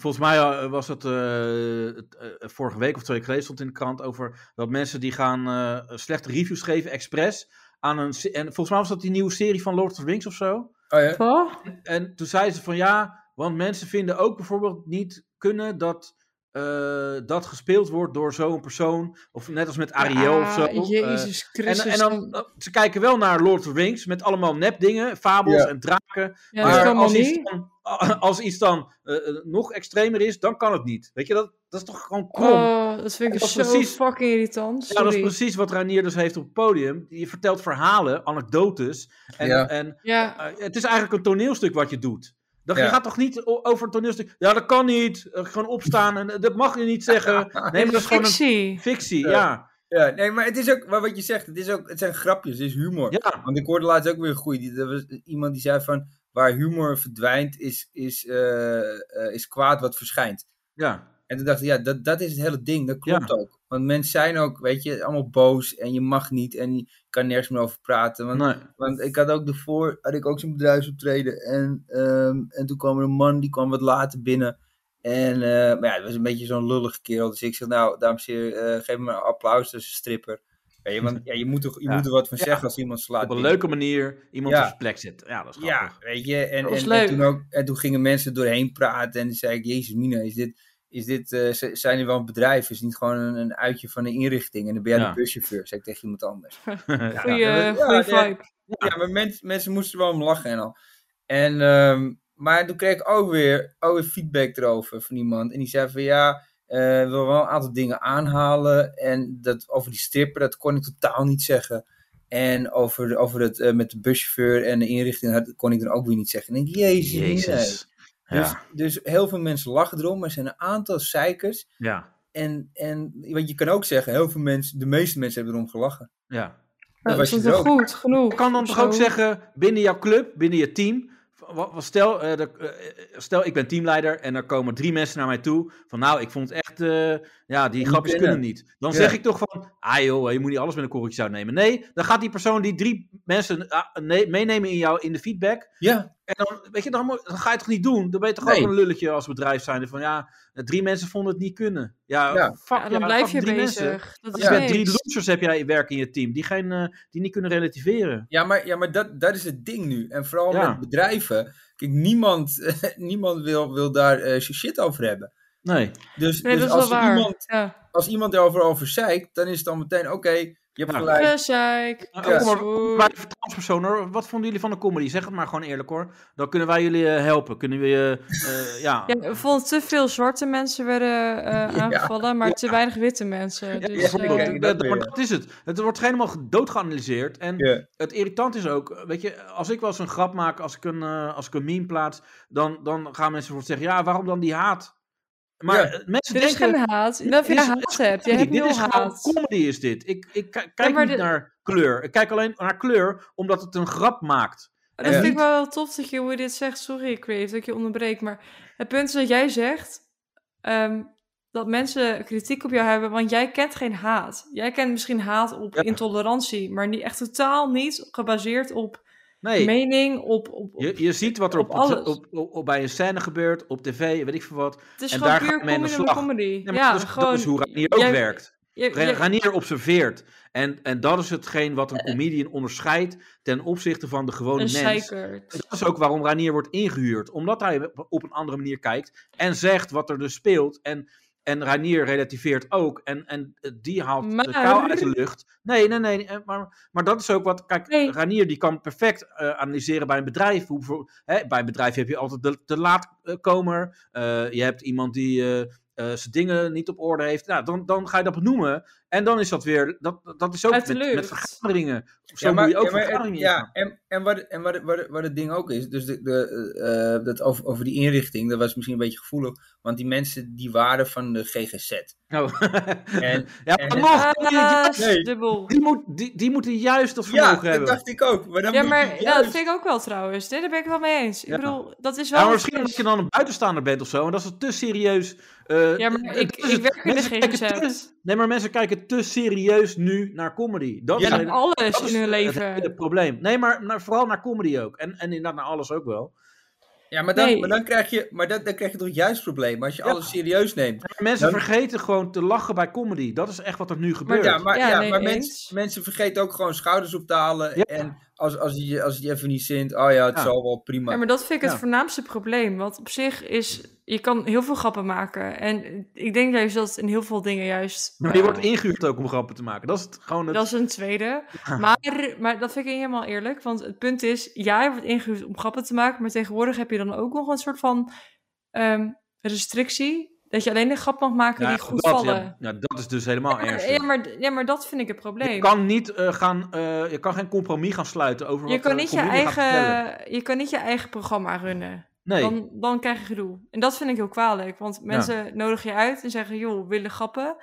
[SPEAKER 1] Volgens mij eh, was het eh, het, eh, vorige week of twee weken geleden stond in de krant over dat mensen die gaan eh, slechte reviews geven expres aan een se- en volgens mij was dat die nieuwe serie van Lord of the Rings of zo.
[SPEAKER 5] Oh ja,
[SPEAKER 4] Wat?
[SPEAKER 1] En toen zei ze van ja, want mensen vinden ook bijvoorbeeld niet kunnen dat eh, dat gespeeld wordt door zo'n persoon of net als met Ariel of zo.
[SPEAKER 4] Ja, Ah, Jezus dus
[SPEAKER 1] Eh,
[SPEAKER 4] Christus.
[SPEAKER 1] en, en dan, ze kijken wel naar Lord of the Rings met allemaal nepdingen, fabels
[SPEAKER 5] Ja.
[SPEAKER 1] en draken.
[SPEAKER 4] ja, dat
[SPEAKER 1] Maar
[SPEAKER 4] kan
[SPEAKER 1] als
[SPEAKER 4] wel
[SPEAKER 1] iets
[SPEAKER 4] niet.
[SPEAKER 1] dan, als iets dan eh, eh, nog extremer is, dan kan het niet. Weet je, dat, dat is toch gewoon krom.
[SPEAKER 4] Oh, dat vind ik
[SPEAKER 1] Dat is
[SPEAKER 4] zo
[SPEAKER 1] precies-
[SPEAKER 4] fucking irritant.
[SPEAKER 1] ja, dat is
[SPEAKER 4] Sorry.
[SPEAKER 1] precies wat Rainier dus heeft op het podium. Je vertelt verhalen, anekdotes. En,
[SPEAKER 5] Ja.
[SPEAKER 1] en
[SPEAKER 4] Ja,
[SPEAKER 1] eh, het is eigenlijk een toneelstuk wat je doet. Dan, Je
[SPEAKER 5] Ja.
[SPEAKER 1] gaat toch niet o- over een toneelstuk... Ja, dat kan niet. Eh, gewoon opstaan. En, eh, dat mag je niet zeggen. Nee, maar dat is gewoon een
[SPEAKER 4] fictie.
[SPEAKER 1] fictie.
[SPEAKER 5] Ja.
[SPEAKER 1] Ja,
[SPEAKER 5] ja, nee, maar het is ook, maar wat je zegt, het, is ook, het zijn grapjes, het is humor.
[SPEAKER 1] ja.
[SPEAKER 5] Want ik hoorde laatst ook weer een goeie. die- Er was iemand die zei van... Waar humor verdwijnt, is, is, eh, eh, is kwaad wat verschijnt.
[SPEAKER 1] ja.
[SPEAKER 5] En toen dacht ik, ja, dat, dat is het hele ding. Dat klopt
[SPEAKER 1] Ja.
[SPEAKER 5] ook. Want mensen zijn ook, weet je, allemaal boos. En je mag niet. En je kan nergens meer over praten. Want,
[SPEAKER 1] Nee.
[SPEAKER 5] want ik had ook daarvoor, had ik ook zo'n bedrijfsoptreden. En, ehm, en toen kwam er een man, die kwam wat later binnen. En, eh, maar ja, het was een beetje zo'n lullige kerel. Dus ik zeg, nou, dames en heren, eh, geef me maar een applaus. Dat is een stripper. Weet je, want ja, je moet er, je
[SPEAKER 1] Ja.
[SPEAKER 5] moet er wat van
[SPEAKER 1] Ja.
[SPEAKER 5] zeggen als iemand slaat.
[SPEAKER 1] Op een
[SPEAKER 5] binnen.
[SPEAKER 1] leuke manier iemand
[SPEAKER 5] Ja.
[SPEAKER 1] op zijn plek zetten. Ja, dat is
[SPEAKER 5] Ja,
[SPEAKER 1] grappig.
[SPEAKER 5] weet je. En,
[SPEAKER 4] Dat was
[SPEAKER 5] en, en
[SPEAKER 4] leuk.
[SPEAKER 5] toen ook, en toen gingen mensen doorheen praten. En toen zei ik, jezus mina, is dit, is dit, eh, z- zijn er wel een bedrijf? Is het niet gewoon een, een uitje van een inrichting? En dan ben jij
[SPEAKER 1] Ja.
[SPEAKER 5] de buschauffeur, zei ik tegen iemand anders.
[SPEAKER 1] Ja.
[SPEAKER 4] Goeie,
[SPEAKER 5] Ja,
[SPEAKER 4] goeie
[SPEAKER 5] nee.
[SPEAKER 4] vibe.
[SPEAKER 5] Ja, maar mens, mensen moesten er wel om lachen en al. En, ehm, maar toen kreeg ik ook weer, ook weer feedback erover van iemand. En die zei van, ja, eh, ik wil wel een aantal dingen aanhalen. En dat over die stripper, dat kon ik totaal niet zeggen. En over, over het eh, met de buschauffeur en de inrichting, dat kon ik dan ook weer niet zeggen. En ik denk, jezus, mina.
[SPEAKER 1] Jezus.
[SPEAKER 5] Dus,
[SPEAKER 1] Ja.
[SPEAKER 5] dus heel veel mensen lachen erom, maar er zijn een aantal zeikers.
[SPEAKER 1] Ja.
[SPEAKER 5] En, en want je kan ook zeggen, heel veel mensen, de meeste mensen hebben erom gelachen.
[SPEAKER 1] Ja.
[SPEAKER 4] Dat
[SPEAKER 5] Dat was
[SPEAKER 4] was
[SPEAKER 5] je
[SPEAKER 4] toch
[SPEAKER 5] droom.
[SPEAKER 4] goed genoeg.
[SPEAKER 1] Je dus kan dan
[SPEAKER 4] of
[SPEAKER 1] toch ook
[SPEAKER 4] zo?
[SPEAKER 1] zeggen, binnen jouw club, binnen je team. wa- wa- Stel, eh, er- eh, stel, ik ben teamleider en er komen drie mensen naar mij toe. Van nou, ik vond het echt, eh, ja, die grapjes
[SPEAKER 5] kunnen.
[SPEAKER 1] kunnen niet. Dan
[SPEAKER 5] Ja.
[SPEAKER 1] zeg ik toch van, ah joh, je moet niet alles met een korreltje zout nemen. Nee, dan gaat die persoon die drie mensen ah, nee- meenemen in, jou, in de feedback.
[SPEAKER 5] Ja,
[SPEAKER 1] En dan, weet je, dan, mo- dan ga je het toch niet doen? Dan ben je toch
[SPEAKER 5] Nee.
[SPEAKER 1] ook een lulletje als bedrijf zijnde van ja, eh, drie mensen vonden het niet kunnen. Ja,
[SPEAKER 5] Ja.
[SPEAKER 1] fuck,
[SPEAKER 4] Ja, dan
[SPEAKER 1] ja,
[SPEAKER 4] blijf
[SPEAKER 1] fuck
[SPEAKER 4] je
[SPEAKER 1] drie mensen.
[SPEAKER 4] bezig. Dat
[SPEAKER 1] Dus
[SPEAKER 4] is
[SPEAKER 5] Ja.
[SPEAKER 1] met drie
[SPEAKER 4] niks.
[SPEAKER 1] losers heb jij werk in je team die, geen, eh, die niet kunnen relativeren.
[SPEAKER 5] ja maar, ja, maar dat, dat is het ding nu. En vooral
[SPEAKER 1] Ja.
[SPEAKER 5] met bedrijven. Kijk, niemand, niemand wil, wil daar eh, zijn shit over hebben.
[SPEAKER 1] Nee.
[SPEAKER 5] Dus,
[SPEAKER 4] Nee,
[SPEAKER 5] dus
[SPEAKER 4] dat is
[SPEAKER 5] als,
[SPEAKER 4] wel
[SPEAKER 5] er
[SPEAKER 4] waar.
[SPEAKER 5] Iemand,
[SPEAKER 4] Ja.
[SPEAKER 5] als iemand erover over zeikt, dan is het dan meteen, oké, je hebt
[SPEAKER 1] Ja.
[SPEAKER 5] gelijk.
[SPEAKER 4] Gezeik,
[SPEAKER 1] Ja,
[SPEAKER 5] Ja.
[SPEAKER 1] kom maar,
[SPEAKER 4] gezoek.
[SPEAKER 1] maar de vertrouwenspersoon, hoor. wat vonden jullie van de comedy? Zeg het maar gewoon eerlijk hoor. Dan kunnen wij jullie eh, helpen. Kunnen we je, eh, ja.
[SPEAKER 4] Ja, ik vond te veel zwarte mensen werden eh, aangevallen, maar te weinig witte mensen.
[SPEAKER 1] Ja,
[SPEAKER 4] Dus, eh,
[SPEAKER 1] bijvoorbeeld.
[SPEAKER 5] kijk,
[SPEAKER 1] Dat-
[SPEAKER 5] dat
[SPEAKER 1] maar
[SPEAKER 5] weer.
[SPEAKER 1] dat is het. Het wordt helemaal doodgeanalyseerd. En
[SPEAKER 5] Ja.
[SPEAKER 1] het irritant is ook, weet je, als ik wel eens een grap maak, als ik een, eh, als ik een meme plaats, dan, dan gaan mensen voor zeggen, ja, waarom dan die haat? Maar
[SPEAKER 5] Ja.
[SPEAKER 1] eh, mensen
[SPEAKER 4] er is
[SPEAKER 1] denken...
[SPEAKER 4] geen haat. Nou, Of je
[SPEAKER 1] dit is-
[SPEAKER 4] haat hebt, je hebt
[SPEAKER 1] Dit
[SPEAKER 4] nul
[SPEAKER 1] is gewoon
[SPEAKER 4] haat.
[SPEAKER 1] comedy is dit. Ik, ik k- kijk
[SPEAKER 4] maar
[SPEAKER 1] niet
[SPEAKER 4] de-
[SPEAKER 1] naar kleur. Ik kijk alleen naar kleur, omdat het een grap maakt.
[SPEAKER 4] Oh, Dat
[SPEAKER 5] Ja.
[SPEAKER 4] vind ik wel heel tof dat je hoe je dit zegt. Sorry, Crave, dat ik je onderbreek. Maar het punt is dat jij zegt ehm, dat mensen kritiek op jou hebben, want jij kent geen haat. Jij kent misschien haat op
[SPEAKER 1] Ja.
[SPEAKER 4] intolerantie, maar niet, echt totaal niet gebaseerd op
[SPEAKER 1] Nee,
[SPEAKER 4] mening op... op, op-
[SPEAKER 1] je, je ziet wat er op,
[SPEAKER 4] op alles.
[SPEAKER 1] op, op, op- bij een scène gebeurt, op tv, weet ik veel wat.
[SPEAKER 4] het is
[SPEAKER 1] en
[SPEAKER 4] gewoon
[SPEAKER 1] daar gaat
[SPEAKER 4] puur
[SPEAKER 1] men aan de
[SPEAKER 4] comedy
[SPEAKER 1] slag.
[SPEAKER 4] comedy.
[SPEAKER 1] Ja, maar
[SPEAKER 4] ja,
[SPEAKER 1] dat, is, dat
[SPEAKER 4] gewoon...
[SPEAKER 1] is hoe Ranier ook
[SPEAKER 4] jij-
[SPEAKER 1] werkt.
[SPEAKER 4] je-
[SPEAKER 1] Ra-
[SPEAKER 4] je-
[SPEAKER 1] Ranier observeert. En, en dat is hetgeen wat een comedian onderscheidt ten opzichte van de gewone
[SPEAKER 4] een
[SPEAKER 1] mens.
[SPEAKER 4] zeikert.
[SPEAKER 1] En dat is ook waarom Ranier wordt ingehuurd. Omdat hij op een andere manier kijkt en zegt wat er dus speelt. En, en Ranier relativeert ook. En, en eh, die haalt de
[SPEAKER 4] Maar-
[SPEAKER 1] kou uit de lucht. Nee, nee, nee. eh, Maar, maar dat is ook wat... Kijk,
[SPEAKER 4] Nee.
[SPEAKER 1] Ranier die kan perfect eh, analyseren bij een bedrijf. Hoe, voor- hè, bij een bedrijf heb je altijd de, de laatkomer. Eh, je hebt iemand die... eh, eh, zijn dingen niet op orde heeft, nou, dan, dan ga je dat benoemen. En dan is dat weer, dat, dat is ook
[SPEAKER 4] Uit de
[SPEAKER 1] met, met
[SPEAKER 4] lucht.
[SPEAKER 1] vergaderingen. Zo moet je ook
[SPEAKER 5] maar het-
[SPEAKER 1] vergaderingen
[SPEAKER 5] ja, en, en, wat, en wat, wat, wat het ding ook is, dus de, de, eh, eh, dat over, over die inrichting, dat was misschien een beetje gevoelig, want die mensen die waren van de GGZ.
[SPEAKER 1] Nou,
[SPEAKER 5] En-
[SPEAKER 1] ja,
[SPEAKER 5] en-
[SPEAKER 1] maar nog, die-
[SPEAKER 4] Ah,
[SPEAKER 1] die-
[SPEAKER 5] Nee.
[SPEAKER 4] dubbel.
[SPEAKER 1] die, moet, die, die moeten juist dat
[SPEAKER 5] Ja,
[SPEAKER 1] vermogen
[SPEAKER 5] dat
[SPEAKER 1] hebben.
[SPEAKER 5] dacht ik ook. Maar dan
[SPEAKER 4] Ja,
[SPEAKER 5] moet
[SPEAKER 4] maar
[SPEAKER 5] je
[SPEAKER 4] ja, dat
[SPEAKER 5] juist-
[SPEAKER 4] vind ik ook wel trouwens. Nee, daar ben ik wel mee eens. Ik
[SPEAKER 1] Ja.
[SPEAKER 4] bedoel, dat is
[SPEAKER 1] Ja,
[SPEAKER 4] wel... een
[SPEAKER 1] maar misschien
[SPEAKER 4] fris.
[SPEAKER 1] omdat je dan een buitenstaander bent of zo, en dat is te serieus. eh,
[SPEAKER 4] Ja, maar
[SPEAKER 1] dat
[SPEAKER 4] ik-
[SPEAKER 1] is
[SPEAKER 4] ik
[SPEAKER 1] het.
[SPEAKER 4] werk in de
[SPEAKER 1] Mensen kijken
[SPEAKER 4] GGZ.
[SPEAKER 1] te- Nee, maar mensen kijken te serieus nu naar comedy. Dat
[SPEAKER 5] Ja,
[SPEAKER 1] is
[SPEAKER 4] Ja,
[SPEAKER 1] het-
[SPEAKER 4] dan alles
[SPEAKER 1] dat is
[SPEAKER 4] in
[SPEAKER 1] het
[SPEAKER 4] hun leven.
[SPEAKER 1] hele probleem. Nee, maar naar, vooral naar comedy ook. En, en inderdaad naar alles ook wel.
[SPEAKER 5] Ja, maar dan,
[SPEAKER 4] Nee.
[SPEAKER 5] maar dan krijg je, maar dat, dan krijg je toch juist het probleem als je
[SPEAKER 1] Ja.
[SPEAKER 5] alles serieus neemt.
[SPEAKER 1] Maar mensen
[SPEAKER 5] Ja.
[SPEAKER 1] vergeten gewoon te lachen bij comedy. Dat is echt wat er nu gebeurt.
[SPEAKER 5] Ja, maar,
[SPEAKER 4] Ja,
[SPEAKER 5] ja,
[SPEAKER 4] nee,
[SPEAKER 5] maar
[SPEAKER 4] eens.
[SPEAKER 5] mensen, mensen vergeten ook gewoon schouders op te halen.
[SPEAKER 1] Ja.
[SPEAKER 5] En als, als, je, als je even niet zint, oh ja, het
[SPEAKER 1] Ja.
[SPEAKER 5] zal wel prima.
[SPEAKER 4] Ja, maar dat vind ik het
[SPEAKER 1] Ja.
[SPEAKER 4] voornaamste probleem. Want op zich is... Je kan heel veel grappen maken. En ik denk juist dat in heel veel dingen juist...
[SPEAKER 1] Maar je wordt ingehuurd ook om grappen te maken. Dat is het, gewoon het...
[SPEAKER 4] Dat is een tweede. Maar, maar dat vind ik niet helemaal eerlijk. Want het punt is, ja, je wordt ingehuurd om grappen te maken. Maar tegenwoordig heb je dan ook nog een soort van ehm, restrictie. Dat je alleen een grap mag maken
[SPEAKER 1] Ja,
[SPEAKER 4] die goed
[SPEAKER 1] dat,
[SPEAKER 4] vallen.
[SPEAKER 1] Ja, ja, dat is dus helemaal ernstig.
[SPEAKER 4] Ja, maar, ja, maar dat vind ik het probleem.
[SPEAKER 1] Je kan, niet, eh, gaan, eh, je kan geen compromis gaan sluiten over
[SPEAKER 4] Je
[SPEAKER 1] wat
[SPEAKER 4] kan
[SPEAKER 1] de
[SPEAKER 4] niet je,
[SPEAKER 1] comedian gaat vertellen.
[SPEAKER 4] eigen, je kan niet je eigen programma runnen.
[SPEAKER 1] Nee,
[SPEAKER 4] Dan, dan krijg je gedoe. En dat vind ik heel kwalijk. Want mensen nodigen je uit en zeggen, joh, we willen grappen.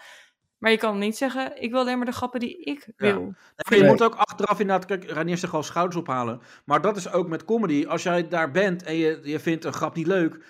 [SPEAKER 4] Maar je kan niet zeggen, ik wil alleen maar de grappen die ik wil.
[SPEAKER 1] Nee, je moet ook achteraf inderdaad, kijk, Ranier zegt al schouders ophalen. Maar dat is ook met comedy. Als jij daar bent en je, je vindt een grap niet leuk,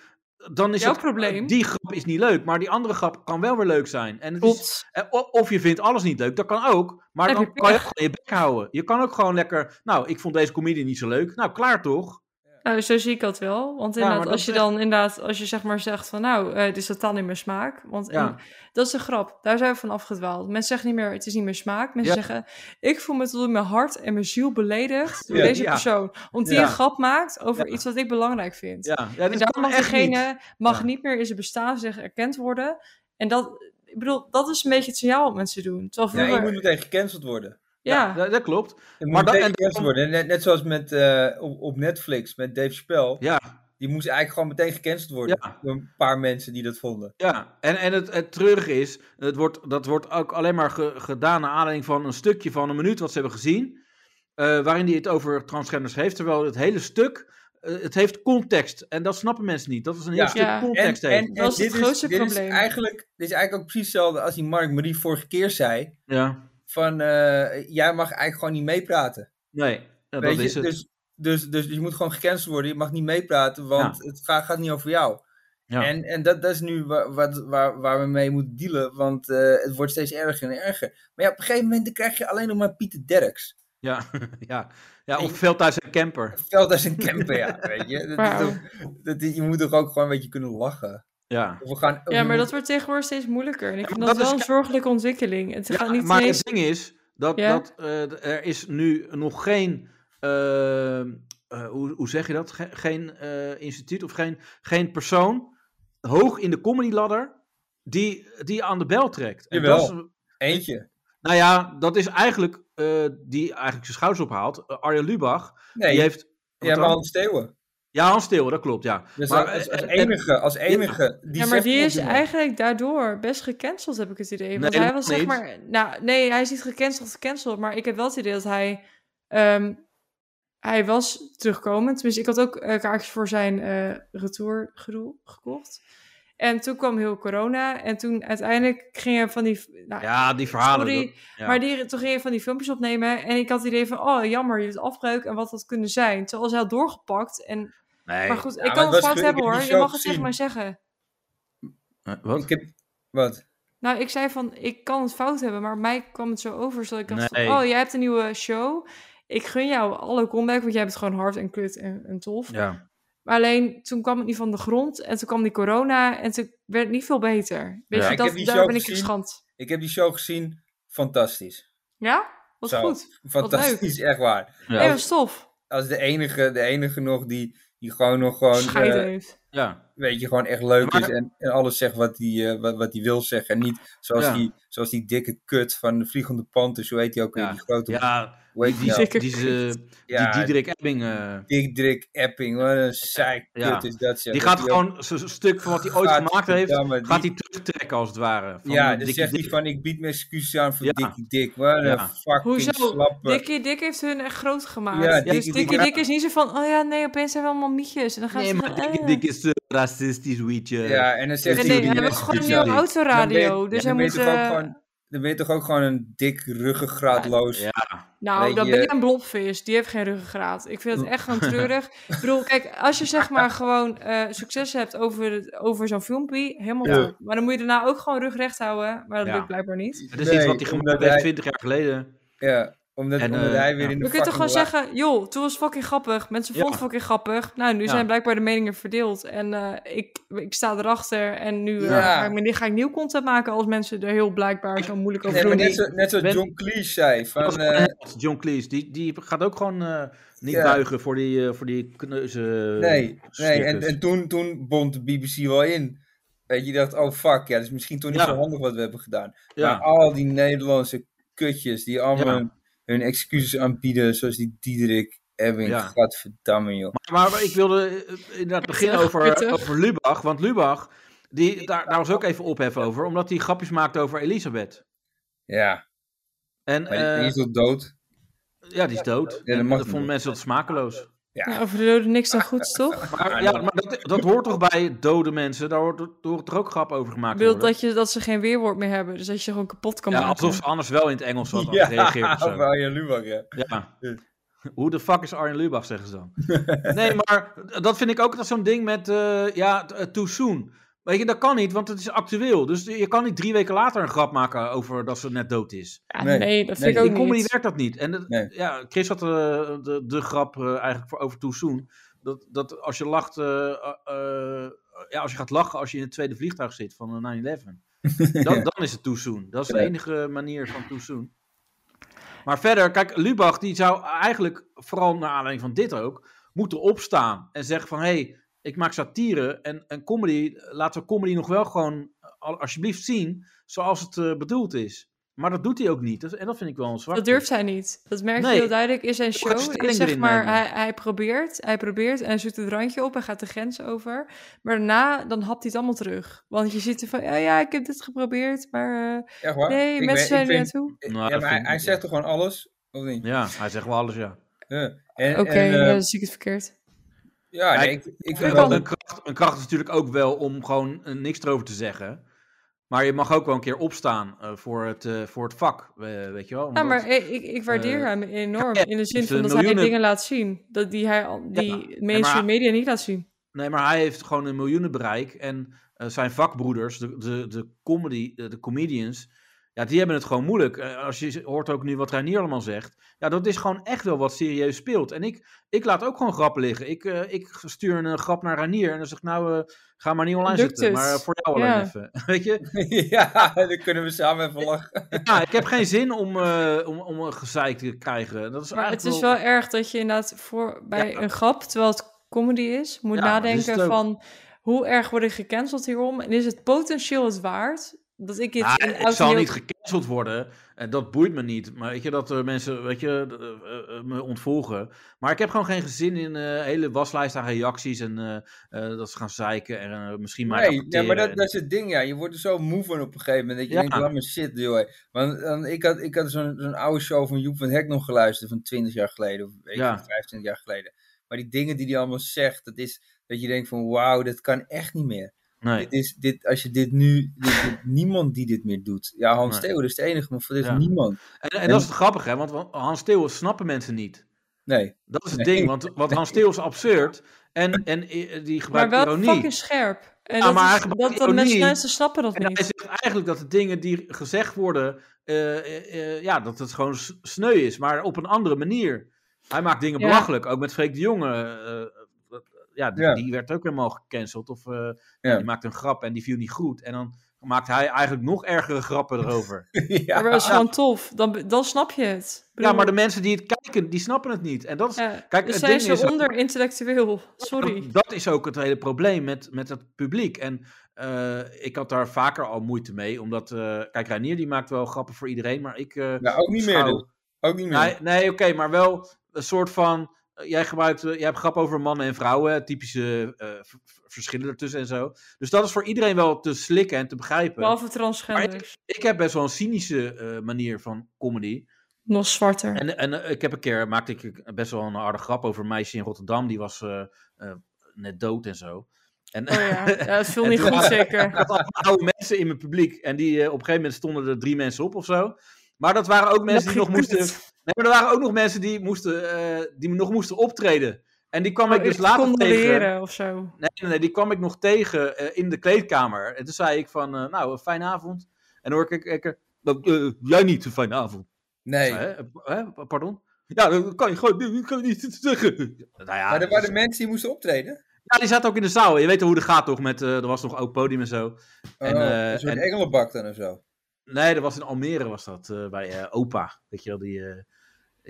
[SPEAKER 1] dan is
[SPEAKER 4] Jouw
[SPEAKER 1] het...
[SPEAKER 4] probleem.
[SPEAKER 1] Die grap is niet leuk, maar die andere grap kan wel weer leuk zijn. En het is,
[SPEAKER 4] Klopt.
[SPEAKER 1] eh, o- of je vindt alles niet leuk, dat kan ook. Maar
[SPEAKER 4] Heb je
[SPEAKER 1] dan kan je ook
[SPEAKER 4] pech.
[SPEAKER 1] gewoon je bek houden. Je kan ook gewoon lekker, nou, ik vond deze comedy niet zo leuk. Nou, klaar toch?
[SPEAKER 4] Nou, zo zie ik dat wel. Want
[SPEAKER 1] Ja,
[SPEAKER 4] inderdaad,
[SPEAKER 1] maar dat
[SPEAKER 4] als je
[SPEAKER 1] is echt-
[SPEAKER 4] dan inderdaad, als je zeg maar zegt van nou, eh dit is totaal niet mijn smaak. Want en
[SPEAKER 1] Ja.
[SPEAKER 4] dat is de grap. Daar zijn we van afgedwaald. Mensen zeggen niet meer, het is niet mijn smaak. Mensen
[SPEAKER 1] Ja.
[SPEAKER 4] zeggen, ik voel me tot in mijn hart en mijn ziel beledigd door
[SPEAKER 1] Ja.
[SPEAKER 4] deze
[SPEAKER 1] Ja.
[SPEAKER 4] persoon. Omdat die
[SPEAKER 1] Ja.
[SPEAKER 4] een grap maakt over iets wat ik belangrijk vind.
[SPEAKER 1] Ja, ja
[SPEAKER 4] En
[SPEAKER 1] dit
[SPEAKER 4] daarom
[SPEAKER 1] kan
[SPEAKER 4] mag
[SPEAKER 1] echt
[SPEAKER 4] diegene
[SPEAKER 1] niet.
[SPEAKER 4] mag
[SPEAKER 1] Ja.
[SPEAKER 4] niet meer in zijn bestaan zich erkend worden. En dat, ik bedoel, dat is een beetje het signaal wat mensen doen. Terwijl
[SPEAKER 5] Ja, je
[SPEAKER 4] vroeger,
[SPEAKER 5] moet meteen gecanceld worden.
[SPEAKER 4] ja,
[SPEAKER 1] Ja, dat klopt.
[SPEAKER 5] Je moet
[SPEAKER 1] Maar dat-
[SPEAKER 5] meteen
[SPEAKER 1] en dat-
[SPEAKER 5] gecanceld worden. Net, net zoals met, eh, op, op Netflix met Dave Chappelle.
[SPEAKER 1] Ja,
[SPEAKER 5] Die moest eigenlijk gewoon meteen gecanceld worden
[SPEAKER 1] Ja.
[SPEAKER 5] door een paar mensen die dat vonden.
[SPEAKER 1] Ja, en, en het, het treurige is, het wordt, dat wordt ook alleen maar ge- gedaan naar aanleiding van een stukje van een minuut wat ze hebben gezien, eh, waarin hij het over transgenders heeft, terwijl het hele stuk, eh, het heeft context. En dat snappen mensen niet, dat is een heel
[SPEAKER 5] Ja.
[SPEAKER 1] stuk
[SPEAKER 4] Ja.
[SPEAKER 1] context heeft.
[SPEAKER 4] Dat is het grootste
[SPEAKER 5] dit
[SPEAKER 4] probleem.
[SPEAKER 5] Is eigenlijk, dit is eigenlijk ook precies hetzelfde als die Mark Marie vorige keer zei.
[SPEAKER 1] Ja,
[SPEAKER 5] Van, eh, jij mag eigenlijk gewoon niet meepraten.
[SPEAKER 1] nee, ja, dat
[SPEAKER 5] Weet je,
[SPEAKER 1] is het.
[SPEAKER 5] Dus, dus, dus je moet gewoon gecanceld worden. Je mag niet meepraten, want het gaat, gaat niet over jou.
[SPEAKER 1] Ja.
[SPEAKER 5] En, en dat, dat is nu wa- wat, waar, waar we mee moeten dealen, want eh, het wordt steeds erger en erger. Maar ja, op een gegeven moment dan krijg je alleen nog maar Pieter Derks.
[SPEAKER 1] ja, ja. ja, of Veldhuis en Camper.
[SPEAKER 5] Veld als een camper, ja, weet je. Dat is
[SPEAKER 4] Wauw.
[SPEAKER 5] toch- dat is- je moet toch ook gewoon een beetje kunnen lachen.
[SPEAKER 1] Ja.
[SPEAKER 5] Of we gaan,
[SPEAKER 4] ja,
[SPEAKER 5] of we
[SPEAKER 4] maar dat
[SPEAKER 5] moeten-
[SPEAKER 4] wordt tegenwoordig steeds moeilijker. En ik vind
[SPEAKER 1] maar
[SPEAKER 4] dat,
[SPEAKER 1] dat
[SPEAKER 4] wel
[SPEAKER 1] is-
[SPEAKER 4] een zorgelijke ontwikkeling. Het
[SPEAKER 1] Ja,
[SPEAKER 4] gaat niet
[SPEAKER 1] maar
[SPEAKER 4] ineens...
[SPEAKER 1] het ding is dat,
[SPEAKER 4] Ja?
[SPEAKER 1] dat eh, d- er is nu nog geen, eh, eh, hoe, hoe zeg je dat? Ge- geen eh, instituut of geen, geen persoon hoog in de comedy ladder die, die aan de bel trekt. En
[SPEAKER 5] Jawel.
[SPEAKER 1] dat is-
[SPEAKER 5] Eentje.
[SPEAKER 1] nou ja, dat is eigenlijk eh, die eigenlijk zijn schouders ophaalt. Eh, Arjen Lubach,
[SPEAKER 5] Nee,
[SPEAKER 1] die heeft. wat
[SPEAKER 5] ja, maar
[SPEAKER 1] dan?
[SPEAKER 5] Hans Steeuwen.
[SPEAKER 1] Ja, Hans Steeuwen, dat klopt, ja.
[SPEAKER 5] Dus
[SPEAKER 1] Maar,
[SPEAKER 5] als, als
[SPEAKER 1] eh, eh,
[SPEAKER 5] enige, als enige. Die
[SPEAKER 4] ja, maar
[SPEAKER 5] zegt
[SPEAKER 4] die
[SPEAKER 5] wat
[SPEAKER 4] is
[SPEAKER 5] hij wil.
[SPEAKER 4] eigenlijk daardoor best gecanceld, heb ik het idee. Want
[SPEAKER 1] Nee,
[SPEAKER 4] hij
[SPEAKER 1] dat
[SPEAKER 4] was zeg
[SPEAKER 1] niet.
[SPEAKER 4] maar. Nou, nee, hij is niet gecanceld, gecanceld. Maar ik heb wel het idee dat hij. ehm, hij was terugkomend. Tenminste, ik had ook eh, kaartjes voor zijn eh retour gekocht. En toen kwam heel corona. En toen uiteindelijk ging hij van die. Nou,
[SPEAKER 1] ja, die verhalen.
[SPEAKER 4] sorry,
[SPEAKER 1] dat- ja.
[SPEAKER 4] Maar die, toen ging je van die filmpjes opnemen. En ik had het idee van, oh jammer, je hebt afbreuk. En wat dat kunnen zijn. Terwijl ze had doorgepakt. En,
[SPEAKER 1] nee.
[SPEAKER 4] maar goed, ik
[SPEAKER 5] maar
[SPEAKER 4] kan
[SPEAKER 5] het
[SPEAKER 4] het
[SPEAKER 5] was
[SPEAKER 4] fout
[SPEAKER 5] ge-
[SPEAKER 4] hebben
[SPEAKER 5] ik heb
[SPEAKER 4] hoor.
[SPEAKER 5] die
[SPEAKER 4] Je
[SPEAKER 5] show
[SPEAKER 4] mag het tegen
[SPEAKER 5] gezien.
[SPEAKER 4] mij zeggen.
[SPEAKER 1] Eh, wat?
[SPEAKER 5] Ik heb, wat?
[SPEAKER 4] Nou, ik zei van, ik kan het fout hebben, maar mij kwam het zo over. Zodat ik dacht, van,
[SPEAKER 1] Nee.
[SPEAKER 4] oh, jij hebt een nieuwe show. ik gun jou alle comeback, want jij bent gewoon hard en kut en, en tof.
[SPEAKER 1] Ja.
[SPEAKER 4] Maar alleen toen kwam het niet van de grond en toen kwam die corona en toen werd het niet veel beter. Weet
[SPEAKER 1] Ja.
[SPEAKER 4] je,
[SPEAKER 1] Ik
[SPEAKER 4] dat,
[SPEAKER 5] heb die
[SPEAKER 4] daar
[SPEAKER 5] show
[SPEAKER 4] ben ik
[SPEAKER 5] gezien.
[SPEAKER 4] geschand.
[SPEAKER 5] Ik heb die show gezien. Fantastisch.
[SPEAKER 4] Ja? Wat
[SPEAKER 5] Zo,
[SPEAKER 4] goed.
[SPEAKER 5] Fantastisch, echt waar.
[SPEAKER 1] Ja.
[SPEAKER 4] Ja. Hey, was tof.
[SPEAKER 5] Als de enige, de enige nog die, die gewoon nog gewoon,
[SPEAKER 4] Scheiden
[SPEAKER 5] eh,
[SPEAKER 4] heeft.
[SPEAKER 1] Ja.
[SPEAKER 5] weet je, gewoon echt leuk
[SPEAKER 1] Maar-
[SPEAKER 5] is en, en alles zegt wat hij eh, wat, wat die wil zeggen. En niet zoals,
[SPEAKER 1] Ja.
[SPEAKER 5] die, zoals die dikke kut van de Vliegende Panthers, hoe heet die ook weer,
[SPEAKER 1] Ja.
[SPEAKER 5] die grote...
[SPEAKER 1] ja.
[SPEAKER 5] hoe heet die
[SPEAKER 1] Die,
[SPEAKER 5] nou?
[SPEAKER 4] zeker.
[SPEAKER 1] die, die, ze- die
[SPEAKER 5] Ja,
[SPEAKER 1] Diederik Ebbing. eh,
[SPEAKER 5] Dick Dick Epping, wat een saai kut
[SPEAKER 1] Ja.
[SPEAKER 5] is dat. zeg.
[SPEAKER 1] die
[SPEAKER 5] Dat
[SPEAKER 1] gaat
[SPEAKER 5] die ook-
[SPEAKER 1] gewoon zijn stuk van wat hij ooit
[SPEAKER 5] Gaat-
[SPEAKER 1] gemaakt heeft,
[SPEAKER 5] Ja, maar die-
[SPEAKER 1] gaat hij terugtrekken als het ware. Van
[SPEAKER 5] ja,
[SPEAKER 1] eh,
[SPEAKER 5] dan
[SPEAKER 1] Dikkie
[SPEAKER 5] zegt hij
[SPEAKER 1] Dik.
[SPEAKER 5] van ik bied mijn excuses aan voor
[SPEAKER 1] Ja.
[SPEAKER 5] Dikkie Dick. Wat
[SPEAKER 1] Ja.
[SPEAKER 5] een fucking
[SPEAKER 4] Hoezo?
[SPEAKER 5] slappe.
[SPEAKER 4] Dikkie Dik heeft hun echt groot gemaakt.
[SPEAKER 5] Ja,
[SPEAKER 4] dus
[SPEAKER 5] Dikkie
[SPEAKER 4] Dikkie
[SPEAKER 5] Dik-
[SPEAKER 4] Dik is niet zo van, oh ja, nee, opeens zijn we allemaal mietjes. En dan gaan
[SPEAKER 1] Nee,
[SPEAKER 4] ze
[SPEAKER 1] maar
[SPEAKER 4] van,
[SPEAKER 1] Dikkie
[SPEAKER 4] eh.
[SPEAKER 1] Dik is eh, racistisch, weetje.
[SPEAKER 5] Ja, en dan zegt
[SPEAKER 4] En
[SPEAKER 1] is
[SPEAKER 4] nee,
[SPEAKER 5] hij...
[SPEAKER 1] die
[SPEAKER 4] hij wil
[SPEAKER 1] rest
[SPEAKER 4] gewoon een
[SPEAKER 1] die
[SPEAKER 4] nieuwe
[SPEAKER 1] zei.
[SPEAKER 5] Dan
[SPEAKER 4] autoradio.
[SPEAKER 5] ben-
[SPEAKER 4] Dus hij
[SPEAKER 5] dan ben je
[SPEAKER 4] moet...
[SPEAKER 5] toch ook
[SPEAKER 4] eh,
[SPEAKER 5] gewoon- Dan ben je toch ook gewoon een dik ruggengraatloos...
[SPEAKER 1] Ja.
[SPEAKER 4] Nou,
[SPEAKER 5] Weet
[SPEAKER 4] dan
[SPEAKER 5] je-
[SPEAKER 4] ben je een blobvis. Die heeft geen ruggengraat. Ik
[SPEAKER 1] Mm.
[SPEAKER 4] vind het echt gewoon treurig. ik bedoel, kijk, als je zeg maar gewoon eh, succes hebt over, het- over zo'n filmpje, helemaal
[SPEAKER 5] Ja.
[SPEAKER 4] top. Maar dan moet je daarna ook gewoon rugrecht houden. Maar dat
[SPEAKER 1] Ja.
[SPEAKER 4] lukt blijkbaar niet.
[SPEAKER 1] Het is
[SPEAKER 5] Nee,
[SPEAKER 1] iets wat hij gemaakt
[SPEAKER 5] omdat
[SPEAKER 1] heeft
[SPEAKER 5] hij-
[SPEAKER 1] 20 jaar geleden.
[SPEAKER 5] Ja, omdat,
[SPEAKER 1] En,
[SPEAKER 5] omdat
[SPEAKER 1] eh,
[SPEAKER 5] hij weer
[SPEAKER 1] ja.
[SPEAKER 5] in de
[SPEAKER 4] We kunnen toch gewoon
[SPEAKER 5] fucking la-
[SPEAKER 4] zeggen, joh, toen was het fucking grappig. Mensen
[SPEAKER 1] Ja.
[SPEAKER 4] vonden het fucking grappig. Nou, nu
[SPEAKER 1] Ja.
[SPEAKER 4] zijn blijkbaar de meningen verdeeld. En eh, ik, ik sta erachter. En nu eh,
[SPEAKER 5] Ja.
[SPEAKER 4] ga, ik, me- ga ik nieuw content maken als mensen er heel blijkbaar zo moeilijk over
[SPEAKER 5] Nee, maar
[SPEAKER 4] doen.
[SPEAKER 5] net, zo, net zoals
[SPEAKER 1] Ben-
[SPEAKER 5] John Cleese zei.
[SPEAKER 1] Dat was
[SPEAKER 5] Van,
[SPEAKER 1] gewoon
[SPEAKER 5] eh,
[SPEAKER 1] een held, John Cleese, die, die gaat ook gewoon eh, niet
[SPEAKER 5] Ja.
[SPEAKER 1] buigen voor die, eh, voor die kneuze
[SPEAKER 5] nee, nee. En,
[SPEAKER 1] circus.
[SPEAKER 5] en toen, toen bond de BBC wel in. Weet je, je dacht, oh fuck, ja, dat is misschien toch niet
[SPEAKER 1] Ja.
[SPEAKER 5] zo handig wat we hebben gedaan. Maar
[SPEAKER 1] ja.
[SPEAKER 5] al die Nederlandse kutjes die allemaal
[SPEAKER 1] Ja.
[SPEAKER 5] hun, hun excuses aanbieden, zoals die Diederik Ebbing.
[SPEAKER 1] Ja.
[SPEAKER 5] Gadverdamme, joh.
[SPEAKER 1] maar, maar ik wilde eh, inderdaad beginnen over,
[SPEAKER 4] Pittig.
[SPEAKER 1] over Lubach, want Lubach, die, daar, daar was ook even ophef over, omdat hij grapjes maakte over Elisabeth.
[SPEAKER 5] Ja,
[SPEAKER 1] En
[SPEAKER 5] maar die-
[SPEAKER 1] eh,
[SPEAKER 5] die is toch dood?
[SPEAKER 1] ja, die is dood.
[SPEAKER 5] dat
[SPEAKER 1] en
[SPEAKER 5] mag
[SPEAKER 1] dat
[SPEAKER 5] niet.
[SPEAKER 1] vonden mensen dat smakeloos.
[SPEAKER 4] Ja, over de doden niks dan goeds, toch?
[SPEAKER 3] Ah,
[SPEAKER 1] Maar, ja, maar dat, dat hoort toch bij dode mensen? Daar hoort, daar hoort er ook grap over gemaakt
[SPEAKER 4] Ik
[SPEAKER 1] te
[SPEAKER 4] bedoel
[SPEAKER 1] worden.
[SPEAKER 4] dat, je, dat ze geen weerwoord meer hebben. Dus dat je ze gewoon kapot kan
[SPEAKER 1] Ja,
[SPEAKER 4] maken.
[SPEAKER 1] alsof ze anders wel in het Engels hadden
[SPEAKER 5] Ja,
[SPEAKER 1] gereageerd. of zo.
[SPEAKER 5] Of Arjen Lubach, ja.
[SPEAKER 1] Ja.
[SPEAKER 5] Ja.
[SPEAKER 1] Hoe de fuck is Arjen Lubach, zeggen ze dan. Nee, maar dat vind ik ook dat zo'n ding met, eh, ja, t- eh, too soon. Weet je, dat kan niet, want het is actueel. Dus je kan niet drie weken later een grap maken over dat ze net dood is.
[SPEAKER 4] Ja,
[SPEAKER 5] Nee.
[SPEAKER 4] nee, dat
[SPEAKER 5] Nee,
[SPEAKER 1] In
[SPEAKER 4] vind ik ook
[SPEAKER 1] comedy
[SPEAKER 4] niet.
[SPEAKER 1] werkt dat niet. En dat-
[SPEAKER 5] Nee.
[SPEAKER 1] ja, Chris had eh, de, de grap eh, eigenlijk voor over too soon. Dat, dat als je lacht, eh, eh, ja, als je gaat lachen als je in het tweede vliegtuig zit van eh, 9-11. Dan, dan is het too soon. Dat is de
[SPEAKER 5] Ja.
[SPEAKER 1] enige manier van too soon. Maar verder, kijk, Lubach die zou eigenlijk, vooral naar aanleiding van dit ook, moeten opstaan en zeggen van, hé, hey, ik maak satire en, en comedy, laten we comedy nog wel gewoon eh, al- alsjeblieft zien zoals het eh, bedoeld is. Maar dat doet hij ook niet. Dat- En dat vind ik wel een zwak.
[SPEAKER 4] Dat durft hij niet. Dat merk je
[SPEAKER 1] Nee.
[SPEAKER 4] heel duidelijk in zijn
[SPEAKER 1] Hij gaat
[SPEAKER 4] show.
[SPEAKER 1] stelling
[SPEAKER 4] Is, zeg
[SPEAKER 1] erin
[SPEAKER 4] maar,
[SPEAKER 1] nemen.
[SPEAKER 4] hij, hij probeert, hij probeert en hij zoekt het randje op en gaat de grens over. Maar daarna, dan hapt hij het allemaal terug. Want je ziet er van, ja, ja, ik heb dit geprobeerd, maar eh,
[SPEAKER 5] Echt waar?
[SPEAKER 4] nee,
[SPEAKER 5] Ik ben-
[SPEAKER 4] mensen
[SPEAKER 5] ik
[SPEAKER 4] zijn er
[SPEAKER 5] vind-
[SPEAKER 4] naartoe.
[SPEAKER 1] Nou,
[SPEAKER 5] ja,
[SPEAKER 1] dat
[SPEAKER 5] maar
[SPEAKER 1] vind
[SPEAKER 5] hij,
[SPEAKER 1] ik
[SPEAKER 5] hij
[SPEAKER 1] niet,
[SPEAKER 5] zegt toch gewoon alles? Of niet? Ja.
[SPEAKER 1] Ja, hij zegt wel alles, ja.
[SPEAKER 5] En,
[SPEAKER 4] Oké,
[SPEAKER 5] en, eh,
[SPEAKER 4] ja, dan zie ik het verkeerd.
[SPEAKER 5] ja, nee,
[SPEAKER 1] hij-
[SPEAKER 5] ik, ik vind
[SPEAKER 4] hij
[SPEAKER 5] wel
[SPEAKER 4] kan-
[SPEAKER 1] Een kracht, een kracht is natuurlijk ook wel om gewoon eh, niks erover te zeggen. Maar je mag ook wel een keer opstaan eh, voor, het, eh, voor het vak, eh, weet je wel.
[SPEAKER 4] Ja,
[SPEAKER 1] Omdat-
[SPEAKER 4] maar ik, ik, ik waardeer
[SPEAKER 1] eh,
[SPEAKER 4] hem enorm.
[SPEAKER 1] ja,
[SPEAKER 4] In de
[SPEAKER 1] het
[SPEAKER 4] zin
[SPEAKER 1] is
[SPEAKER 4] van
[SPEAKER 1] een
[SPEAKER 4] dat hij
[SPEAKER 1] miljoenen-
[SPEAKER 4] dingen laat zien. Dat die hij al- die
[SPEAKER 1] Ja,
[SPEAKER 4] mensen
[SPEAKER 1] maar hij-
[SPEAKER 4] media niet laat zien.
[SPEAKER 1] Nee, maar hij heeft gewoon een miljoenenbereik. En eh, zijn vakbroeders, de, de, de, comedy, eh, de comedians, ja, die hebben het gewoon moeilijk. Eh, als je z- hoort ook nu wat Reinier allemaal zegt. Ja, dat is gewoon echt wel wat serieus speelt. En ik, ik laat ook gewoon grappen liggen. Ik, eh, ik stuur een eh, grap naar Reinier en dan zeg ik nou, eh, ga maar niet online
[SPEAKER 4] Lukt
[SPEAKER 1] zitten.
[SPEAKER 4] het?
[SPEAKER 1] Maar eh, voor jou alleen
[SPEAKER 4] Ja.
[SPEAKER 1] even. Weet je?
[SPEAKER 5] ja, dan kunnen we samen even lachen.
[SPEAKER 1] Ja, ik heb geen zin om, eh om, om een gezeik te krijgen. Dat is
[SPEAKER 4] Maar het
[SPEAKER 1] eigenlijk
[SPEAKER 4] is wel erg dat je inderdaad voor, bij
[SPEAKER 1] Ja.
[SPEAKER 4] een grap, terwijl het comedy is, moet
[SPEAKER 1] Ja, maar dat is
[SPEAKER 4] nadenken
[SPEAKER 1] het ook.
[SPEAKER 4] van hoe erg word ik gecanceld hierom en is het potentieel het waard dat ik dit
[SPEAKER 1] Ja,
[SPEAKER 4] in
[SPEAKER 1] ik Ah, zal
[SPEAKER 4] audio-
[SPEAKER 1] niet gecanceld worden. En dat boeit me niet. Maar weet je, dat er mensen weet je, d- eh, eh, me ontvolgen. Maar ik heb gewoon geen zin in eh, hele waslijst aan reacties. En eh, eh, dat ze gaan zeiken. En eh, misschien mij
[SPEAKER 5] Nee, ja,
[SPEAKER 1] rapporteren.
[SPEAKER 5] maar dat, dat is het ding, ja. Je wordt er zo moe van op een gegeven moment. Dat je
[SPEAKER 1] Ja.
[SPEAKER 5] denkt, laat me zitten, joh. Want, want ik had, ik had zo'n zo'n oude show van Joep van Hek nog geluisterd. Van 20 jaar geleden, of weet ik
[SPEAKER 1] Ja.
[SPEAKER 5] veel, 25 jaar geleden. Maar die dingen die hij allemaal zegt, dat is dat je denkt van, wauw, dat kan echt niet meer.
[SPEAKER 1] Nee.
[SPEAKER 5] Dit is, dit, als je dit nu, dit, dit- niemand die dit meer doet. Ja, Hans
[SPEAKER 1] Nee.
[SPEAKER 5] Theo is de enige, maar voor dit
[SPEAKER 1] Ja.
[SPEAKER 5] niemand.
[SPEAKER 1] En, en dat is het grappige, hè? Want Hans Steeuwen snappen mensen niet.
[SPEAKER 5] Nee.
[SPEAKER 1] Dat is het ding. Want, want Hans Steeuwen is absurd. En, en eh, die
[SPEAKER 4] maar
[SPEAKER 1] gebruikt
[SPEAKER 4] wel
[SPEAKER 1] ironie.
[SPEAKER 4] fucking scherp. En
[SPEAKER 1] Ja,
[SPEAKER 4] dat,
[SPEAKER 1] maar
[SPEAKER 4] is-
[SPEAKER 1] hij
[SPEAKER 4] dat,
[SPEAKER 1] gebruikt
[SPEAKER 4] dat
[SPEAKER 1] ironie.
[SPEAKER 4] mensen, mensen snappen dat
[SPEAKER 1] En hij
[SPEAKER 4] niet.
[SPEAKER 1] zegt
[SPEAKER 3] dus
[SPEAKER 1] eigenlijk dat de dingen die gezegd worden, eh, eh, eh, ja, dat het gewoon s- sneu is, maar op een andere manier.
[SPEAKER 3] Hij maakt dingen
[SPEAKER 4] Ja.
[SPEAKER 3] belachelijk. Ook met Freek de Jonge. eh, eh, ja, die,
[SPEAKER 5] Ja.
[SPEAKER 3] die werd ook helemaal gecanceld. Of eh,
[SPEAKER 5] Ja.
[SPEAKER 3] die maakte een grap en die viel niet goed. En dan maakt hij eigenlijk nog ergere grappen erover.
[SPEAKER 5] ja.
[SPEAKER 4] Maar dat is gewoon tof. Dan, dan snap je het. Ik
[SPEAKER 3] ja,
[SPEAKER 4] bedoel,
[SPEAKER 3] maar de mensen die het kijken, die snappen het niet. En dat is,
[SPEAKER 4] ja,
[SPEAKER 3] kijk,
[SPEAKER 4] dus
[SPEAKER 3] het
[SPEAKER 4] zijn
[SPEAKER 3] ding
[SPEAKER 4] ze
[SPEAKER 3] is ook-
[SPEAKER 4] onder-intellectueel. Sorry.
[SPEAKER 3] Dat, dat is ook het hele probleem met, met het publiek. En eh, ik had daar vaker al moeite mee. Omdat, eh, kijk, Reinier die maakt wel grappen voor iedereen. Maar ik eh,
[SPEAKER 5] Nou, ook niet meer,
[SPEAKER 3] schouw-
[SPEAKER 5] dus. Ook niet meer.
[SPEAKER 3] Nee, nee oké, maar wel een soort van. eh, Jij gebruikt, eh, jij hebt grap over mannen en vrouwen, hè, typische eh, v- v- verschillen ertussen en zo. Dus dat is voor iedereen wel te slikken en te begrijpen.
[SPEAKER 4] Behalve transgenders.
[SPEAKER 3] Ik heb best wel een cynische eh, manier van comedy.
[SPEAKER 4] Nog zwarter.
[SPEAKER 3] En, en eh, ik heb een keer, maakte ik best wel een harde grap over een meisje in Rotterdam, die was eh, eh, net dood en zo. En,
[SPEAKER 4] Oh ja, ja dat viel
[SPEAKER 3] En
[SPEAKER 4] niet
[SPEAKER 3] toen
[SPEAKER 4] goed
[SPEAKER 3] waren-
[SPEAKER 4] zeker.
[SPEAKER 3] had allemaal oude mensen in mijn publiek. En die, eh, op een gegeven moment stonden er drie mensen op of zo. Maar dat waren ook mensen die nog moesten. Nee, maar er waren ook nog mensen die, moesten, eh, die nog moesten optreden. En die kwam ik dus later tegen. Nee,
[SPEAKER 4] Condoleren of zo.
[SPEAKER 3] nee, nee, die kwam ik nog tegen eh, in de kleedkamer. En toen zei ik van, eh, nou, een fijne avond. En dan hoor ik, ik, ik dat, eh, jij niet, een fijne avond.
[SPEAKER 5] nee.
[SPEAKER 3] Hè? Eh, hè? Pardon? Ja, dat kan je gewoon dat kan je niet zeggen. Nou ja,
[SPEAKER 5] maar er waren mensen die moesten optreden.
[SPEAKER 3] ja, die zaten ook in de zaal. Je weet hoe dat gaat toch, met, eh, er was nog oud podium en zo. En,
[SPEAKER 5] Oh,
[SPEAKER 3] eh,
[SPEAKER 5] een soort
[SPEAKER 3] en-
[SPEAKER 5] engelenbak dan of zo.
[SPEAKER 3] Nee, dat was in Almere was dat, eh, bij eh, opa. Weet je wel, die... eh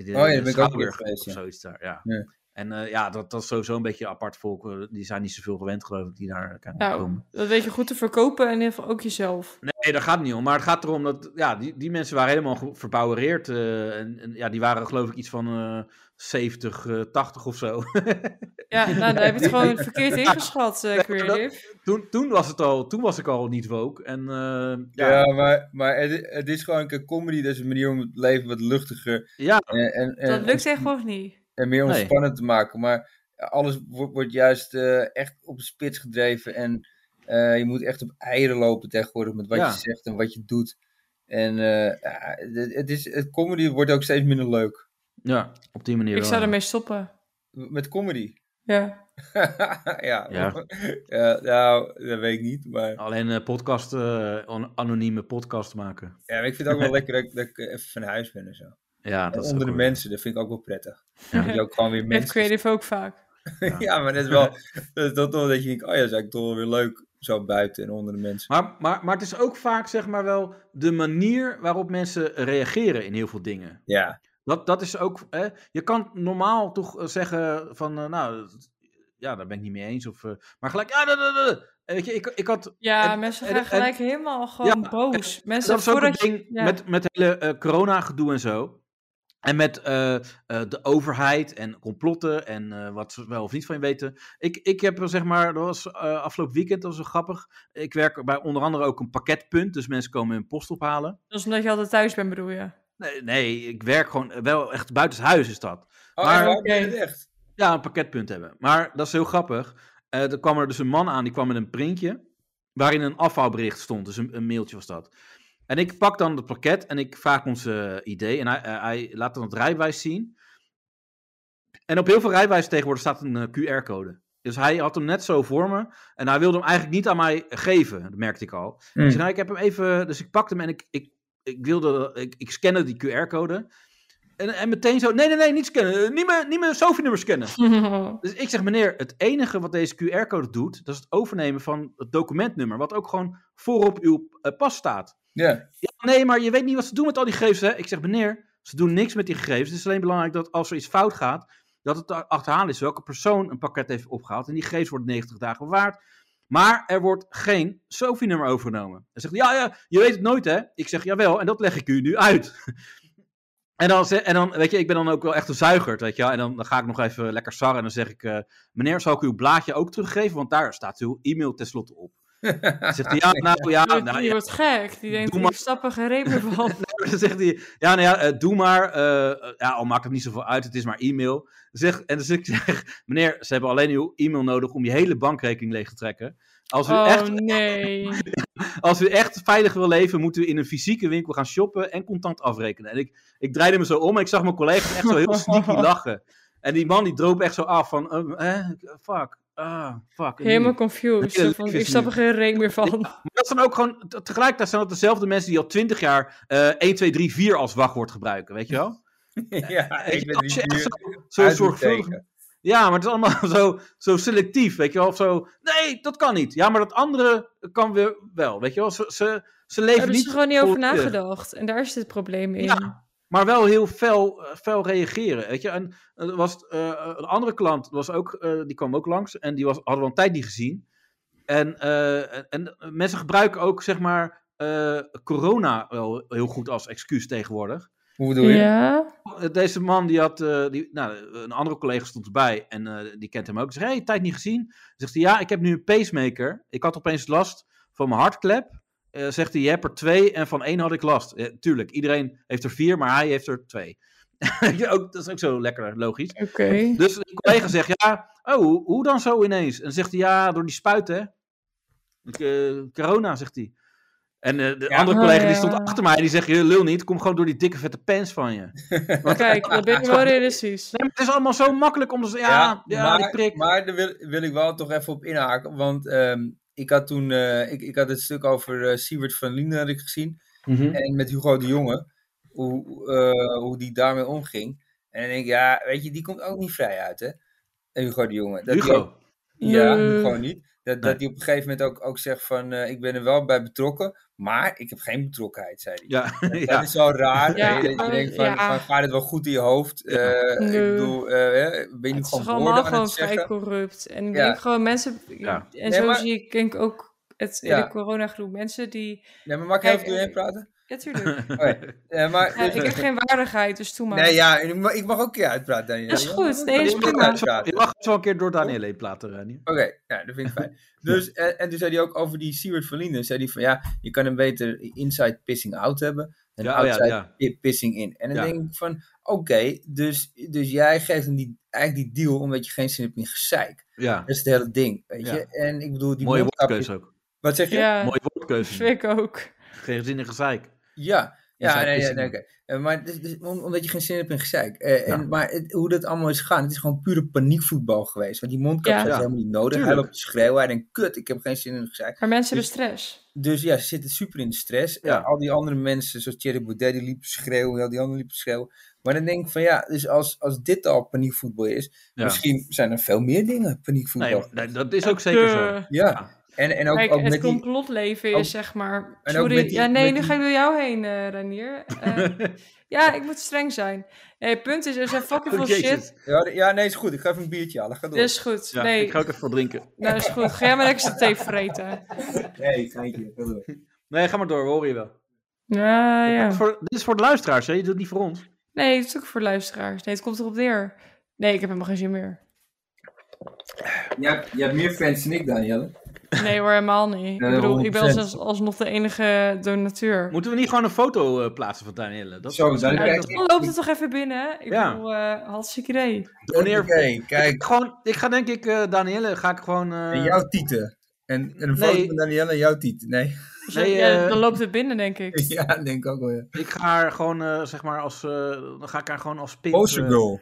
[SPEAKER 3] die-
[SPEAKER 5] Oh ja,
[SPEAKER 3] de
[SPEAKER 5] daar ben ik ook
[SPEAKER 3] Schouwburg
[SPEAKER 5] weer geweest, ja.
[SPEAKER 3] Of zoiets daar, ja.
[SPEAKER 5] Ja.
[SPEAKER 3] En eh, ja, dat, dat is sowieso een beetje een apart volk. eh, Die zijn niet zoveel gewend, geloof ik, die daar eh,
[SPEAKER 4] Nou,
[SPEAKER 3] komen.
[SPEAKER 4] dat weet je goed te verkopen en in ieder geval ook jezelf.
[SPEAKER 3] Nee, daar gaat het niet om. Maar het gaat erom dat... Ja, die, die mensen waren helemaal ge- verbouwereerd. eh, en, en ja, die waren geloof ik iets van eh 70, eh, 80 of zo.
[SPEAKER 4] Ja, nou, daar heb je het gewoon verkeerd ingeschat, eh, Creative.
[SPEAKER 3] toen, toen, was het al, toen was ik al niet woke. En eh,
[SPEAKER 5] Ja,
[SPEAKER 3] ja,
[SPEAKER 5] maar, maar het, het is gewoon een comedy, dat is een manier om het leven wat luchtiger
[SPEAKER 3] ja,
[SPEAKER 5] en, en, en,
[SPEAKER 4] Dat lukt tegenwoordig niet.
[SPEAKER 5] en meer
[SPEAKER 3] Nee.
[SPEAKER 5] ontspannend te maken. Maar alles wordt, wordt juist eh, echt op de spits gedreven en eh, je moet echt op eieren lopen tegenwoordig met wat
[SPEAKER 3] Ja.
[SPEAKER 5] je zegt en wat je doet. En eh, ja, het, het is, het comedy wordt ook steeds minder leuk.
[SPEAKER 3] ja, op die manier
[SPEAKER 4] Ik
[SPEAKER 3] wel,
[SPEAKER 4] zou
[SPEAKER 3] ja.
[SPEAKER 4] ermee stoppen.
[SPEAKER 5] Met comedy.
[SPEAKER 4] Ja.
[SPEAKER 5] ja.
[SPEAKER 3] Ja.
[SPEAKER 5] Ja, nou, dat weet ik niet, maar...
[SPEAKER 3] Alleen eh, podcast, eh, an- anonieme podcast maken.
[SPEAKER 5] Ja, maar ik vind het ook wel lekker dat, ik- dat ik even van huis ben en zo.
[SPEAKER 3] Ja, dat
[SPEAKER 5] En
[SPEAKER 3] is
[SPEAKER 5] onder de
[SPEAKER 3] ook wel-
[SPEAKER 5] mensen, dat vind ik ook wel prettig. Dan heb je ook gewoon weer
[SPEAKER 4] Met
[SPEAKER 5] mensen.
[SPEAKER 4] Creative ook vaak.
[SPEAKER 5] ja, maar dat is wel dat, is toch wel dat je denkt, oh ja, dat is eigenlijk toch wel weer leuk. Zo buiten en onder de mensen.
[SPEAKER 3] Maar, maar, maar het is ook vaak zeg maar wel de manier waarop mensen reageren in heel veel dingen.
[SPEAKER 5] Ja,
[SPEAKER 3] Dat, dat is ook, hè, je kan normaal toch eh, zeggen van, eh, nou, dat- ja, daar ben ik niet mee eens. Of, eh, maar gelijk, ja, dat, dat,
[SPEAKER 1] Eh,
[SPEAKER 3] dat. En Weet je, ik, ik had
[SPEAKER 4] Ja,
[SPEAKER 3] En-
[SPEAKER 4] mensen
[SPEAKER 3] en-
[SPEAKER 4] gaan
[SPEAKER 3] en-
[SPEAKER 4] gelijk helemaal gewoon
[SPEAKER 3] Ja,
[SPEAKER 4] boos. Mensen,
[SPEAKER 3] dat is ook
[SPEAKER 4] voordat
[SPEAKER 3] het
[SPEAKER 4] je-
[SPEAKER 3] ding
[SPEAKER 4] ja.
[SPEAKER 3] met, met het hele eh, corona-gedoe en zo. En met eh, eh, de overheid en complotten en eh, wat ze wel of niet van je weten. Ik, ik heb eh, zeg maar, dat was eh, afgelopen weekend, dat was wel grappig. Ik werk bij onder andere ook een pakketpunt, dus mensen komen hun post ophalen.
[SPEAKER 4] Dat is omdat je altijd thuis bent, bedoel je.
[SPEAKER 3] Nee, nee ik werk gewoon eh, wel echt buiten het huis is dat.
[SPEAKER 5] oh,
[SPEAKER 3] Maar-
[SPEAKER 5] maar, het echt.
[SPEAKER 3] Ja, een pakketpunt hebben. Maar dat is heel grappig. Eh, er kwam er dus een man aan, die kwam met een printje. Waarin een afvalbericht stond. Dus een, een mailtje was dat. En ik pak dan het pakket en ik vraag ons eh, idee. En hij, eh, hij laat dan het rijbewijs zien. En op heel veel rijwijzen tegenwoordig staat een eh, QR-code. Dus hij had hem net zo voor me. En hij wilde hem eigenlijk niet aan mij geven. Dat merkte ik al. Ik zei, nou, ik heb hem even... Dus ik pakte hem en ik, ik, ik wilde... Ik, ik scanne die QR-code. En, en meteen zo... Nee, nee, nee, niet scannen. Eh, Niet mijn, niet mijn SOFI-nummer scannen. Dus ik zeg, meneer, het enige wat deze QR-code doet, dat is het overnemen van het documentnummer, wat ook gewoon voorop uw eh, pas staat.
[SPEAKER 5] Ja,
[SPEAKER 3] Ja, nee, maar je weet niet wat ze doen met al die gegevens, hè? Ik zeg, meneer, ze doen niks met die gegevens. Het is alleen belangrijk dat als er iets fout gaat, dat het te achterhalen is welke persoon een pakket heeft opgehaald. En die gegevens worden 90 dagen bewaard. Maar er wordt geen SOFI-nummer overgenomen. Hij zegt, ja, ja, je weet het nooit, hè? Ik zeg, jawel, en dat leg ik u nu uit. En dan, ze- en dan, weet je, ik ben dan ook wel echt een zuigerd, weet je wel. En dan, dan ga ik nog even lekker sarren en dan zeg ik... eh, meneer, zal ik uw blaadje ook teruggeven? Want daar staat uw e-mail tenslotte op. Dan zegt hij, ja, nou ja,
[SPEAKER 4] die,
[SPEAKER 3] nou,
[SPEAKER 4] die
[SPEAKER 3] ja.
[SPEAKER 4] wordt gek. Die denkt,
[SPEAKER 3] Doe
[SPEAKER 4] ik
[SPEAKER 3] maar.
[SPEAKER 4] stap er geen reep meer van.
[SPEAKER 3] Dan zegt hij, ja, nou ja, eh, doe maar. eh, eh, ja, al maakt het niet zoveel uit, het is maar e-mail. Zeg, en dus ik zeg, meneer, ze hebben alleen uw e-mail nodig om je hele bankrekening leeg te trekken. Als u,
[SPEAKER 4] Oh
[SPEAKER 3] echt,
[SPEAKER 4] nee.
[SPEAKER 3] als u echt veilig wil leven, moet u in een fysieke winkel gaan shoppen en contant afrekenen. En ik, ik draaide me zo om en ik zag mijn collega echt zo heel sneaky lachen. En die man die droop echt zo af van, eh, eh, fuck, ah, fuck. en nu?
[SPEAKER 4] Helemaal confused.
[SPEAKER 3] Hele
[SPEAKER 4] Zo van,
[SPEAKER 3] leven
[SPEAKER 4] ik
[SPEAKER 3] is
[SPEAKER 4] snap
[SPEAKER 3] nu.
[SPEAKER 4] er geen reet meer van.
[SPEAKER 3] Maar dat zijn ook gewoon, te- tegelijkertijd zijn dat dezelfde mensen die al twintig jaar eh 1, 2, 3, 4 als wachtwoord gebruiken, weet je wel?
[SPEAKER 5] ja
[SPEAKER 3] Weet
[SPEAKER 5] ik
[SPEAKER 3] je,
[SPEAKER 5] ben
[SPEAKER 3] als je
[SPEAKER 5] niet
[SPEAKER 3] echt
[SPEAKER 5] duur.
[SPEAKER 3] zo, zo zorgvuldig. Ja, maar het is allemaal zo, zo selectief, weet je wel. Of zo, nee, dat kan niet. Ja, maar dat andere kan weer wel, weet je wel. Ze, ze, ze
[SPEAKER 4] Daar
[SPEAKER 3] leven
[SPEAKER 4] hebben
[SPEAKER 3] niet...
[SPEAKER 4] dus ze gewoon niet over
[SPEAKER 3] volledig.
[SPEAKER 4] nagedacht. En daar is het probleem in.
[SPEAKER 3] Ja. Maar wel heel fel, eh, fel reageren. Weet je? En eh, er was, eh, een andere klant was ook, eh, die kwam ook langs en die was, hadden we al een tijd niet gezien. En, eh, en- en mensen gebruiken ook zeg maar, eh, corona wel heel goed als excuus tegenwoordig.
[SPEAKER 5] Hoe bedoel je?
[SPEAKER 3] Eh, Deze man die had, eh, die, nou, een andere collega stond erbij en eh, die kent hem ook. Zegt, hey, tijd niet gezien. Zegt hij, ja, ik heb nu een pacemaker. Ik had opeens last van mijn hartklep. Eh, zegt hij, je hebt er twee en van één had ik last. Eh, tuurlijk, iedereen heeft er vier, maar hij heeft er twee. Ja, ook, dat is ook zo lekker logisch.
[SPEAKER 4] Oké.
[SPEAKER 3] Dus de collega zegt, ja, oh, hoe- hoe dan zo ineens? En dan zegt hij, ja, door die spuit, hè. Ik, eh, corona, zegt hij. En eh, de
[SPEAKER 5] Ja.
[SPEAKER 3] andere collega die
[SPEAKER 4] Oh,
[SPEAKER 3] stond
[SPEAKER 4] ja.
[SPEAKER 3] achter mij, die zegt, "Je lul niet, kom gewoon door die dikke vette pens van je.
[SPEAKER 4] Maar kijk, dat ben ik wel realistisch.
[SPEAKER 3] Nee, maar het is allemaal zo makkelijk om te zeggen, ja, ja,
[SPEAKER 5] maar,
[SPEAKER 3] die prik.
[SPEAKER 5] maar daar wil, wil ik wel toch even op inhaken. Want ehm, ik had toen eh, ik, ik had het stuk over eh Siewert van Linden had ik gezien. En met Hugo de Jonge. Hoe, eh, hoe die daarmee omging. En dan denk ik, ja, weet je, die komt ook niet vrij uit, hè? Hugo de Jonge. Dat die ook-
[SPEAKER 3] Hugo.
[SPEAKER 5] ja,
[SPEAKER 4] Nee.
[SPEAKER 5] gewoon niet. Dat,
[SPEAKER 3] Nee.
[SPEAKER 5] dat hij op een gegeven moment ook, ook zegt van, eh, ik ben er wel bij betrokken, maar ik heb geen betrokkenheid, zei hij.
[SPEAKER 3] Ja,
[SPEAKER 5] Dat
[SPEAKER 3] ja.
[SPEAKER 5] is wel raar.
[SPEAKER 4] Ja,
[SPEAKER 5] hè, dat je
[SPEAKER 4] eh,
[SPEAKER 5] denkt van,
[SPEAKER 4] ja.
[SPEAKER 5] van, gaat het wel goed in je hoofd? Eh,
[SPEAKER 4] Nee.
[SPEAKER 5] Ik bedoel, eh, hè, ben je nu
[SPEAKER 4] Het is gewoon
[SPEAKER 5] gewoon woorden
[SPEAKER 4] allemaal
[SPEAKER 5] aan het
[SPEAKER 4] gewoon vrij
[SPEAKER 5] zeggen?
[SPEAKER 4] corrupt. En ik
[SPEAKER 5] Ja.
[SPEAKER 4] denk gewoon mensen...
[SPEAKER 3] Ja.
[SPEAKER 4] En
[SPEAKER 5] Nee,
[SPEAKER 4] zo
[SPEAKER 5] maar-
[SPEAKER 4] zie ik denk ik ook het
[SPEAKER 5] Ja.
[SPEAKER 4] hele corona groep. Mensen die...
[SPEAKER 5] Nee, maar mag ik
[SPEAKER 4] Kijk,
[SPEAKER 5] even doorheen
[SPEAKER 4] eh,
[SPEAKER 5] praten?
[SPEAKER 4] Ja, tuurlijk.
[SPEAKER 5] Oké. Eh, maar,
[SPEAKER 4] Ja, ik heb geen waardigheid, dus doe maar.
[SPEAKER 5] nee, ja, ik mag, ik mag ook een keer uitpraten, Daniel.
[SPEAKER 4] Dat is
[SPEAKER 5] Ja,
[SPEAKER 4] goed.
[SPEAKER 5] ik
[SPEAKER 4] Nee, dat
[SPEAKER 5] mag
[SPEAKER 4] is
[SPEAKER 5] ook een keer
[SPEAKER 4] prima.
[SPEAKER 5] uitpraten.
[SPEAKER 3] Je mag zo een keer door Daniel heen platen, Ranier.
[SPEAKER 5] Oké, ja, dat vind ik fijn. Dus, en, en toen zei hij ook over die Siewert Verlinde. Zei hij van ja, je kan hem beter inside pissing out hebben. En
[SPEAKER 3] Ja, oh ja,
[SPEAKER 5] outside
[SPEAKER 3] ja.
[SPEAKER 5] pi- pissing in. En dan
[SPEAKER 3] Ja.
[SPEAKER 5] denk ik van oké, dus, dus jij geeft hem die, eigenlijk die deal omdat je geen zin hebt in gezeik.
[SPEAKER 3] Ja,
[SPEAKER 5] Dat is het hele ding, weet je.
[SPEAKER 3] Ja.
[SPEAKER 5] En ik bedoel, die
[SPEAKER 3] mooie
[SPEAKER 5] mondkapjes-
[SPEAKER 3] woordkeuze ook.
[SPEAKER 5] Wat zeg je?
[SPEAKER 4] Ja,
[SPEAKER 3] Mooie
[SPEAKER 4] dat
[SPEAKER 3] woordkeuze.
[SPEAKER 4] vind ik ook.
[SPEAKER 3] Geen zin in gezeik.
[SPEAKER 5] Ja, ja,
[SPEAKER 3] Inside
[SPEAKER 5] nee, nee,
[SPEAKER 3] pissing
[SPEAKER 5] nee,
[SPEAKER 3] out.
[SPEAKER 5] oké. Eh, Maar dus- dus om- omdat je geen zin hebt in gezeik. Eh,
[SPEAKER 3] Ja.
[SPEAKER 5] en, maar het- hoe dat allemaal is gegaan, het is gewoon pure paniekvoetbal geweest. Want die mondkapjes
[SPEAKER 4] Ja.
[SPEAKER 5] zijn
[SPEAKER 3] Ja.
[SPEAKER 5] helemaal niet nodig. Hij
[SPEAKER 3] Tuurlijk.
[SPEAKER 5] loopt te schreeuwen, hij denkt, kut, ik heb geen zin in gezeik.
[SPEAKER 4] Maar mensen
[SPEAKER 5] Dus-
[SPEAKER 4] hebben stress.
[SPEAKER 5] Dus ja, ze zitten super in de stress.
[SPEAKER 3] Ja.
[SPEAKER 5] Eh, al die andere mensen, zoals Thierry Baudet, die liep te schreeuwen. Al die anderen liepen te schreeuwen. Maar dan denk ik van ja, dus als, als dit al paniekvoetbal is,
[SPEAKER 3] Ja.
[SPEAKER 5] misschien zijn er veel meer dingen paniekvoetbal.
[SPEAKER 3] Nee, nee, dat is ook zeker zo.
[SPEAKER 4] Eh,
[SPEAKER 5] ja. En, en ook,
[SPEAKER 4] Kijk,
[SPEAKER 5] ook
[SPEAKER 4] het
[SPEAKER 5] met die...
[SPEAKER 4] complotleven
[SPEAKER 5] ook-
[SPEAKER 4] is zeg maar...
[SPEAKER 5] en ook
[SPEAKER 4] Sorry,
[SPEAKER 5] met die-
[SPEAKER 4] ja nee,
[SPEAKER 5] met
[SPEAKER 4] nu
[SPEAKER 5] die-
[SPEAKER 4] ga ik door jou heen, eh Ranier. Eh, ja, ik moet streng zijn. Nee, het punt is, er zijn fucking veel
[SPEAKER 3] Jezus.
[SPEAKER 4] shit.
[SPEAKER 5] Ja, de- ja, nee, is goed. Ik ga even een biertje halen. Ga door.
[SPEAKER 4] Dat is goed.
[SPEAKER 3] Ja,
[SPEAKER 4] nee,
[SPEAKER 3] Ik ga ook even wat drinken.
[SPEAKER 4] nou is goed. Ga jij maar extra thee vreten.
[SPEAKER 5] Nee, geintje. Ga door.
[SPEAKER 3] Nee, ga maar door, we horen je wel.
[SPEAKER 4] Ja,
[SPEAKER 3] Dit,
[SPEAKER 4] ja.
[SPEAKER 3] is voor, dit is voor de luisteraars, hè? je doet het niet voor ons.
[SPEAKER 4] Nee, het is ook voor luisteraars. Nee, het komt erop neer. Nee, ik heb helemaal geen zin meer.
[SPEAKER 5] Jij, hebt- jij hebt meer fans dan ik, Danielle.
[SPEAKER 4] Nee hoor, helemaal niet. Ik
[SPEAKER 5] Eh,
[SPEAKER 4] bedoel, ik ben
[SPEAKER 5] 100%.
[SPEAKER 4] als, alsnog de enige donateur.
[SPEAKER 3] Moeten we niet gewoon een foto eh, plaatsen van Danielle? Dat
[SPEAKER 5] Zo, dan
[SPEAKER 3] Ja,
[SPEAKER 5] krijg
[SPEAKER 3] dat-
[SPEAKER 5] je-
[SPEAKER 4] Dan loopt het toch even binnen, hè? Ik
[SPEAKER 3] Ja.
[SPEAKER 4] bedoel, eh hartstikke idee.
[SPEAKER 3] Doneer-
[SPEAKER 5] Oké, kijk.
[SPEAKER 3] Gewoon, ik ga denk ik, eh, Danielle, ga ik gewoon... eh,
[SPEAKER 5] En jouw tieten. En, en een foto
[SPEAKER 3] Nee.
[SPEAKER 5] van Danielle en jouw tieten. Nee.
[SPEAKER 4] Zo-
[SPEAKER 3] Nee,
[SPEAKER 4] Dus, ja,
[SPEAKER 3] eh,
[SPEAKER 4] dan loopt het binnen, denk ik.
[SPEAKER 5] ja, denk ik ook wel. Ja.
[SPEAKER 3] ik ga haar gewoon, eh, zeg maar, als... eh, dan ga ik haar gewoon als pint...
[SPEAKER 5] Poster
[SPEAKER 3] eh,
[SPEAKER 5] girl.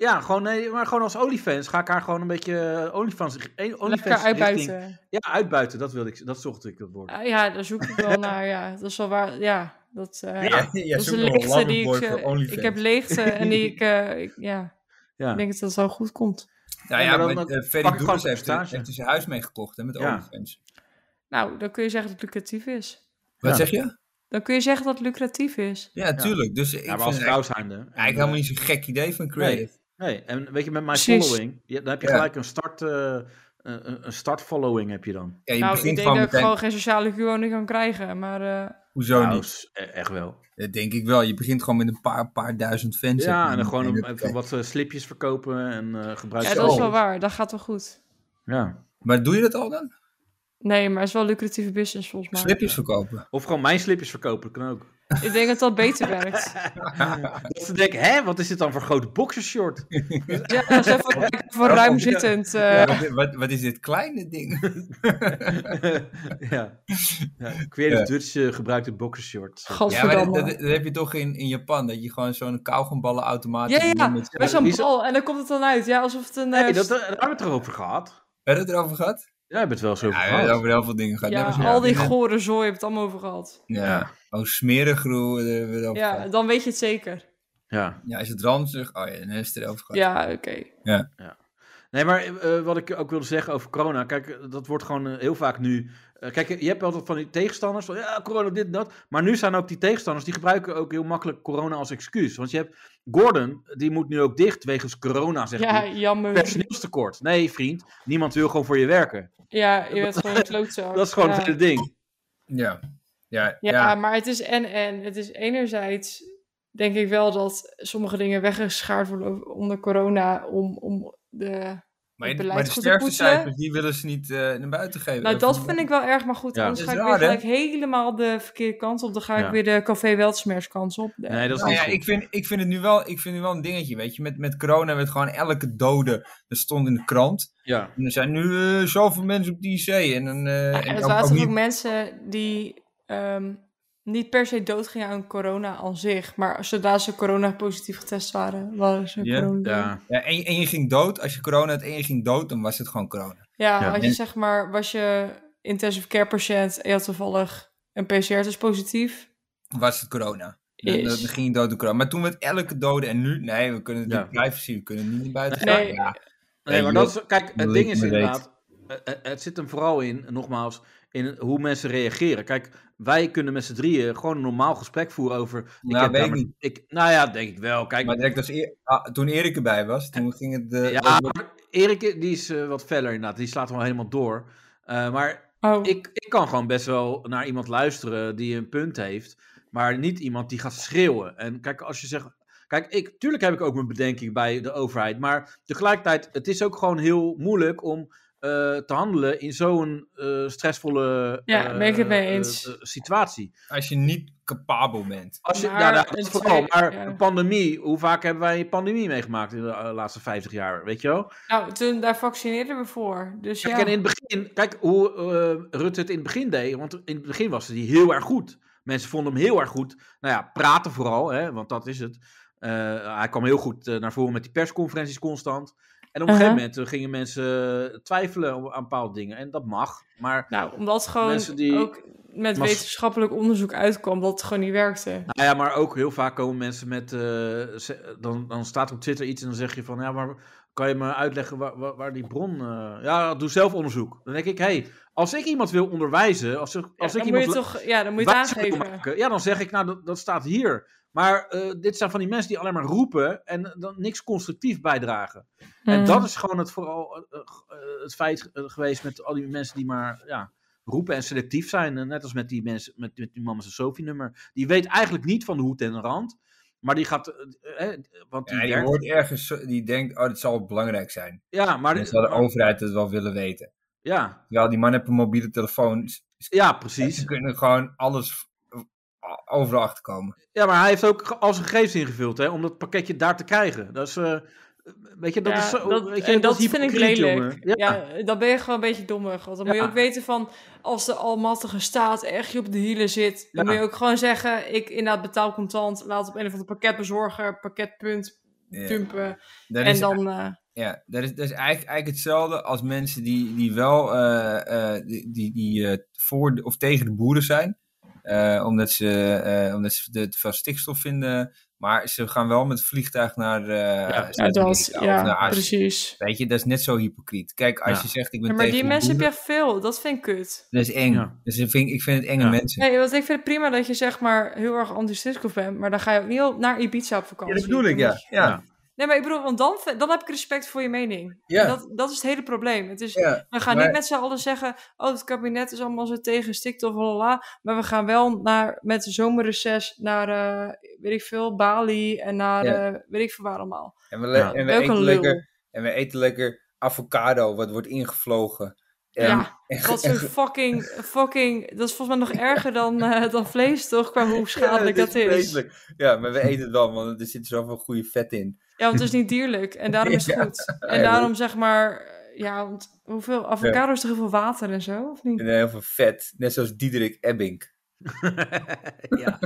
[SPEAKER 3] Ja, gewoon, nee, maar gewoon als OnlyFans ga ik haar gewoon een beetje eh, OnlyFans, eh,
[SPEAKER 4] Lekker
[SPEAKER 3] OnlyFans richting-
[SPEAKER 4] uitbuiten.
[SPEAKER 3] Ja, uitbuiten, dat wilde ik, dat zocht ik dat woord.
[SPEAKER 4] Ah, ja, daar zoek ik wel naar. Ja, dat is wel waar. Ja, dat, eh,
[SPEAKER 5] Ja,
[SPEAKER 4] dat
[SPEAKER 5] ja,
[SPEAKER 4] is
[SPEAKER 5] zoek
[SPEAKER 4] een
[SPEAKER 5] nog een
[SPEAKER 4] leegte
[SPEAKER 5] loverboy
[SPEAKER 4] die ik...
[SPEAKER 5] voor
[SPEAKER 4] eh,
[SPEAKER 5] OnlyFans.
[SPEAKER 4] ik heb leegte en die ik... eh, ik- ja,
[SPEAKER 3] Ja.
[SPEAKER 4] ik denk dat dat wel goed komt.
[SPEAKER 5] Nou
[SPEAKER 3] Ja,
[SPEAKER 5] ja,
[SPEAKER 3] maar dan-
[SPEAKER 5] met,
[SPEAKER 3] dan
[SPEAKER 5] eh,
[SPEAKER 3] pak
[SPEAKER 5] Ferry
[SPEAKER 3] ik gewoon
[SPEAKER 5] Doelers
[SPEAKER 3] een
[SPEAKER 5] heeft, er-
[SPEAKER 3] percentage.
[SPEAKER 5] heeft er zijn huis mee gekocht hè, met
[SPEAKER 3] Ja.
[SPEAKER 5] OnlyFans.
[SPEAKER 4] Nou, dan kun je zeggen dat het lucratief is.
[SPEAKER 5] Wat
[SPEAKER 3] Ja.
[SPEAKER 5] zeg je?
[SPEAKER 4] Dan kun je zeggen dat het lucratief is.
[SPEAKER 5] Ja, tuurlijk. Dus ik
[SPEAKER 3] Ja, maar
[SPEAKER 5] vind
[SPEAKER 3] als
[SPEAKER 5] het eigenlijk,
[SPEAKER 3] vrouw zijnde.
[SPEAKER 5] eigenlijk helemaal niet zo'n gek idee van
[SPEAKER 3] Nee,
[SPEAKER 5] Creative.
[SPEAKER 3] nee, en weet je, met mijn
[SPEAKER 4] Precies.
[SPEAKER 3] following, je- dan heb je
[SPEAKER 5] Ja.
[SPEAKER 3] gelijk een start, eh, een, een start following heb je dan.
[SPEAKER 5] Ja, je
[SPEAKER 4] nou, ik
[SPEAKER 5] begint
[SPEAKER 4] denk
[SPEAKER 5] gewoon
[SPEAKER 4] dat ik
[SPEAKER 5] meteen...
[SPEAKER 4] gewoon geen sociale huurwoning kan krijgen. Maar eh,
[SPEAKER 5] Hoezo
[SPEAKER 3] Nou,
[SPEAKER 5] niet?
[SPEAKER 3] s- e- echt wel.
[SPEAKER 5] Dat denk ik wel. Je begint gewoon met een paar, paar duizend fans.
[SPEAKER 3] Ja, en
[SPEAKER 5] heb je
[SPEAKER 3] dan gewoon
[SPEAKER 5] meteen.
[SPEAKER 3] een- even wat eh, slipjes verkopen en eh, gebruik.
[SPEAKER 4] ja,
[SPEAKER 5] Zo.
[SPEAKER 4] dat is wel waar. Dat gaat wel goed.
[SPEAKER 3] Ja.
[SPEAKER 5] Maar doe je dat al dan?
[SPEAKER 4] Nee, maar het is wel lucratieve business volgens mij.
[SPEAKER 5] Slipjes verkopen.
[SPEAKER 3] Of gewoon mijn slipjes verkopen, dat kan ook.
[SPEAKER 4] Ik denk dat dat beter werkt.
[SPEAKER 3] Dat ze denken, hè, wat is dit dan voor grote boxershort?
[SPEAKER 4] Ja, dat is even voor ruimzittend. eh,
[SPEAKER 5] Wat, wat, wat is dit kleine ding?
[SPEAKER 3] ja. ja. Creative
[SPEAKER 5] Ja.
[SPEAKER 3] Dutch eh, gebruikt een boxershort.
[SPEAKER 5] Ja, maar dat,
[SPEAKER 4] Gadverdamme.
[SPEAKER 5] dat- dat heb je toch in, in Japan, dat je gewoon zo'n kauwgomballenautomaat...
[SPEAKER 4] Ja,
[SPEAKER 5] hebt
[SPEAKER 4] ja,
[SPEAKER 5] met-
[SPEAKER 4] bij zo'n
[SPEAKER 3] Wie is-
[SPEAKER 4] bal. En dan komt het dan uit. Ja, alsof het een... eh,
[SPEAKER 3] Nee, dat, daar hebben we het erover gehad.
[SPEAKER 5] Hebben we het erover gehad?
[SPEAKER 3] Jij hebt het wel zo over
[SPEAKER 5] Ja, we
[SPEAKER 3] gehad.
[SPEAKER 5] hebben over heel veel dingen gehad. Net
[SPEAKER 4] ja,
[SPEAKER 5] als jij.
[SPEAKER 4] al die gore zooi heb je het allemaal over gehad.
[SPEAKER 5] Ja, oh smerig roe, daar hebben we het over
[SPEAKER 4] Ja,
[SPEAKER 5] gehad.
[SPEAKER 4] dan weet je het zeker.
[SPEAKER 1] Ja.
[SPEAKER 5] Ja, is het ranzig? Oh ja, dan is het erover gehad.
[SPEAKER 4] Ja, oké.
[SPEAKER 1] Nee, maar eh, wat ik ook wilde zeggen over corona. Kijk, eh, dat wordt gewoon eh, heel vaak nu. eh, kijk, je hebt altijd van die tegenstanders. Van, ja, corona, dit en dat. Maar nu zijn ook die tegenstanders. Die gebruiken ook heel makkelijk corona als excuus. Want je hebt Gordon, die moet nu ook dicht wegens corona, zegt
[SPEAKER 4] Ja,
[SPEAKER 1] hij.
[SPEAKER 4] jammer.
[SPEAKER 1] Personeelstekort. Nee, vriend. Niemand wil gewoon voor je werken.
[SPEAKER 4] Ja, je bent gewoon een klootzak.
[SPEAKER 1] Dat is gewoon
[SPEAKER 4] ja.
[SPEAKER 1] het hele ding.
[SPEAKER 5] Ja. Ja,
[SPEAKER 4] Ja,
[SPEAKER 5] ja,
[SPEAKER 4] maar het is en en. Het is enerzijds denk ik wel dat sommige dingen weggeschaard worden onder corona om, om de.
[SPEAKER 5] maar,
[SPEAKER 4] het
[SPEAKER 5] de-
[SPEAKER 4] beleid
[SPEAKER 5] maar de
[SPEAKER 4] goed te
[SPEAKER 5] sterftecijfers, die willen ze niet eh, naar buiten geven.
[SPEAKER 4] Nou, dat vind ik wel erg, maar goed,
[SPEAKER 1] Ja.
[SPEAKER 4] anders
[SPEAKER 5] Dat
[SPEAKER 4] ga
[SPEAKER 5] is
[SPEAKER 4] ik weer
[SPEAKER 5] raar, hè?
[SPEAKER 4] gelijk helemaal de verkeerde kant op. Dan ga
[SPEAKER 1] Ja.
[SPEAKER 4] ik weer de café Weltsmers kant op.
[SPEAKER 1] Nee, dat is
[SPEAKER 5] Nou
[SPEAKER 1] niet
[SPEAKER 5] ja,
[SPEAKER 1] goed.
[SPEAKER 5] ik vind, ik, vind het nu wel, ik vind het wel een dingetje, weet je. Met, met corona werd gewoon elke dode, dat stond in de krant.
[SPEAKER 1] Ja.
[SPEAKER 5] En er zijn nu eh, zoveel mensen op de IC. En, dan,
[SPEAKER 4] Ja,
[SPEAKER 5] eh, en
[SPEAKER 4] het
[SPEAKER 5] ook- ook
[SPEAKER 4] waren toch
[SPEAKER 5] niet-
[SPEAKER 4] ook mensen die ehm, niet per se doodgingen aan corona aan zich, maar zodra ze corona positief getest waren, waren ze
[SPEAKER 5] Ja,
[SPEAKER 4] corona.
[SPEAKER 1] Ja.
[SPEAKER 5] ja, en, en je ging dood. Als je corona had en je ging dood, dan was het gewoon corona.
[SPEAKER 4] Ja,
[SPEAKER 1] Ja.
[SPEAKER 4] had je zeg maar, was je intensive care patiënt en je had toevallig een PCR-test positief.
[SPEAKER 5] Was het corona. Dan,
[SPEAKER 4] Is.
[SPEAKER 5] dan ging je dood door corona. Maar toen werd elke dode en nu, nee, we kunnen natuurlijk privacy, we kunnen niet naar buiten gaan.
[SPEAKER 4] Nee.
[SPEAKER 5] Ja,
[SPEAKER 1] Nee, maar dat is, kijk, het
[SPEAKER 5] wil
[SPEAKER 1] ding
[SPEAKER 5] ik
[SPEAKER 1] is
[SPEAKER 5] maar
[SPEAKER 1] inderdaad, het, het zit hem vooral in, nogmaals, in hoe mensen reageren. Kijk, wij kunnen met z'n drieën gewoon een normaal gesprek voeren over... Ik
[SPEAKER 5] Nou,
[SPEAKER 1] heb
[SPEAKER 5] weet
[SPEAKER 1] daar
[SPEAKER 5] ik
[SPEAKER 1] maar-
[SPEAKER 5] niet.
[SPEAKER 1] Ik, nou ja, denk ik wel. Kijk,
[SPEAKER 5] maar direct als eer- ah, toen Erik erbij was, toen ging het... eh,
[SPEAKER 1] ja,
[SPEAKER 5] was-
[SPEAKER 1] maar Erik die is eh, wat feller inderdaad, die slaat wel helemaal door. Eh, maar
[SPEAKER 4] Oh,
[SPEAKER 1] ik, ik kan gewoon best wel naar iemand luisteren die een punt heeft, maar niet iemand die gaat schreeuwen. En kijk, als je zegt... Kijk, ik, tuurlijk heb ik ook mijn bedenking bij de overheid, maar tegelijkertijd, het is ook gewoon heel moeilijk om eh, te handelen in zo'n eh, stressvolle
[SPEAKER 4] Ja,
[SPEAKER 1] eh,
[SPEAKER 4] ben ik het mee eens.
[SPEAKER 1] eh, eh, situatie.
[SPEAKER 5] als je niet capabel bent.
[SPEAKER 1] Als je,
[SPEAKER 4] Maar
[SPEAKER 1] ja, nou, dat
[SPEAKER 4] het
[SPEAKER 1] vooral,
[SPEAKER 4] feit-
[SPEAKER 1] maar
[SPEAKER 4] ja.
[SPEAKER 1] een pandemie, hoe vaak hebben wij een pandemie meegemaakt in de eh, laatste 50 jaar, weet je wel?
[SPEAKER 4] nou, toen daar vaccineerden we voor. Dus
[SPEAKER 1] Kijk,
[SPEAKER 4] ja.
[SPEAKER 1] en in het begin, kijk hoe eh, Rutte het in het begin deed. Want in het begin was hij heel erg goed. Mensen vonden hem heel erg goed. Nou ja, praten vooral, hè, want dat is het. Eh, hij kwam heel goed eh, naar voren met die persconferenties constant. En op een
[SPEAKER 4] Uh-huh.
[SPEAKER 1] gegeven moment eh, gingen mensen twijfelen op- aan bepaalde dingen. En dat mag. Maar
[SPEAKER 4] Nou, omdat
[SPEAKER 1] Mensen
[SPEAKER 4] gewoon
[SPEAKER 1] die-
[SPEAKER 4] ook met
[SPEAKER 1] Mas-
[SPEAKER 4] wetenschappelijk onderzoek uitkwam dat het gewoon niet werkte.
[SPEAKER 1] Nou ja, maar ook heel vaak komen mensen met. eh, ze- dan, dan staat op Twitter iets en dan zeg je van. Ja, maar kan je me uitleggen waar, waar, waar die bron. eh, ja, doe zelf onderzoek. Dan denk ik, hé, hey, als ik iemand wil onderwijzen. Als, ik-
[SPEAKER 4] Ja,
[SPEAKER 1] als ik
[SPEAKER 4] dan moet
[SPEAKER 1] iemand.
[SPEAKER 4] je
[SPEAKER 1] la-
[SPEAKER 4] toch, ja, dan moet je het
[SPEAKER 1] wijzer wil
[SPEAKER 4] aangeven.
[SPEAKER 1] maken, ja, dan zeg ik, nou, dat, dat staat hier. Maar eh, dit zijn van die mensen die alleen maar roepen. en dan niks constructief bijdragen. En
[SPEAKER 4] Hmm.
[SPEAKER 1] dat is gewoon het, vooral eh, eh, het feit eh, geweest met al die mensen die maar ja, roepen en selectief zijn. En net als met die mensen, met, met die Mama's en Sophie nummer. Die weet eigenlijk niet van de hoed en de rand. Maar die gaat, eh, eh, want die
[SPEAKER 5] Ja, die
[SPEAKER 1] werkt-
[SPEAKER 5] hoort ergens, zo- die denkt, oh, dit zal wel belangrijk zijn.
[SPEAKER 1] ja, maar,
[SPEAKER 5] Dan zal de
[SPEAKER 1] maar-
[SPEAKER 5] overheid het wel willen weten.
[SPEAKER 1] ja,
[SPEAKER 5] Terwijl die man heeft een mobiele telefoon. Ze-
[SPEAKER 1] ja,
[SPEAKER 5] Ze
[SPEAKER 1] precies.
[SPEAKER 5] kunnen gewoon alles eh, overal achterkomen.
[SPEAKER 1] Ja, maar hij heeft ook ge- al zijn gegevens ingevuld hè, om dat pakketje daar te krijgen. Dat is, eh, weet je, dat
[SPEAKER 4] Ja,
[SPEAKER 1] is zo,
[SPEAKER 4] dat-
[SPEAKER 1] weet je,
[SPEAKER 4] en
[SPEAKER 1] dat
[SPEAKER 4] dat
[SPEAKER 1] is
[SPEAKER 4] vind ik
[SPEAKER 1] hypocriet,
[SPEAKER 4] lelijk.
[SPEAKER 1] jongen.
[SPEAKER 4] Ja.
[SPEAKER 1] Ja.
[SPEAKER 4] dan ben je gewoon een beetje dommig. Want dan moet
[SPEAKER 1] Ja.
[SPEAKER 4] je ook weten van, als de almachtige staat echt je op de hielen zit, dan
[SPEAKER 1] Ja.
[SPEAKER 4] moet je ook gewoon zeggen, ik inderdaad betaal contant, laat op een of andere pakketbezorger, pakketpunt
[SPEAKER 5] Ja.
[SPEAKER 4] dumpen.
[SPEAKER 5] Dat
[SPEAKER 4] en
[SPEAKER 5] is,
[SPEAKER 4] dan, eh,
[SPEAKER 5] ja, dat is, dat is eigenlijk, eigenlijk hetzelfde als mensen die, die wel eh, eh, die, die, die, eh, voor de- of tegen de boeren zijn. eh, omdat ze, eh, omdat ze de- te veel stikstof vinden. Maar ze gaan wel met vliegtuig naar eh,
[SPEAKER 4] ja,
[SPEAKER 5] Zuid-Amerika
[SPEAKER 4] dat,
[SPEAKER 5] of naar
[SPEAKER 4] ja,
[SPEAKER 5] Azië.
[SPEAKER 4] precies.
[SPEAKER 5] Weet je, dat is net zo hypocriet. Kijk, als
[SPEAKER 1] Ja.
[SPEAKER 5] je zegt ik ben
[SPEAKER 4] Ja, maar
[SPEAKER 5] tegen
[SPEAKER 4] die
[SPEAKER 5] de
[SPEAKER 4] mensen heb je
[SPEAKER 5] boeren,
[SPEAKER 4] echt veel, dat vind ik kut.
[SPEAKER 5] Dat is eng.
[SPEAKER 1] Ja.
[SPEAKER 5] Dus ik vind, ik vind het enge
[SPEAKER 1] Ja.
[SPEAKER 5] mensen.
[SPEAKER 4] Nee, want ik vind het prima dat je zeg maar heel erg anti-Cisco bent, maar dan ga je ook niet op- naar Ibiza op
[SPEAKER 5] Ja,
[SPEAKER 4] vakantie.
[SPEAKER 5] dat bedoel ik, ja. ja.
[SPEAKER 1] Ja.
[SPEAKER 4] Nee, maar ik bedoel, want dan, dan heb ik respect voor je mening.
[SPEAKER 5] Ja.
[SPEAKER 4] Dat, dat is het hele probleem. Het is,
[SPEAKER 5] Ja,
[SPEAKER 4] we gaan
[SPEAKER 5] maar-
[SPEAKER 4] niet met z'n allen zeggen, oh, het kabinet is allemaal zo tegen stikstof, la. Maar we gaan wel naar, met de zomerreces naar, eh, weet ik veel, Bali en naar,
[SPEAKER 5] Ja.
[SPEAKER 4] eh, weet ik veel waar allemaal.
[SPEAKER 5] En we, le-
[SPEAKER 1] Ja.
[SPEAKER 5] en we
[SPEAKER 4] Ook
[SPEAKER 5] eten
[SPEAKER 4] een lul.
[SPEAKER 5] lekker en we eten lekker avocado wat wordt ingevlogen. En,
[SPEAKER 4] Ja,
[SPEAKER 5] en,
[SPEAKER 4] Dat
[SPEAKER 5] en-
[SPEAKER 4] soort fucking, fucking, dat is volgens mij nog erger dan, eh, dan vlees, toch? Qua hoe schadelijk
[SPEAKER 5] Ja,
[SPEAKER 4] dat is.
[SPEAKER 5] vreselijk. Ja, maar we eten het wel, want er zit zoveel goede vet in.
[SPEAKER 4] Ja, want het is niet dierlijk en daarom is het
[SPEAKER 5] Ja.
[SPEAKER 4] goed. En daarom zeg maar, eh, ja, want hoeveel, avocado is toch heel veel water en zo, of niet?
[SPEAKER 5] En heel veel vet. Net zoals Diederik Ebbing.
[SPEAKER 1] ja.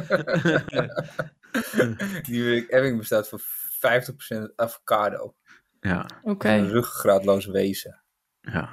[SPEAKER 5] Diederik Ebbing bestaat voor 50% avocado.
[SPEAKER 1] ja,
[SPEAKER 4] Oké.
[SPEAKER 5] Een ruggraatloos wezen.
[SPEAKER 1] ja.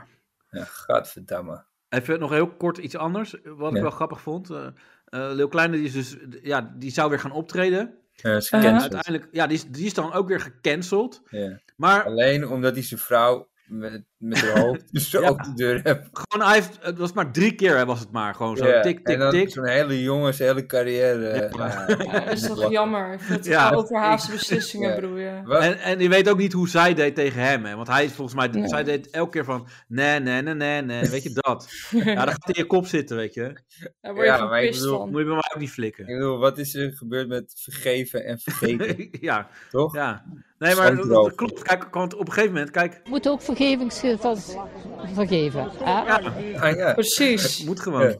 [SPEAKER 5] Ja, gadverdamme.
[SPEAKER 1] Even nog heel kort iets anders, wat ik
[SPEAKER 5] Ja.
[SPEAKER 1] eh, wel grappig vond. Eh eh, Leeuw Kleine die is dus, ja, die zou weer gaan optreden.
[SPEAKER 5] Eh, is
[SPEAKER 4] Eh,
[SPEAKER 1] En
[SPEAKER 5] gecanceld.
[SPEAKER 1] uiteindelijk, ja, die is, die is dan ook weer gecanceld.
[SPEAKER 5] Ja.
[SPEAKER 1] Maar
[SPEAKER 5] Alleen omdat hij zijn vrouw met, met haar hoofd zo
[SPEAKER 1] Ja.
[SPEAKER 5] op de deur heeft.
[SPEAKER 1] gewoon, hij heeft, het was maar drie keer hè, was het maar. Gewoon zo,
[SPEAKER 5] Ja.
[SPEAKER 1] tik,
[SPEAKER 5] en
[SPEAKER 1] tik,
[SPEAKER 5] dan
[SPEAKER 1] tik.
[SPEAKER 5] Zo'n hele jongen, zijn hele carrière. eh, nou,
[SPEAKER 4] Dat is toch
[SPEAKER 5] lachen.
[SPEAKER 4] jammer. Ik vind het
[SPEAKER 1] Ja.
[SPEAKER 4] overhaaste beslissingen,
[SPEAKER 5] Ja.
[SPEAKER 4] bedoel je.
[SPEAKER 5] Wat?
[SPEAKER 1] En, en je weet ook niet hoe zij deed tegen hem, hè. Want hij is volgens mij,
[SPEAKER 12] Nee.
[SPEAKER 1] zij deed elke keer van, nee, nee, nee, nee, nee, weet je dat. Ja, dat gaat in je kop zitten, weet je.
[SPEAKER 4] Daar word je
[SPEAKER 5] Ja,
[SPEAKER 4] van
[SPEAKER 5] maar ik
[SPEAKER 4] pist
[SPEAKER 5] bedoel-
[SPEAKER 4] van.
[SPEAKER 1] Moet je bij mij ook niet
[SPEAKER 5] Ik
[SPEAKER 1] flikken.
[SPEAKER 5] bedoel, wat is er gebeurd met vergeven en vergeten,
[SPEAKER 1] ja,
[SPEAKER 5] toch?
[SPEAKER 1] ja. Nee, maar dat,
[SPEAKER 5] Stond
[SPEAKER 1] dat
[SPEAKER 5] erover.
[SPEAKER 1] klopt. Kijk, want op een gegeven moment, kijk,
[SPEAKER 8] moet ook vergevings vergeven. Hè?
[SPEAKER 5] Ah, ja.
[SPEAKER 4] Precies.
[SPEAKER 1] moet gewoon.
[SPEAKER 5] Ja.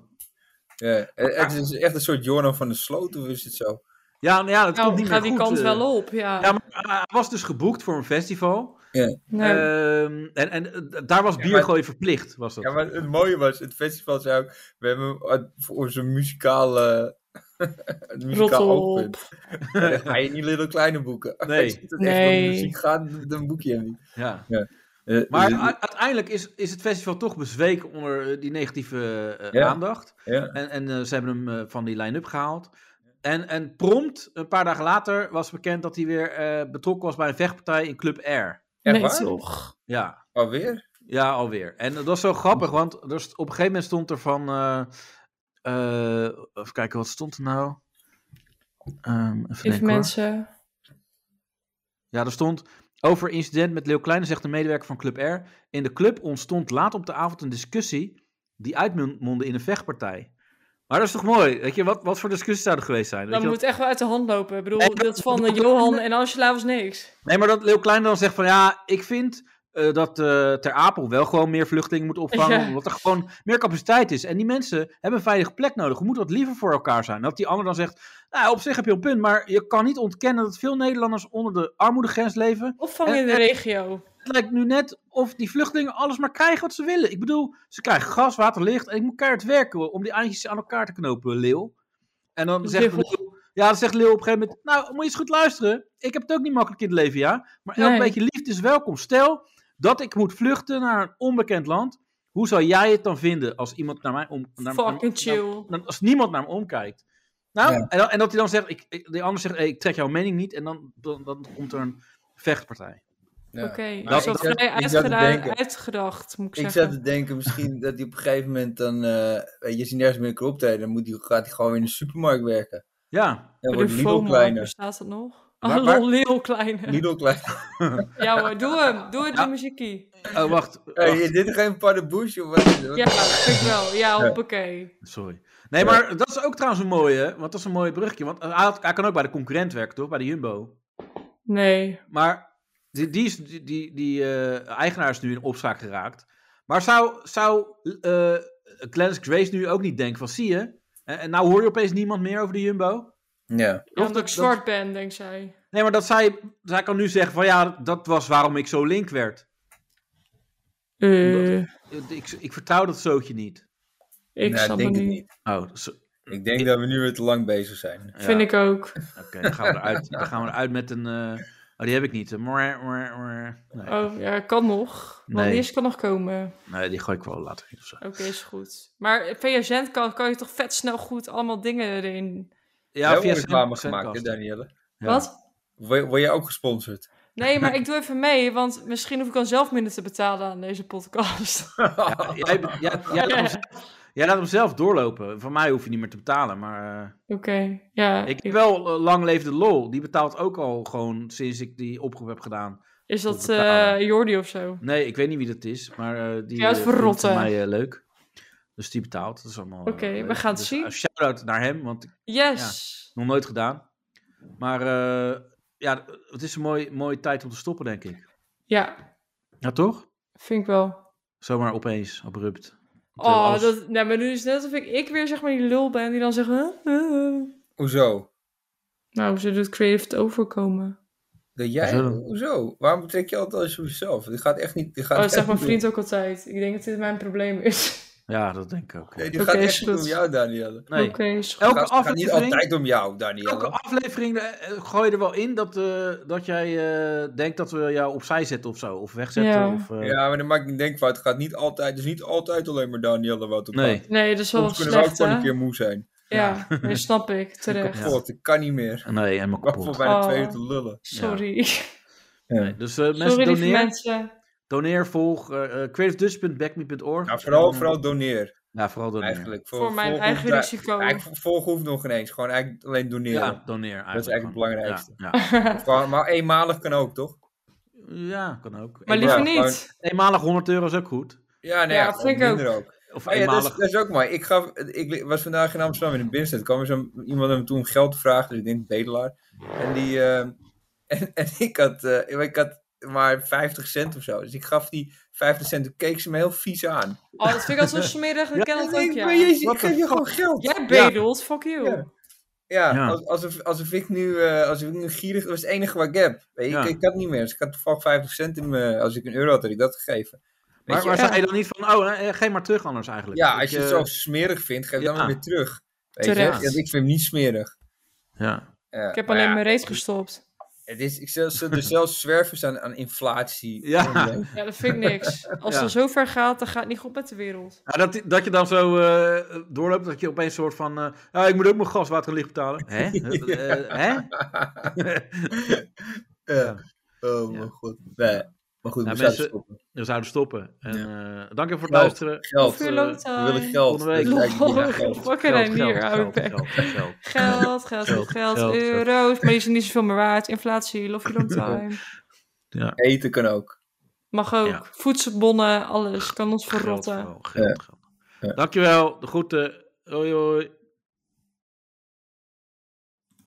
[SPEAKER 5] Ja. Eh, Het is echt een soort Joran van der Sloot, of is het zo?
[SPEAKER 1] Ja, nou ja, dat komt
[SPEAKER 4] Nou,
[SPEAKER 1] niet
[SPEAKER 4] gaat
[SPEAKER 1] meer
[SPEAKER 4] die
[SPEAKER 1] goed,
[SPEAKER 4] kant
[SPEAKER 1] eh.
[SPEAKER 4] wel op, ja.
[SPEAKER 1] Ja, maar hij was dus geboekt voor een festival.
[SPEAKER 4] Nee.
[SPEAKER 1] Ehm, en en eh, daar was bier gooien verplicht, was dat.
[SPEAKER 5] Ja, maar het mooie was, het festival zei ook, we hebben hem uit- voor zijn muzikale... het
[SPEAKER 4] Rot
[SPEAKER 5] muzikaal
[SPEAKER 4] op.
[SPEAKER 5] oogpunt. Eh, Ga je niet Little Kleine boeken. Als
[SPEAKER 1] Nee.
[SPEAKER 5] het echt
[SPEAKER 4] Nee.
[SPEAKER 5] om muziek gaat, dan boek je hem niet.
[SPEAKER 1] Ja.
[SPEAKER 5] Eh,
[SPEAKER 1] Maar
[SPEAKER 5] dus-
[SPEAKER 1] u- uiteindelijk is, is het festival toch bezweken onder eh, die negatieve eh,
[SPEAKER 5] Ja.
[SPEAKER 1] aandacht.
[SPEAKER 5] ja.
[SPEAKER 1] En, en eh, ze hebben hem eh, van die line-up gehaald. En, en prompt, een paar dagen later, was bekend dat hij weer eh, betrokken was bij een vechtpartij in Club Air.
[SPEAKER 5] Echt
[SPEAKER 4] nee,
[SPEAKER 5] waar?
[SPEAKER 4] toch.
[SPEAKER 1] Ja.
[SPEAKER 5] Alweer?
[SPEAKER 1] Ja, alweer. En dat was zo grappig, want er st- op een gegeven moment stond er van. eh, eh, even kijken, wat stond er nou? Ehm even denken
[SPEAKER 4] Lieve
[SPEAKER 1] hoor.
[SPEAKER 4] mensen.
[SPEAKER 1] Ja, er stond. Over incident met Leeuw Kleine zegt een medewerker van Club R. In de club ontstond laat op de avond een discussie. die uitmondde in een vechtpartij. Maar dat is toch mooi? Weet je, wat, wat voor discussies zou er geweest zijn? Weet
[SPEAKER 4] Dat
[SPEAKER 1] je,
[SPEAKER 4] moet echt wel uit de hand lopen.
[SPEAKER 1] Nee,
[SPEAKER 4] Ik bedoel,
[SPEAKER 1] dat-
[SPEAKER 4] dat van eh, Johan en Angela was niks.
[SPEAKER 1] dat- Nee, maar dat Leeuw Kleine dan zegt van. ja, ik vind eh, dat eh, Ter Apel wel gewoon meer vluchtelingen moet opvangen.
[SPEAKER 4] Ja.
[SPEAKER 1] Omdat er gewoon meer capaciteit is. En die mensen hebben een veilige plek nodig. We moeten wat liever voor elkaar zijn. Nou, En dat die ander dan zegt. Nou, op zich heb je een punt. Maar je kan niet ontkennen dat veel Nederlanders onder de armoedegrens leven.
[SPEAKER 4] Opvang in de
[SPEAKER 1] En-
[SPEAKER 4] regio.
[SPEAKER 1] het lijkt nu net of die vluchtelingen alles maar krijgen wat ze willen. Ik bedoel, ze krijgen gas, water, licht. En ik moet keihard werken om die eindjes aan elkaar te knopen, Leeuw. En dan zegt
[SPEAKER 4] Leeuw.
[SPEAKER 1] Leeuw... Ja, dan zegt Leeuw op een gegeven moment... Nou, moet je eens goed luisteren. Ik heb het ook niet makkelijk in het leven, ja. Maar elk
[SPEAKER 4] Nee.
[SPEAKER 1] beetje liefde is welkom. Stel dat ik moet vluchten naar een onbekend land. Hoe zou jij het dan vinden als iemand naar mij om... Naar, naar-
[SPEAKER 4] Fucking chill.
[SPEAKER 1] dan- als niemand naar hem omkijkt. Nou, en, dan- en dat hij dan zegt, ik, ik- die ander zegt, hey, ik trek jouw mening niet. En dan, dan, dan komt er een vechtpartij.
[SPEAKER 5] Ja.
[SPEAKER 4] Oké,
[SPEAKER 5] Maar
[SPEAKER 4] dat is
[SPEAKER 5] Nou, ik
[SPEAKER 4] wel
[SPEAKER 5] zat-
[SPEAKER 4] vrij
[SPEAKER 5] ik zat te
[SPEAKER 4] uitgedacht,
[SPEAKER 5] denken.
[SPEAKER 4] uitgedacht, moet ik,
[SPEAKER 5] Ik zat
[SPEAKER 4] zeggen.
[SPEAKER 5] te denken misschien dat hij op een gegeven moment dan... eh, weet je, als hij nergens meer kan optreden, dan moet hij, gaat hij gewoon weer in de supermarkt werken.
[SPEAKER 1] Ja,
[SPEAKER 5] Dan
[SPEAKER 4] Bij
[SPEAKER 5] wordt
[SPEAKER 4] de
[SPEAKER 5] Lidl
[SPEAKER 4] FOMO,
[SPEAKER 5] kleiner.
[SPEAKER 4] Bestaat dat nog?
[SPEAKER 5] Waar-
[SPEAKER 4] Hallo,
[SPEAKER 5] waar-
[SPEAKER 4] Lidl kleiner.
[SPEAKER 5] Lidl kleiner.
[SPEAKER 4] Ja hoor, doe hem. Doe het,
[SPEAKER 1] Ja.
[SPEAKER 4] de muziekie.
[SPEAKER 1] Oh, wacht.
[SPEAKER 5] Hey,
[SPEAKER 1] wacht.
[SPEAKER 5] is dit geen paddenboesje of wat is het?
[SPEAKER 4] Ja, vind ik wel. Ja, hoppakee.
[SPEAKER 1] Sorry. Nee, maar dat is ook trouwens een mooie, want dat is een mooie brugje. Want eh, hij, had- hij kan ook bij de concurrent werken, toch? Bij de Jumbo.
[SPEAKER 4] Nee.
[SPEAKER 1] Maar die, die, is, die, die, die, eh, eigenaar is nu in opspraak geraakt. Maar zou, zou eh Clarence Grace nu ook niet denken van, zie je, en, en nou hoor je opeens niemand meer over de Jumbo?
[SPEAKER 5] Ja.
[SPEAKER 4] Ja,
[SPEAKER 1] dat-
[SPEAKER 4] omdat ik zwart ben, denkt zij.
[SPEAKER 1] Nee, maar dat zij, zij kan nu zeggen van, ja, dat was waarom ik zo link werd.
[SPEAKER 4] Eh,
[SPEAKER 1] Ik, ik vertrouw dat zootje niet.
[SPEAKER 4] ik
[SPEAKER 5] Nee,
[SPEAKER 4] snap
[SPEAKER 5] Nou, denk
[SPEAKER 4] het
[SPEAKER 5] ik
[SPEAKER 4] niet.
[SPEAKER 5] niet.
[SPEAKER 1] Oh, zo-
[SPEAKER 5] Ik denk dat we nu weer te lang bezig zijn.
[SPEAKER 1] ja.
[SPEAKER 4] Vind ik ook.
[SPEAKER 1] Oké, dan gaan we eruit. Dan gaan we eruit met een. eh, Oh, die heb ik niet. Een mwaar, mwaar, mwaar. Nee,
[SPEAKER 4] Oh, ja, kan nog.
[SPEAKER 1] Nee.
[SPEAKER 4] Wanneer is kan nog komen?
[SPEAKER 1] nee, die gooi ik wel later in of zo.
[SPEAKER 4] Oké, is goed. Maar via Zendkast kan je toch vet snel goed allemaal dingen erin.
[SPEAKER 5] Ja,
[SPEAKER 1] Ja,
[SPEAKER 5] Wel wordt
[SPEAKER 1] Zend-
[SPEAKER 5] reclame gemaakt, hè,
[SPEAKER 1] Zendkast.
[SPEAKER 5] Danielle?
[SPEAKER 1] Ja.
[SPEAKER 4] Wat?
[SPEAKER 5] Word, word je ook gesponsord?
[SPEAKER 4] Nee, maar ik doe even mee, want misschien hoef ik dan zelf minder te betalen aan deze podcast.
[SPEAKER 1] Jij, jij, jij, laat hem zelf, jij laat hem zelf doorlopen. Van mij hoef je niet meer te betalen. Maar eh,
[SPEAKER 4] Oké, ja.
[SPEAKER 1] ik heb wel eh, Lang Leef de Lol. Die betaalt ook al gewoon sinds ik die oproep heb gedaan.
[SPEAKER 4] Is dat
[SPEAKER 1] betalen.
[SPEAKER 4] eh, Jordi of zo?
[SPEAKER 1] Nee, ik weet niet wie dat is. Maar eh, die eh,
[SPEAKER 4] Ja, het
[SPEAKER 1] vindt het voor
[SPEAKER 4] verrotten.
[SPEAKER 1] mij eh, leuk. Dus die betaalt. Dat is allemaal. eh,
[SPEAKER 4] Oké, we
[SPEAKER 1] leuk.
[SPEAKER 4] gaan het
[SPEAKER 1] Dus,
[SPEAKER 4] zien.
[SPEAKER 1] eh, shout-out naar hem. Want
[SPEAKER 4] Yes.
[SPEAKER 1] Nog nooit gedaan. Maar eh, ja, het is een mooie, mooie tijd om te stoppen, denk ik.
[SPEAKER 4] Ja,
[SPEAKER 1] Ja, toch?
[SPEAKER 4] vind ik wel.
[SPEAKER 1] Zomaar opeens, abrupt. Want we
[SPEAKER 4] Oh,
[SPEAKER 1] hebben alles-
[SPEAKER 4] dat, nou, maar nu is het net of ik, ik weer zeg maar die lul ben die dan zegt... huh, huh, huh.
[SPEAKER 5] Hoezo?
[SPEAKER 4] Nou, ze doet creative het overkomen.
[SPEAKER 5] Dat jij?
[SPEAKER 1] Hoezo dan?
[SPEAKER 5] Hoezo? Waarom betrek je altijd alles op jezelf? Dit gaat echt niet. Dit gaat
[SPEAKER 4] Oh, dat
[SPEAKER 5] echt
[SPEAKER 4] zegt mijn
[SPEAKER 5] niet
[SPEAKER 4] vriend ook altijd. Ik denk dat dit mijn probleem is.
[SPEAKER 1] Ja, dat denk ik ook.
[SPEAKER 5] om- Nee, dit
[SPEAKER 4] Oké,
[SPEAKER 5] gaat
[SPEAKER 4] is
[SPEAKER 5] echt niet
[SPEAKER 4] goed.
[SPEAKER 5] om jou, Danielle. Het
[SPEAKER 1] Nee.
[SPEAKER 4] Oké, is goed.
[SPEAKER 1] Elke
[SPEAKER 5] gaat- Het gaat niet
[SPEAKER 1] aflevering,
[SPEAKER 5] altijd om jou, Danielle.
[SPEAKER 1] elke aflevering eh, eh, gooi je er wel in dat, eh, dat jij eh, denkt dat we jou opzij zetten of zo. Of wegzetten.
[SPEAKER 4] Ja.
[SPEAKER 1] Of, eh,
[SPEAKER 5] Ja, maar dan maak ik een denkfout. Het gaat niet altijd. Dus niet altijd alleen maar Danielle wat op
[SPEAKER 1] Nee.
[SPEAKER 5] gaat.
[SPEAKER 4] Nee, dat is wel
[SPEAKER 5] Soms kunnen we ook
[SPEAKER 4] slecht,
[SPEAKER 5] gewoon een
[SPEAKER 4] hè?
[SPEAKER 5] keer moe zijn.
[SPEAKER 4] Ja, dat snap ik. Terecht.
[SPEAKER 1] Ja.
[SPEAKER 5] God, ik kan niet meer.
[SPEAKER 1] Nee, helemaal
[SPEAKER 5] Ik voor
[SPEAKER 1] kapot.
[SPEAKER 5] bijna
[SPEAKER 4] Oh.
[SPEAKER 5] twee uur te lullen.
[SPEAKER 4] Sorry.
[SPEAKER 1] Nee, dus eh, mensen,
[SPEAKER 4] Sorry, lieve
[SPEAKER 1] doneer,
[SPEAKER 4] mensen.
[SPEAKER 1] doneer, volg eh eh creativedutch.backme.org.
[SPEAKER 5] Nou, vooral,
[SPEAKER 1] En,
[SPEAKER 5] vooral doneer,
[SPEAKER 1] eh, Ja, vooral doneer.
[SPEAKER 5] eigenlijk.
[SPEAKER 4] Voor mijn
[SPEAKER 5] volg
[SPEAKER 4] eigen
[SPEAKER 5] hoeft-
[SPEAKER 4] risico.
[SPEAKER 5] Eigenlijk volgen hoeft nog ineens. Gewoon eigenlijk alleen doneren.
[SPEAKER 1] Ja, doneer eigenlijk.
[SPEAKER 5] eigenlijk
[SPEAKER 1] gewoon.
[SPEAKER 5] het belangrijkste.
[SPEAKER 1] Ja, ja.
[SPEAKER 5] Gewoon, maar eenmalig kan ook, toch?
[SPEAKER 1] Ja, kan ook.
[SPEAKER 4] Maar
[SPEAKER 1] Eenmalig-
[SPEAKER 4] liever
[SPEAKER 5] Ja, gewoon-
[SPEAKER 4] niet.
[SPEAKER 1] Eenmalig 100 euro is ook goed.
[SPEAKER 5] Ja, nou
[SPEAKER 4] Ja,
[SPEAKER 5] ja,
[SPEAKER 4] dat vind
[SPEAKER 5] gewoon
[SPEAKER 4] ik
[SPEAKER 5] minder ook.
[SPEAKER 1] Of
[SPEAKER 5] Oh ja, dat,
[SPEAKER 1] eenmalig.
[SPEAKER 5] is, dat is ook mooi. Ik, gaf, ik was vandaag in Amsterdam in een binnenstad. Er kwam er zo iemand aan me toe om geld te vragen. Dus ik denk bedelaar. En, die, eh, en, en ik, had, eh, ik had maar 50 cent of zo. Dus ik gaf die 50 cent. Toen keek ze me heel vies aan.
[SPEAKER 4] Oh, dat vind ik al zo smerig. Ik ken
[SPEAKER 5] En
[SPEAKER 4] dat
[SPEAKER 5] ik
[SPEAKER 4] ook,
[SPEAKER 5] denk,
[SPEAKER 4] ja.
[SPEAKER 5] maar jezus, ik
[SPEAKER 1] What the
[SPEAKER 5] geef je gewoon geld.
[SPEAKER 4] Jij bedelt, fuck you.
[SPEAKER 5] Ja. Ja,
[SPEAKER 1] Ja.
[SPEAKER 5] Als, alsof, alsof, ik nu, eh, alsof ik nu gierig... Dat was het enige wat ik heb. Weet je,
[SPEAKER 1] Ja.
[SPEAKER 5] ik, ik had niet meer. Dus ik had toevallig 50 cent in me... Als ik een euro had, had ik dat gegeven. Weet
[SPEAKER 1] Maar,
[SPEAKER 5] je,
[SPEAKER 1] maar
[SPEAKER 4] ja.
[SPEAKER 1] zei je dan niet van, oh, eh, eh, geef maar terug anders eigenlijk.
[SPEAKER 5] ja,
[SPEAKER 1] Ik,
[SPEAKER 5] als je
[SPEAKER 1] eh,
[SPEAKER 5] het zo smerig vindt, geef dan
[SPEAKER 1] ja.
[SPEAKER 5] maar weer terug. Weet je,
[SPEAKER 4] Terecht.
[SPEAKER 5] want ik vind hem niet smerig.
[SPEAKER 1] Ja,
[SPEAKER 5] Ja,
[SPEAKER 4] Ik heb
[SPEAKER 5] maar
[SPEAKER 4] alleen
[SPEAKER 5] ja,
[SPEAKER 4] mijn reet gestopt.
[SPEAKER 5] het is, ik zelfs, er zelfs zwervers aan, aan inflatie.
[SPEAKER 1] Ja.
[SPEAKER 5] onderleggen.
[SPEAKER 4] Ja, dat vind ik niks. Als
[SPEAKER 1] Ja.
[SPEAKER 4] het zo ver gaat, dan gaat het niet goed met de wereld.
[SPEAKER 1] Ja, dat, dat je dan zo eh, doorloopt, dat je opeens een soort van, eh, ja, ik moet ook mijn gas, water en licht betalen. Hè? Eh, eh, hè?
[SPEAKER 5] Ja. Oh, mijn
[SPEAKER 1] Ja.
[SPEAKER 5] god. Nee, maar goed,
[SPEAKER 1] Ja,
[SPEAKER 5] we zouden
[SPEAKER 1] mensen-
[SPEAKER 5] stoppen.
[SPEAKER 1] Dan zouden we stoppen. En, eh, dank je voor het
[SPEAKER 5] Geld.
[SPEAKER 1] luisteren.
[SPEAKER 5] Geld.
[SPEAKER 4] Voor
[SPEAKER 5] eh, We
[SPEAKER 4] je
[SPEAKER 5] willen
[SPEAKER 4] loontijd.
[SPEAKER 5] geld.
[SPEAKER 1] Volgende week.
[SPEAKER 5] Dat lijkt me- ja,
[SPEAKER 4] Lol.
[SPEAKER 5] geld.
[SPEAKER 4] Fucking
[SPEAKER 1] Geld, geld,
[SPEAKER 4] een hier,
[SPEAKER 1] geld,
[SPEAKER 4] oude
[SPEAKER 1] geld, geld.
[SPEAKER 4] Geld, geld, geld, geld,
[SPEAKER 1] geld, geld.
[SPEAKER 4] euro's. Maar die zijn niet zoveel meer waard. Inflatie, love your long time.
[SPEAKER 5] Eten kan ook.
[SPEAKER 4] Mag ook.
[SPEAKER 1] Ja.
[SPEAKER 4] Voedselbonnen, alles. Kan ons
[SPEAKER 1] Geld,
[SPEAKER 4] verrotten.
[SPEAKER 1] geld, geld, geld. Dankjewel, de groeten. Hoi, hoi.